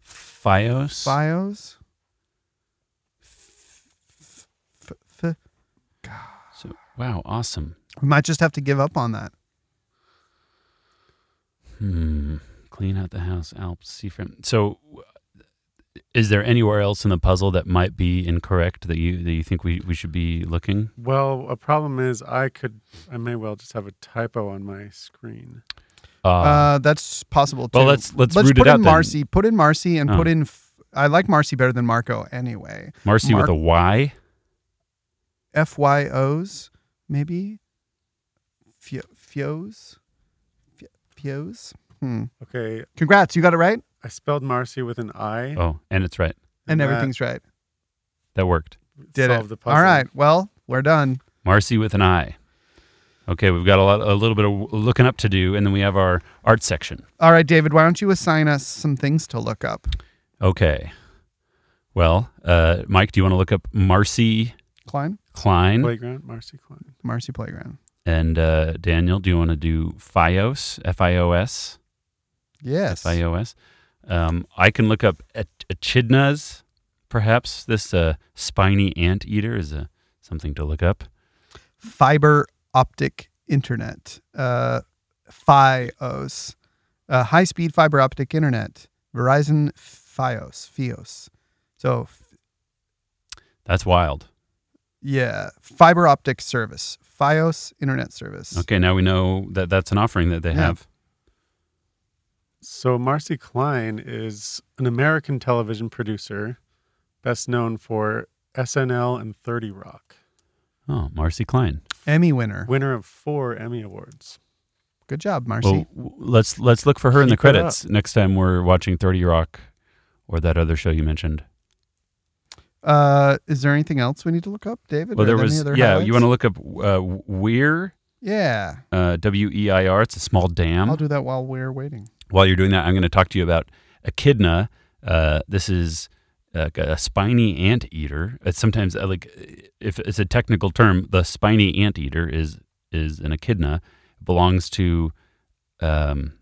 S2: Fios?
S1: bios. F- f-
S2: So, wow, awesome.
S1: We might just have to give up on that.
S2: Hmm. Clean out the house, Alps, seafront. So, w- is there anywhere else in the puzzle that might be incorrect that you that you think we, we should be looking?
S3: well, a problem is I could, I may well just have a typo on my screen.
S2: Uh,
S1: Uh, that's possible too.
S2: well, let's let's,
S1: let's
S2: root
S1: put
S2: it out.
S1: in
S2: then.
S1: Marcy. Put in Marcy and
S2: Oh.
S1: put in. F- I like Marcy better than Marco anyway.
S2: Marcy
S1: Mark-
S2: with a Y.
S1: FYOs, maybe? Fio- Fios? Fi- Fios? Hmm.
S3: Okay,
S1: Congrats, you got it right?
S3: I I spelled Marcy with an I.
S2: Oh, and it's right.
S1: and
S3: that
S1: everything's right.
S2: That worked.
S1: Did
S3: solved
S1: it.
S3: The puzzle.
S1: All right. Well, we're done.
S2: Marcy with an I. Okay, we've got a lot, a little bit of looking up to do, and then we have our art section.
S1: All right, David. Why don't you assign us some things to look up?
S2: Okay. Well, uh, Mike, do you want to look up Marcy
S1: Klein,
S2: Klein?
S3: Playground, Marcy Klein.
S1: Marcy Playground.
S2: And uh, Daniel, do you want to do Fios? F I O S?
S1: Yes.
S2: F I O S. Um, I can look up ech- echidnas, perhaps. This uh, spiny anteater is uh, something to look up.
S1: Fiber optic internet. Uh, FiOS. Uh, high speed fiber optic internet. Verizon FiOS. FiOS. So f-
S2: That's wild.
S1: yeah, fiber optic service. FiOS internet service.
S2: Okay, now we know that that's an offering that they
S1: Yeah.
S2: have.
S3: So Marcy Klein is an American television producer, best known for SNL and 30 Rock.
S2: Oh, Marcy Klein.
S1: Emmy winner.
S3: Winner of four Emmy Awards.
S1: Good job, Marcy.
S2: Well, w- let's let's look for her in the
S3: Keep it up.
S2: credits next time we're watching Thirty Rock or that other show you mentioned.
S1: Uh, is there anything else we need to look up, David?
S2: Well,
S1: Are
S2: there
S1: any
S2: was
S1: other
S2: yeah.
S1: highlights?
S2: You want to look up uh, Weir
S1: Yeah,
S2: uh, W E I R. It's a small dam.
S1: I'll do that while we're waiting.
S2: While you're doing that, I'm going to talk to you about echidna. Uh, this is uh, a spiny anteater. It's sometimes uh, like if it's a technical term, the spiny anteater is is an echidna. It belongs to um,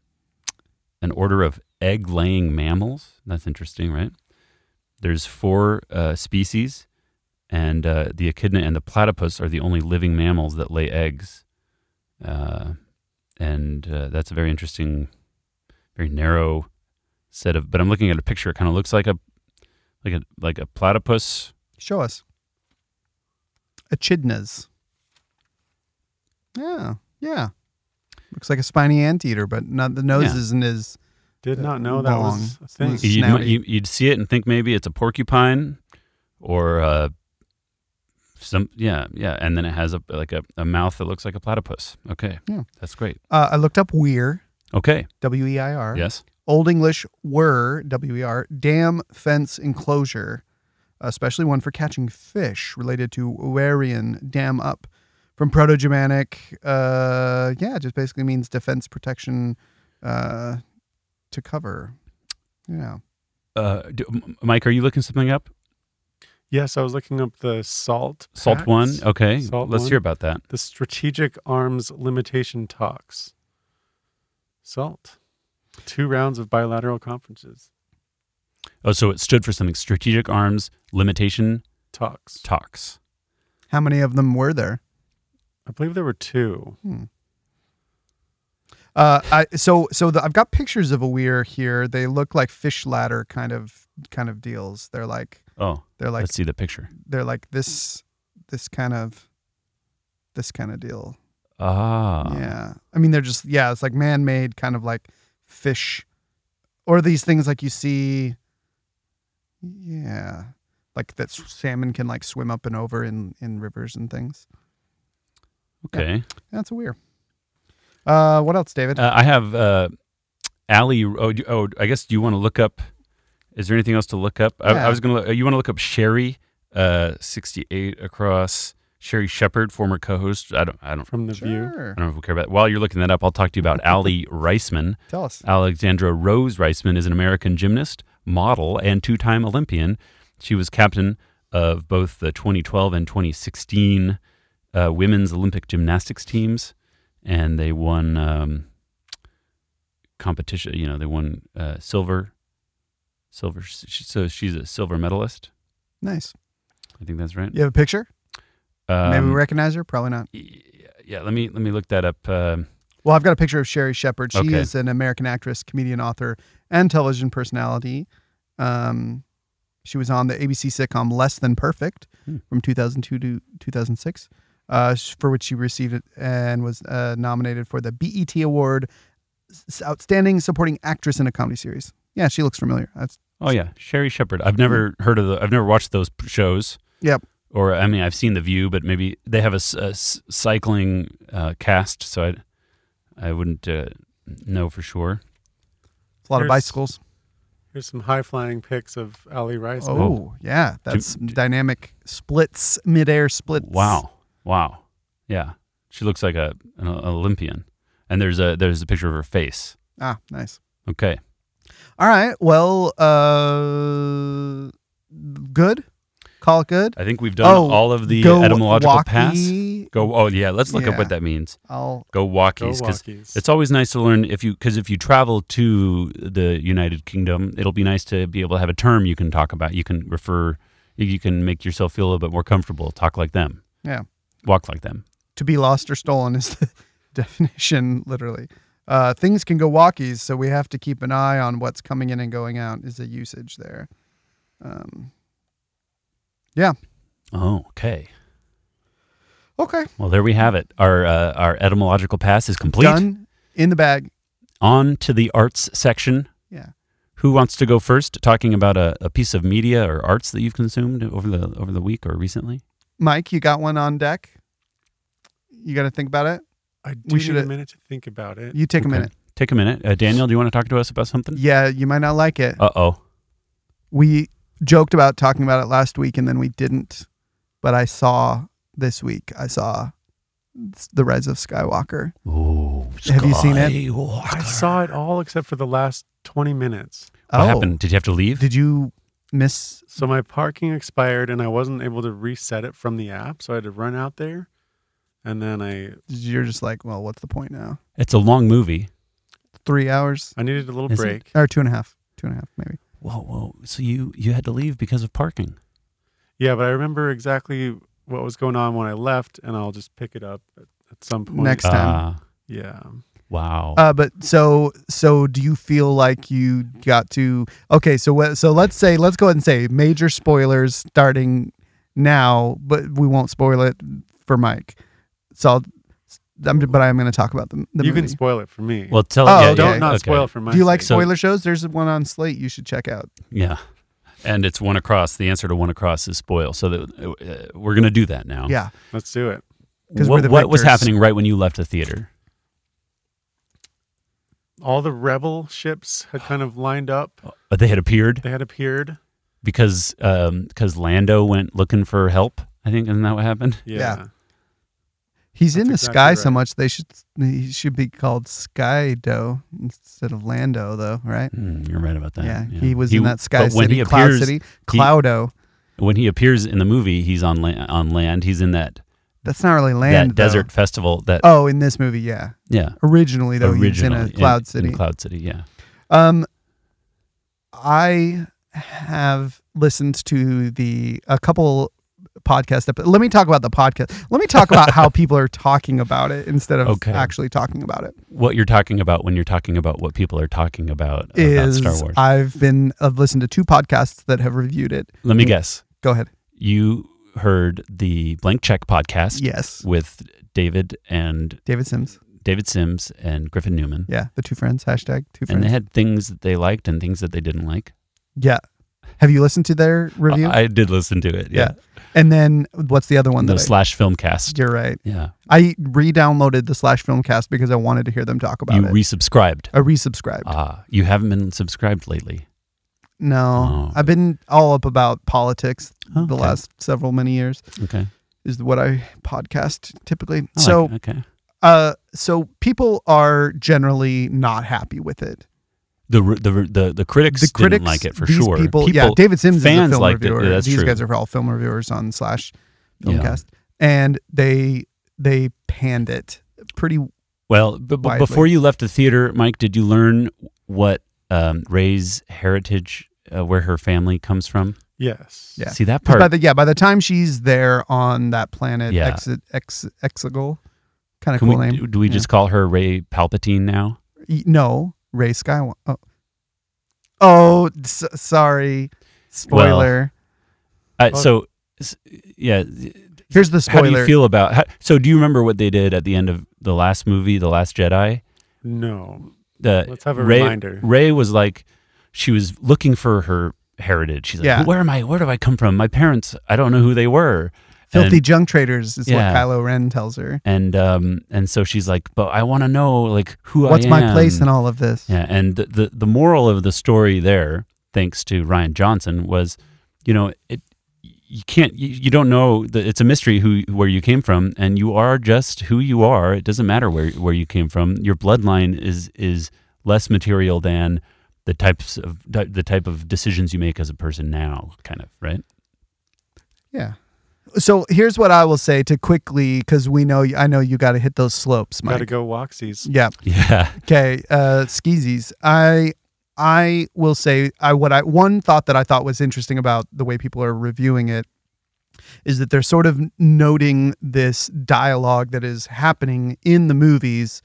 S2: an order of egg-laying mammals. That's interesting, right? There's four uh, species, and uh, the echidna and the platypus are the only living mammals that lay eggs. Uh, and uh, that's a very interesting very narrow set of but I'm looking at a picture it kind of looks like a like a like a platypus
S1: Show us. Echidnas. Yeah, yeah. Looks like a spiny anteater, but not the nose
S2: Yeah.
S1: isn't as
S3: Did
S1: Uh,
S3: not know that was
S1: long.
S3: a thing.
S1: Mm.
S2: you'd,
S1: Snouty.
S2: you, you'd see it and think maybe it's a porcupine or uh some yeah yeah and then it has a like a, a mouth that looks like a platypus okay
S1: Yeah.
S2: that's great
S1: uh, I looked up weir,
S2: okay
S1: W E I R.
S2: yes
S1: Old English were, W E R, dam, fence, enclosure, especially one for catching fish related to Warian, dam up. From Proto Germanic, uh, yeah, it just basically means defense, protection, uh, to cover. Yeah.
S2: uh do, M- Mike are you looking something up
S3: Yes, I was looking up the salt.
S2: salt
S3: Pacts,
S2: one okay
S3: Salt
S2: let's
S3: one.
S2: hear about that
S3: The strategic arms limitation talks. Salt. Two rounds of bilateral conferences.
S2: oh so it stood for something strategic arms limitation
S3: Talks.
S2: talks
S1: How many of them were there?
S3: I believe there were two.
S1: Uh, I, so so the, I've got pictures of a weir here. They look like fish ladder kind of kind of deals. They're like
S2: oh
S1: they're like
S2: let's see the picture
S1: they're like this this kind of this kind of deal.
S2: ah
S1: Yeah. I mean, they're just, yeah, it's like man made kind of like fish or these things like you see. Yeah. Like that s- salmon can like swim up and over in, in rivers and things.
S2: okay
S1: That's weird. Uh, what else, David?
S2: Uh, I have uh, Ali. Oh, do- oh, I guess do you want to look up? Is there anything else to look up? I, I
S1: Yeah.
S2: was gonna. You want to look up Sherry, uh, sixty-eight across Sherry Shepherd, former co-host. I don't. I don't.
S3: From the view.
S1: Sure.
S2: I don't know if we care about. While you're looking that up, I'll talk to you about Ali Reisman.
S1: Tell us.
S2: Alexandra Rose Reisman is an American gymnast, model, and two time Olympian. She was captain of both the 2012 and 2016 uh, women's Olympic gymnastics teams, and they won um, competition. You know, they won uh, silver. Silver. She, so she's a silver medalist.
S1: Nice.
S2: I think that's right.
S1: You have a picture?
S2: Uh, Um,
S1: Maybe we recognize her. Probably not.
S2: y- yeah. Let me let me look that up. Um
S1: Well, I've got a picture of Sherry Shepard. She
S2: Okay.
S1: is an American actress, comedian, author, and television personality. Um, she was on the ABC sitcom Less Than Perfect
S2: Hmm.
S1: from 2002 to 2006, uh, sh- for which she received it and was uh, nominated for the BET Award, s- Outstanding Supporting Actress in a Comedy Series. Yeah, she looks familiar. That's
S2: Oh yeah, Sherry Shepherd. I've never heard of the. I've never watched those p- shows.
S1: Mm-hmm. Yep.
S2: Or I mean, I've seen The View, but maybe they have a, s- a s- cycling uh, cast, so I, I wouldn't uh, know for sure.
S1: it's a lot of
S3: There's-
S1: bicycles.
S3: Here's some high flying pics of Ali Rice.
S1: Oh, yeah, that's some dynamic splits, midair splits.
S2: Wow. Wow. Yeah. She looks like a an Olympian. And there's a there's a picture of her face.
S1: Ah, nice.
S2: Okay.
S1: All right. Well, uh, good. Call it good.
S2: I think we've done
S1: Oh,
S2: all of the
S1: Go
S2: etymological pass.
S1: walkie.
S2: Go oh yeah, let's look
S1: Yeah.
S2: up what that means.
S1: I'll.
S2: Go
S3: Go
S2: walkies cuz
S3: walkies.
S2: it's always nice to learn if you cuz if you travel to the United Kingdom, it'll be nice to be able to have a term you can talk about. You can refer you can make yourself feel a little bit more comfortable, talk like them.
S1: Yeah.
S2: Walk like them.
S1: to be lost or stolen is the definition, literally. Uh, things can go walkies, so we have to keep an eye on what's coming in and going out. Is the usage there? Um,
S2: Oh, okay.
S1: okay,
S2: Well, there we have it. Our uh, our etymological pass is complete.
S1: done in the bag.
S2: On to the arts section.
S1: Yeah.
S2: Who wants to go first? Talking about a, a piece of media or arts that you've consumed over the over the week or recently.
S1: Mike, you got one on deck. You got to think about it.
S3: I do need
S1: should-
S3: a minute to think about it.
S1: You take a
S2: Okay.
S1: minute.
S2: Take a minute, uh, Daniel. Do you want to talk to us about something?
S1: Yeah, you might not like it.
S2: Uh oh.
S1: we joked about talking about it last week and then we didn't. But I saw this week, I saw The Rise of Skywalker.
S2: Oh,
S1: Have you seen it?
S3: I saw it all except for the last 20 minutes.
S2: What happened? Did you have to leave?
S1: Oh. Did you miss?
S3: So my parking expired and I wasn't able to reset it from the app. So I had to run out there. And then I,
S1: You're just like, well, what's the point now?
S2: it's a long movie.
S1: Three hours
S3: I needed a little
S2: Is it-
S3: break.
S1: or two and a half, two and a half maybe.
S2: Whoa, whoa. So you you had to leave because of parking.
S3: Yeah, but I remember exactly what was going on when I left, and I'll just pick it up at, at some point.
S1: Next- It's time.
S2: Ah,
S3: Yeah.
S2: wow.
S1: Uh, but so so, do you feel like you got to? Okay, so what? So let's say let's go ahead and say major spoilers starting now, but we won't spoil it for Mike. So, I'll, I'm, but I'm going to talk about the, the
S3: you
S1: movie.
S3: can spoil it for me.
S2: well, tell.
S1: oh,
S2: yeah,
S1: okay.
S3: don't
S2: yeah,
S3: not
S2: okay.
S3: spoil it for myself.
S1: Do you like
S2: So-
S1: spoiler shows? There's one on Slate you should check out.
S2: Yeah. And it's one across. The answer to one across is spoil. So that, uh, we're going to do that now.
S1: Yeah.
S3: Let's do it.
S1: 'cause we're
S2: What,
S1: the
S2: what was
S1: victors.
S2: happening right when you left the theater?
S3: All the rebel ships had kind of lined up.
S2: Uh, They had appeared
S3: They had appeared.
S2: because um, cause Lando went looking for help. I think isn't that what happened?
S3: Yeah.
S1: Yeah. He's in the
S3: That's exactly
S1: sky so
S3: right.
S1: much they should he should be called Sky Doe instead of Lando though, right?
S2: Mm, you're right about that.
S1: yeah, he was in that Sky
S2: but when
S1: City,
S2: he
S1: Cloud
S2: appears-
S1: City, Cloudo.
S2: When he appears in the movie, he's on land. On land, he's in that
S1: That's not really land.
S2: that
S1: though.
S2: desert festival. That
S1: Oh, in this movie, yeah.
S2: yeah,
S1: Originally though,
S2: originally
S1: he's in a Cloud City.
S2: In Cloud City, yeah.
S1: Um, I have listened to the a couple podcasts. But let me talk about the podcast. Let me talk about how people are talking about it instead of
S2: Okay. Oh,
S1: actually talking about it.
S2: What you're talking about when you're talking about what people are talking about about
S1: Is
S2: Star Wars?
S1: I've been I've listened to two podcasts that have reviewed it.
S2: Let me guess.
S1: Go ahead.
S2: You heard the Blank Check podcast
S1: Yes,
S2: with David and
S1: David Sims.
S2: David Sims and Griffin Newman.
S1: Yeah, the two friends hashtag two
S2: and
S1: friends.
S2: they had things that they liked and things that they didn't like.
S1: yeah. Have you listened to their review?
S2: I did listen to it.
S1: yeah.
S2: Yeah.
S1: And then what's the other one
S2: The
S1: that I-
S2: slash filmcast.
S1: you're right.
S2: Yeah.
S1: I re-downloaded the slash filmcast because I wanted to hear them talk about
S2: You
S1: it.
S2: resubscribed.
S1: I resubscribed.
S2: Ah, you haven't been subscribed lately.
S1: No,
S2: Oh.
S1: I've been all up about politics
S2: Okay.
S1: the last several many years
S2: Okay.
S1: is what I podcast typically.
S2: I
S1: so,
S2: like it. okay.
S1: uh, so people are generally not happy with it.
S2: The, r- the r- the the critics,
S1: The critics
S2: didn't like it for
S1: these
S2: sure.
S1: People, yeah, David Sims is a
S2: fans
S1: film
S2: liked it.
S1: reviewer.
S2: Yeah, that's
S1: these
S2: true.
S1: guys are all film reviewers on slash
S2: Yeah.
S1: filmcast, and they they panned it pretty.
S2: well, but, but
S1: widely.
S2: before you left the theater, Mike, did you learn what um, Ray's heritage, uh, where her family comes from?
S3: Yes.
S1: Yeah.
S2: See that part?
S1: By the yeah, by the time she's there on that planet,
S2: Yeah.
S1: exit ex, Exegol, kind of
S2: Can
S1: cool
S2: we,
S1: name.
S2: do, do we
S1: Yeah.
S2: just call her Ray Palpatine now?
S1: Y- No, Ray Skywalker. Oh, oh s- sorry. Spoiler.
S2: Uh,
S3: Well-
S2: so, s- yeah.
S1: Here's the
S2: How
S1: spoiler.
S2: do you feel about? How, so, do you remember what they did at the end of the last movie, The Last Jedi?
S3: No.
S2: The
S3: Let's have a
S2: Ray,
S3: reminder.
S2: Ray was like, she was looking for her heritage. She's like,
S1: Yeah.
S2: where am I? Where do I come from? My parents, I don't know who they were.
S1: Filthy junk traders is
S2: Yeah.
S1: what Kylo Ren tells her.
S2: And um, and so she's like, but I want to know like who
S1: What's
S2: I am.
S1: my place in all of this?
S2: Yeah, and the, the the moral of the story there thanks to Ryan Johnson, was, you know, it you can't you, you don't know that it's a mystery who where you came from, and you are just who you are. It doesn't matter where where you came from. Your bloodline is is less material than the types of the type of decisions you make as a person now, kind of right.
S1: Yeah. So here's what I will say to quickly because we know I know you got to hit those slopes, Mike.
S3: Got to go walksies.
S1: Yeah.
S2: Yeah.
S1: Okay. Uh, skeezies. I I will say I what I one thought that I thought was interesting about the way people are reviewing it is that they're sort of noting this dialogue that is happening in the movies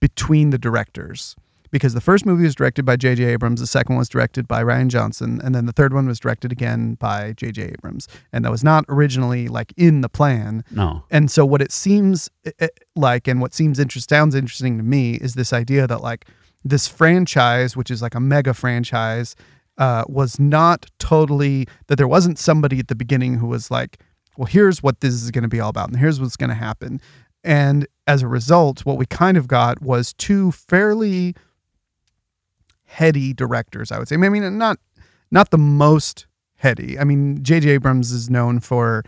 S1: between the directors because the first movie was directed by J.J. Abrams, the second one was directed by Ryan Johnson, and then the third one was directed again by J.J. Abrams, and that was not originally like in the plan.
S2: No.
S1: And so what it seems eh, eh, like, and what seems interest sounds interesting to me, is this idea that like this franchise, which is like a mega franchise, uh, was not totally that there wasn't somebody at the beginning who was like, well, here's what this is going to be all about, and here's what's going to happen. And as a result, what we kind of got was two fairly heady directors, I would say. I mean, not not the most heady. I mean, J.J. Abrams is known for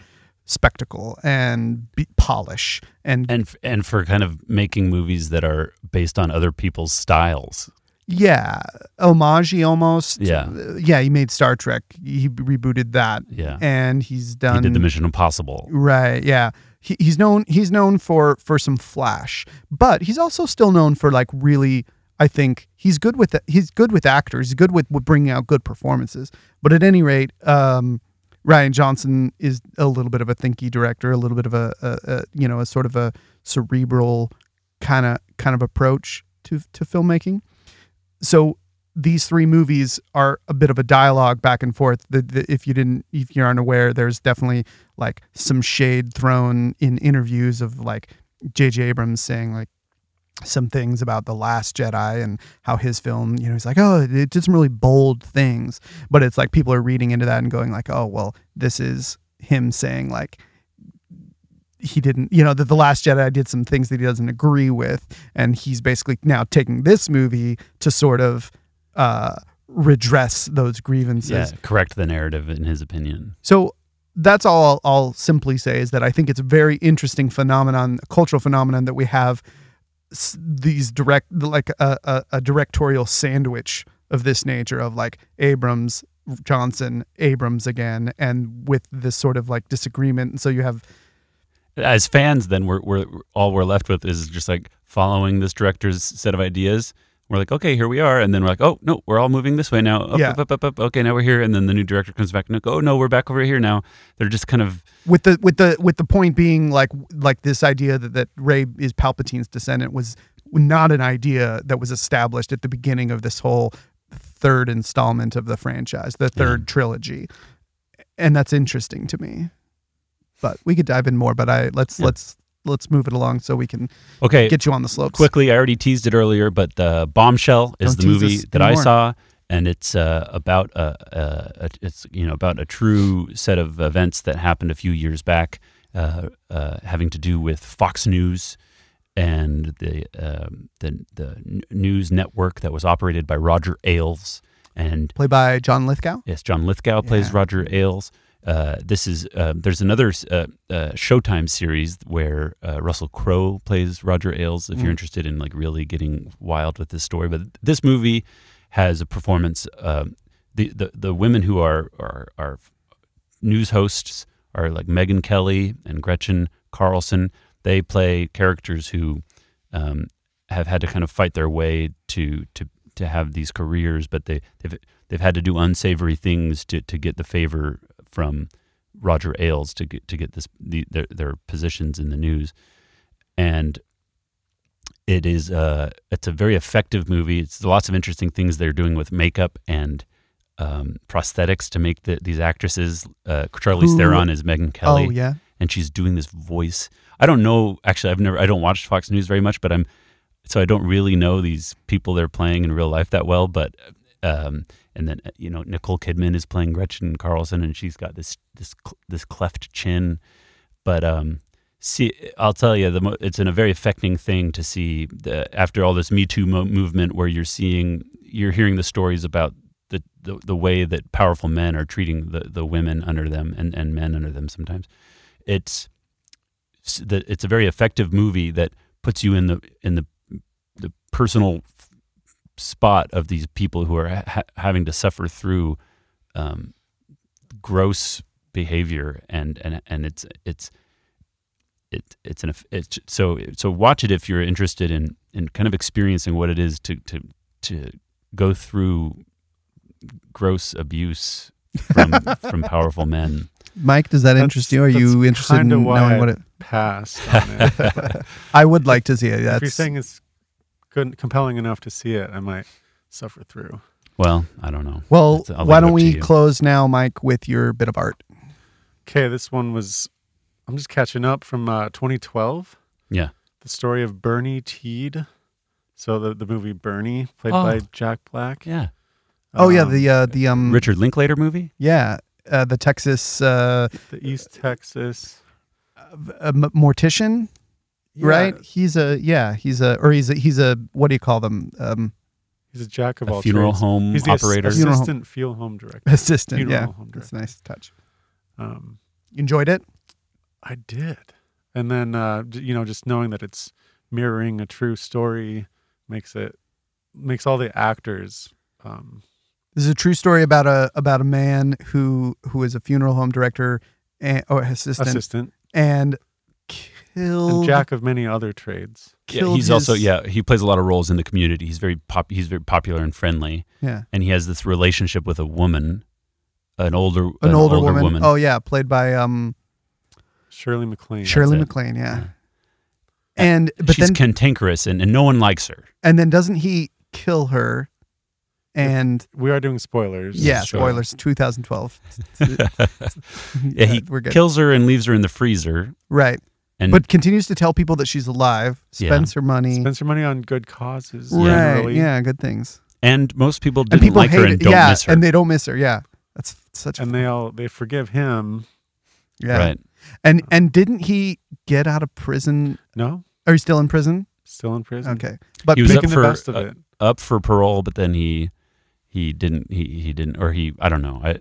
S1: spectacle and be- polish and,
S2: And f- and for kind of making movies that are based on other people's styles.
S1: yeah, homage almost.
S2: Yeah.
S1: yeah. He made Star Trek. He rebooted that,
S2: Yeah.
S1: and he's
S2: he
S1: done
S2: did the Mission Impossible.
S1: Right. Yeah. He, he's known he's known for for some flash, but he's also still known for like really. I think he's good with he's good with actors. He's good with, with bringing out good performances. But at any rate, um, Ryan Johnson is a little bit of a thinky director, a little bit of a, a, a you know a sort of a cerebral kind of kind of approach to to filmmaking. So these three movies are a bit of a dialogue back and forth. The, the, if you didn't, if you aren't aware, there's definitely like some shade thrown in interviews of like J.J. Abrams saying like some things about the Last Jedi and how his film, you know, he's like, oh, it did some really bold things, but it's like people are reading into that and going like, oh, well, this is him saying like he didn't, you know, that the Last Jedi did some things that he doesn't agree with, and he's basically now taking this movie to sort of uh, redress those grievances.
S2: Yeah, correct the narrative in his opinion.
S1: So that's all I'll, I'll simply say is that I think it's a very interesting phenomenon, a cultural phenomenon that we have s- these direct, like a, a, a directorial sandwich of this nature of like Abrams, Johnson, Abrams again, and with this sort of like disagreement. And so you have,
S2: as fans, then we're, we're all we're left with is just like following this director's set of ideas. We're like, okay, here we are, and then we're like, oh no, we're all moving this way now. Up,
S1: Yeah.
S2: up, up, up, up. Okay, now we're here, and then the new director comes back and like, oh no, we're back over here now. They're just kind of
S1: with the, with the, with the point being like, like this idea that, that Ray is Palpatine's descendant was not an idea that was established at the beginning of this whole third installment of the franchise, the third trilogy. And that's interesting to me. But we could dive in more, but I let's
S2: Yeah.
S1: let's let's move it along so we can
S2: okay.
S1: get you on the slopes.
S2: quickly, I already teased it earlier, but uh, Bombshell
S1: Don't
S2: is the
S1: tease
S2: movie
S1: us
S2: that I
S1: anymore.
S2: saw, and it's uh, about a, a, a it's you know about a true set of events that happened a few years back, uh, uh, having to do with Fox News and the um, the the n- news network that was operated by Roger Ailes and
S1: Played by John Lithgow.
S2: Yes, John Lithgow plays
S1: Yeah.
S2: Roger Ailes. Uh, this is uh, there's another uh, uh, Showtime series where uh, Russell Crowe plays Roger Ailes.
S1: Mm.
S2: If you're interested in like really getting wild with this story, but this movie has a performance. Um, the, the the women who are are are news hosts are like Megan Kelly and Gretchen Carlson. They play characters who um, have had to kind of fight their way to to to have these careers, but they they've they've had to do unsavory things to to get the favor from Roger Ailes to get to get this the, their their positions in the news, and it is uh it's a very effective movie. It's lots of interesting things they're doing with makeup and. Um, prosthetics to make the, these actresses. Uh, Charlize
S1: Who-
S2: Theron is Megan Kelly
S1: Oh yeah.
S2: and she's doing this voice. I don't know. Actually, I've never. I don't watch Fox News very much, but I'm. So I don't really know these people they're playing in real life that well. But um, and then you know Nicole Kidman is playing Gretchen Carlson, and she's got this this cl- this cleft chin. But um, see, I'll tell you, the mo- it's an, a very affecting thing to see the, after all this Me Too mo- movement, where you're seeing you're hearing the stories about the, the the way that powerful men are treating the, the women under them and, and men under them sometimes. It's s- the, it's a very effective movie that puts you in the in the the personal f- spot of these people who are ha- having to suffer through um, gross behavior and and and it's it's it, it's an it's so so watch it if you're interested in in kind of experiencing what it is to to to go through gross abuse from from powerful men.
S1: Mike, does that
S3: That's-
S1: interest you? Are
S3: that's
S1: you interested in
S3: kinda
S1: knowing
S3: why I-
S1: what it?
S3: Passed on it.
S1: I would like to see it.
S3: if you're
S1: That's
S3: saying it's good, compelling enough to see it, I might suffer through.
S2: Well, I don't know.
S1: well.
S2: That's- I'll leave
S1: Why
S2: it
S1: don't
S2: up to
S1: we
S2: you.
S1: close now, Mike, with your bit of art?
S3: Okay, this one was. I'm just catching up from uh, 2012.
S2: Yeah.
S3: The story of Bernie Teed. So the, the movie Bernie, played
S2: Oh.
S3: by Jack Black.
S2: Yeah,
S1: oh yeah,
S3: Um,
S1: the uh, the um
S2: Richard Linklater movie.
S1: yeah uh, the Texas uh,
S3: the East Texas.
S1: uh, m- mortician, right? He's a yeah, he's a or he's a he's a what do you call them? Um,
S3: He's a jack of
S2: A
S3: all
S2: funeral
S3: trades.
S2: home
S3: He's the ass-
S2: operator.
S1: Funeral home.
S3: assistant funeral home director.
S1: assistant.
S3: Funeral
S1: yeah,
S3: home
S1: that's
S3: director.
S1: a nice touch.
S3: Um,
S1: You enjoyed it?
S3: I did, and then uh, j- you know, just knowing that it's mirroring a true story makes it makes all the actors. Um,
S1: This is a true story about a about a man who who is a funeral home director and, or assistant,
S3: assistant
S1: and killed
S3: and jack of many other trades.
S2: Yeah,
S1: killed
S2: he's also
S1: his-
S2: yeah he plays a lot of roles in the community. He's very pop. He's very popular and friendly,
S1: yeah
S2: and he has this relationship with a woman, an older
S1: an, older, woman. oh yeah played by um
S3: Shirley MacLaine.
S1: Shirley
S2: it.
S1: MacLaine yeah.
S2: Yeah.
S1: and but
S2: she's
S1: then
S2: cantankerous and, and no one likes her.
S1: and then doesn't he kill her and
S3: We are doing spoilers.
S1: yeah
S2: sure.
S1: spoilers 2012
S2: Yeah, he
S1: we're good
S2: kills her and leaves her in the freezer.
S1: right
S2: And
S1: but continues to tell people that she's alive
S2: Yeah.
S1: spends her money
S3: Spends her money on good causes.
S1: right
S3: generally.
S1: yeah good things
S2: and most people didn't
S1: and people
S2: like
S1: hate
S2: her and
S1: it
S2: don't
S1: yeah
S2: miss her.
S1: and they don't miss her yeah that's such
S3: And they all they forgive him.
S1: yeah
S2: Right.
S1: And and didn't he get out of prison?
S3: No,
S1: Are you still in prison?
S3: still in prison.
S1: Okay, but
S2: He was
S1: big-
S2: up
S3: Making the
S2: for
S3: best of
S2: uh,
S3: it.
S2: up for parole, but then he he didn't he he didn't or he I don't know. I so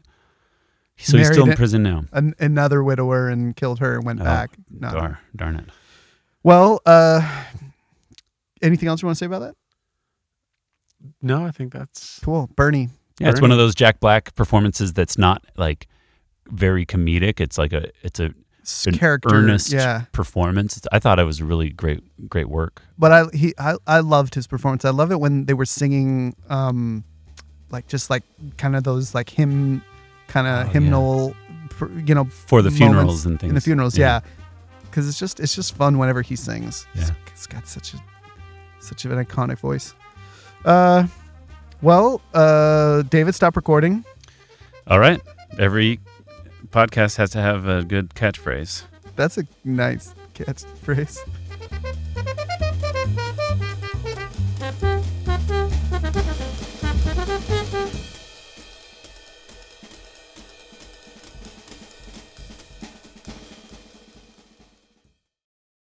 S2: he's
S1: Married
S2: still in
S1: it-
S2: prison now.
S1: an, another widower and killed her and went
S2: Oh,
S1: back. No.
S2: Darn, darn it.
S1: Well, uh, anything else you want to say about that?
S3: No, I think that's
S1: Cool, Bernie.
S2: Yeah, it's one of those Jack Black performances that's not like very comedic. It's like a it's a
S1: S-
S2: an
S1: Character,
S2: earnest
S1: yeah.
S2: performance. It's- I thought it was really great great work.
S1: But I he I, I loved his performance. I love it when they were singing, um, like just like kind of those like hymn, kind
S2: Oh,
S1: of
S2: yeah.
S1: hymnal, pr- you know,
S2: For the
S1: moments
S2: funerals and things.
S1: in the funerals.
S2: Yeah.
S1: Yeah, because it's just it's just fun whenever he sings. He's-
S2: Yeah.
S1: he's got such a such an iconic voice. Uh, well, uh, David, stop recording.
S2: All right. Every podcast has to have a good catchphrase.
S1: That's a nice catchphrase.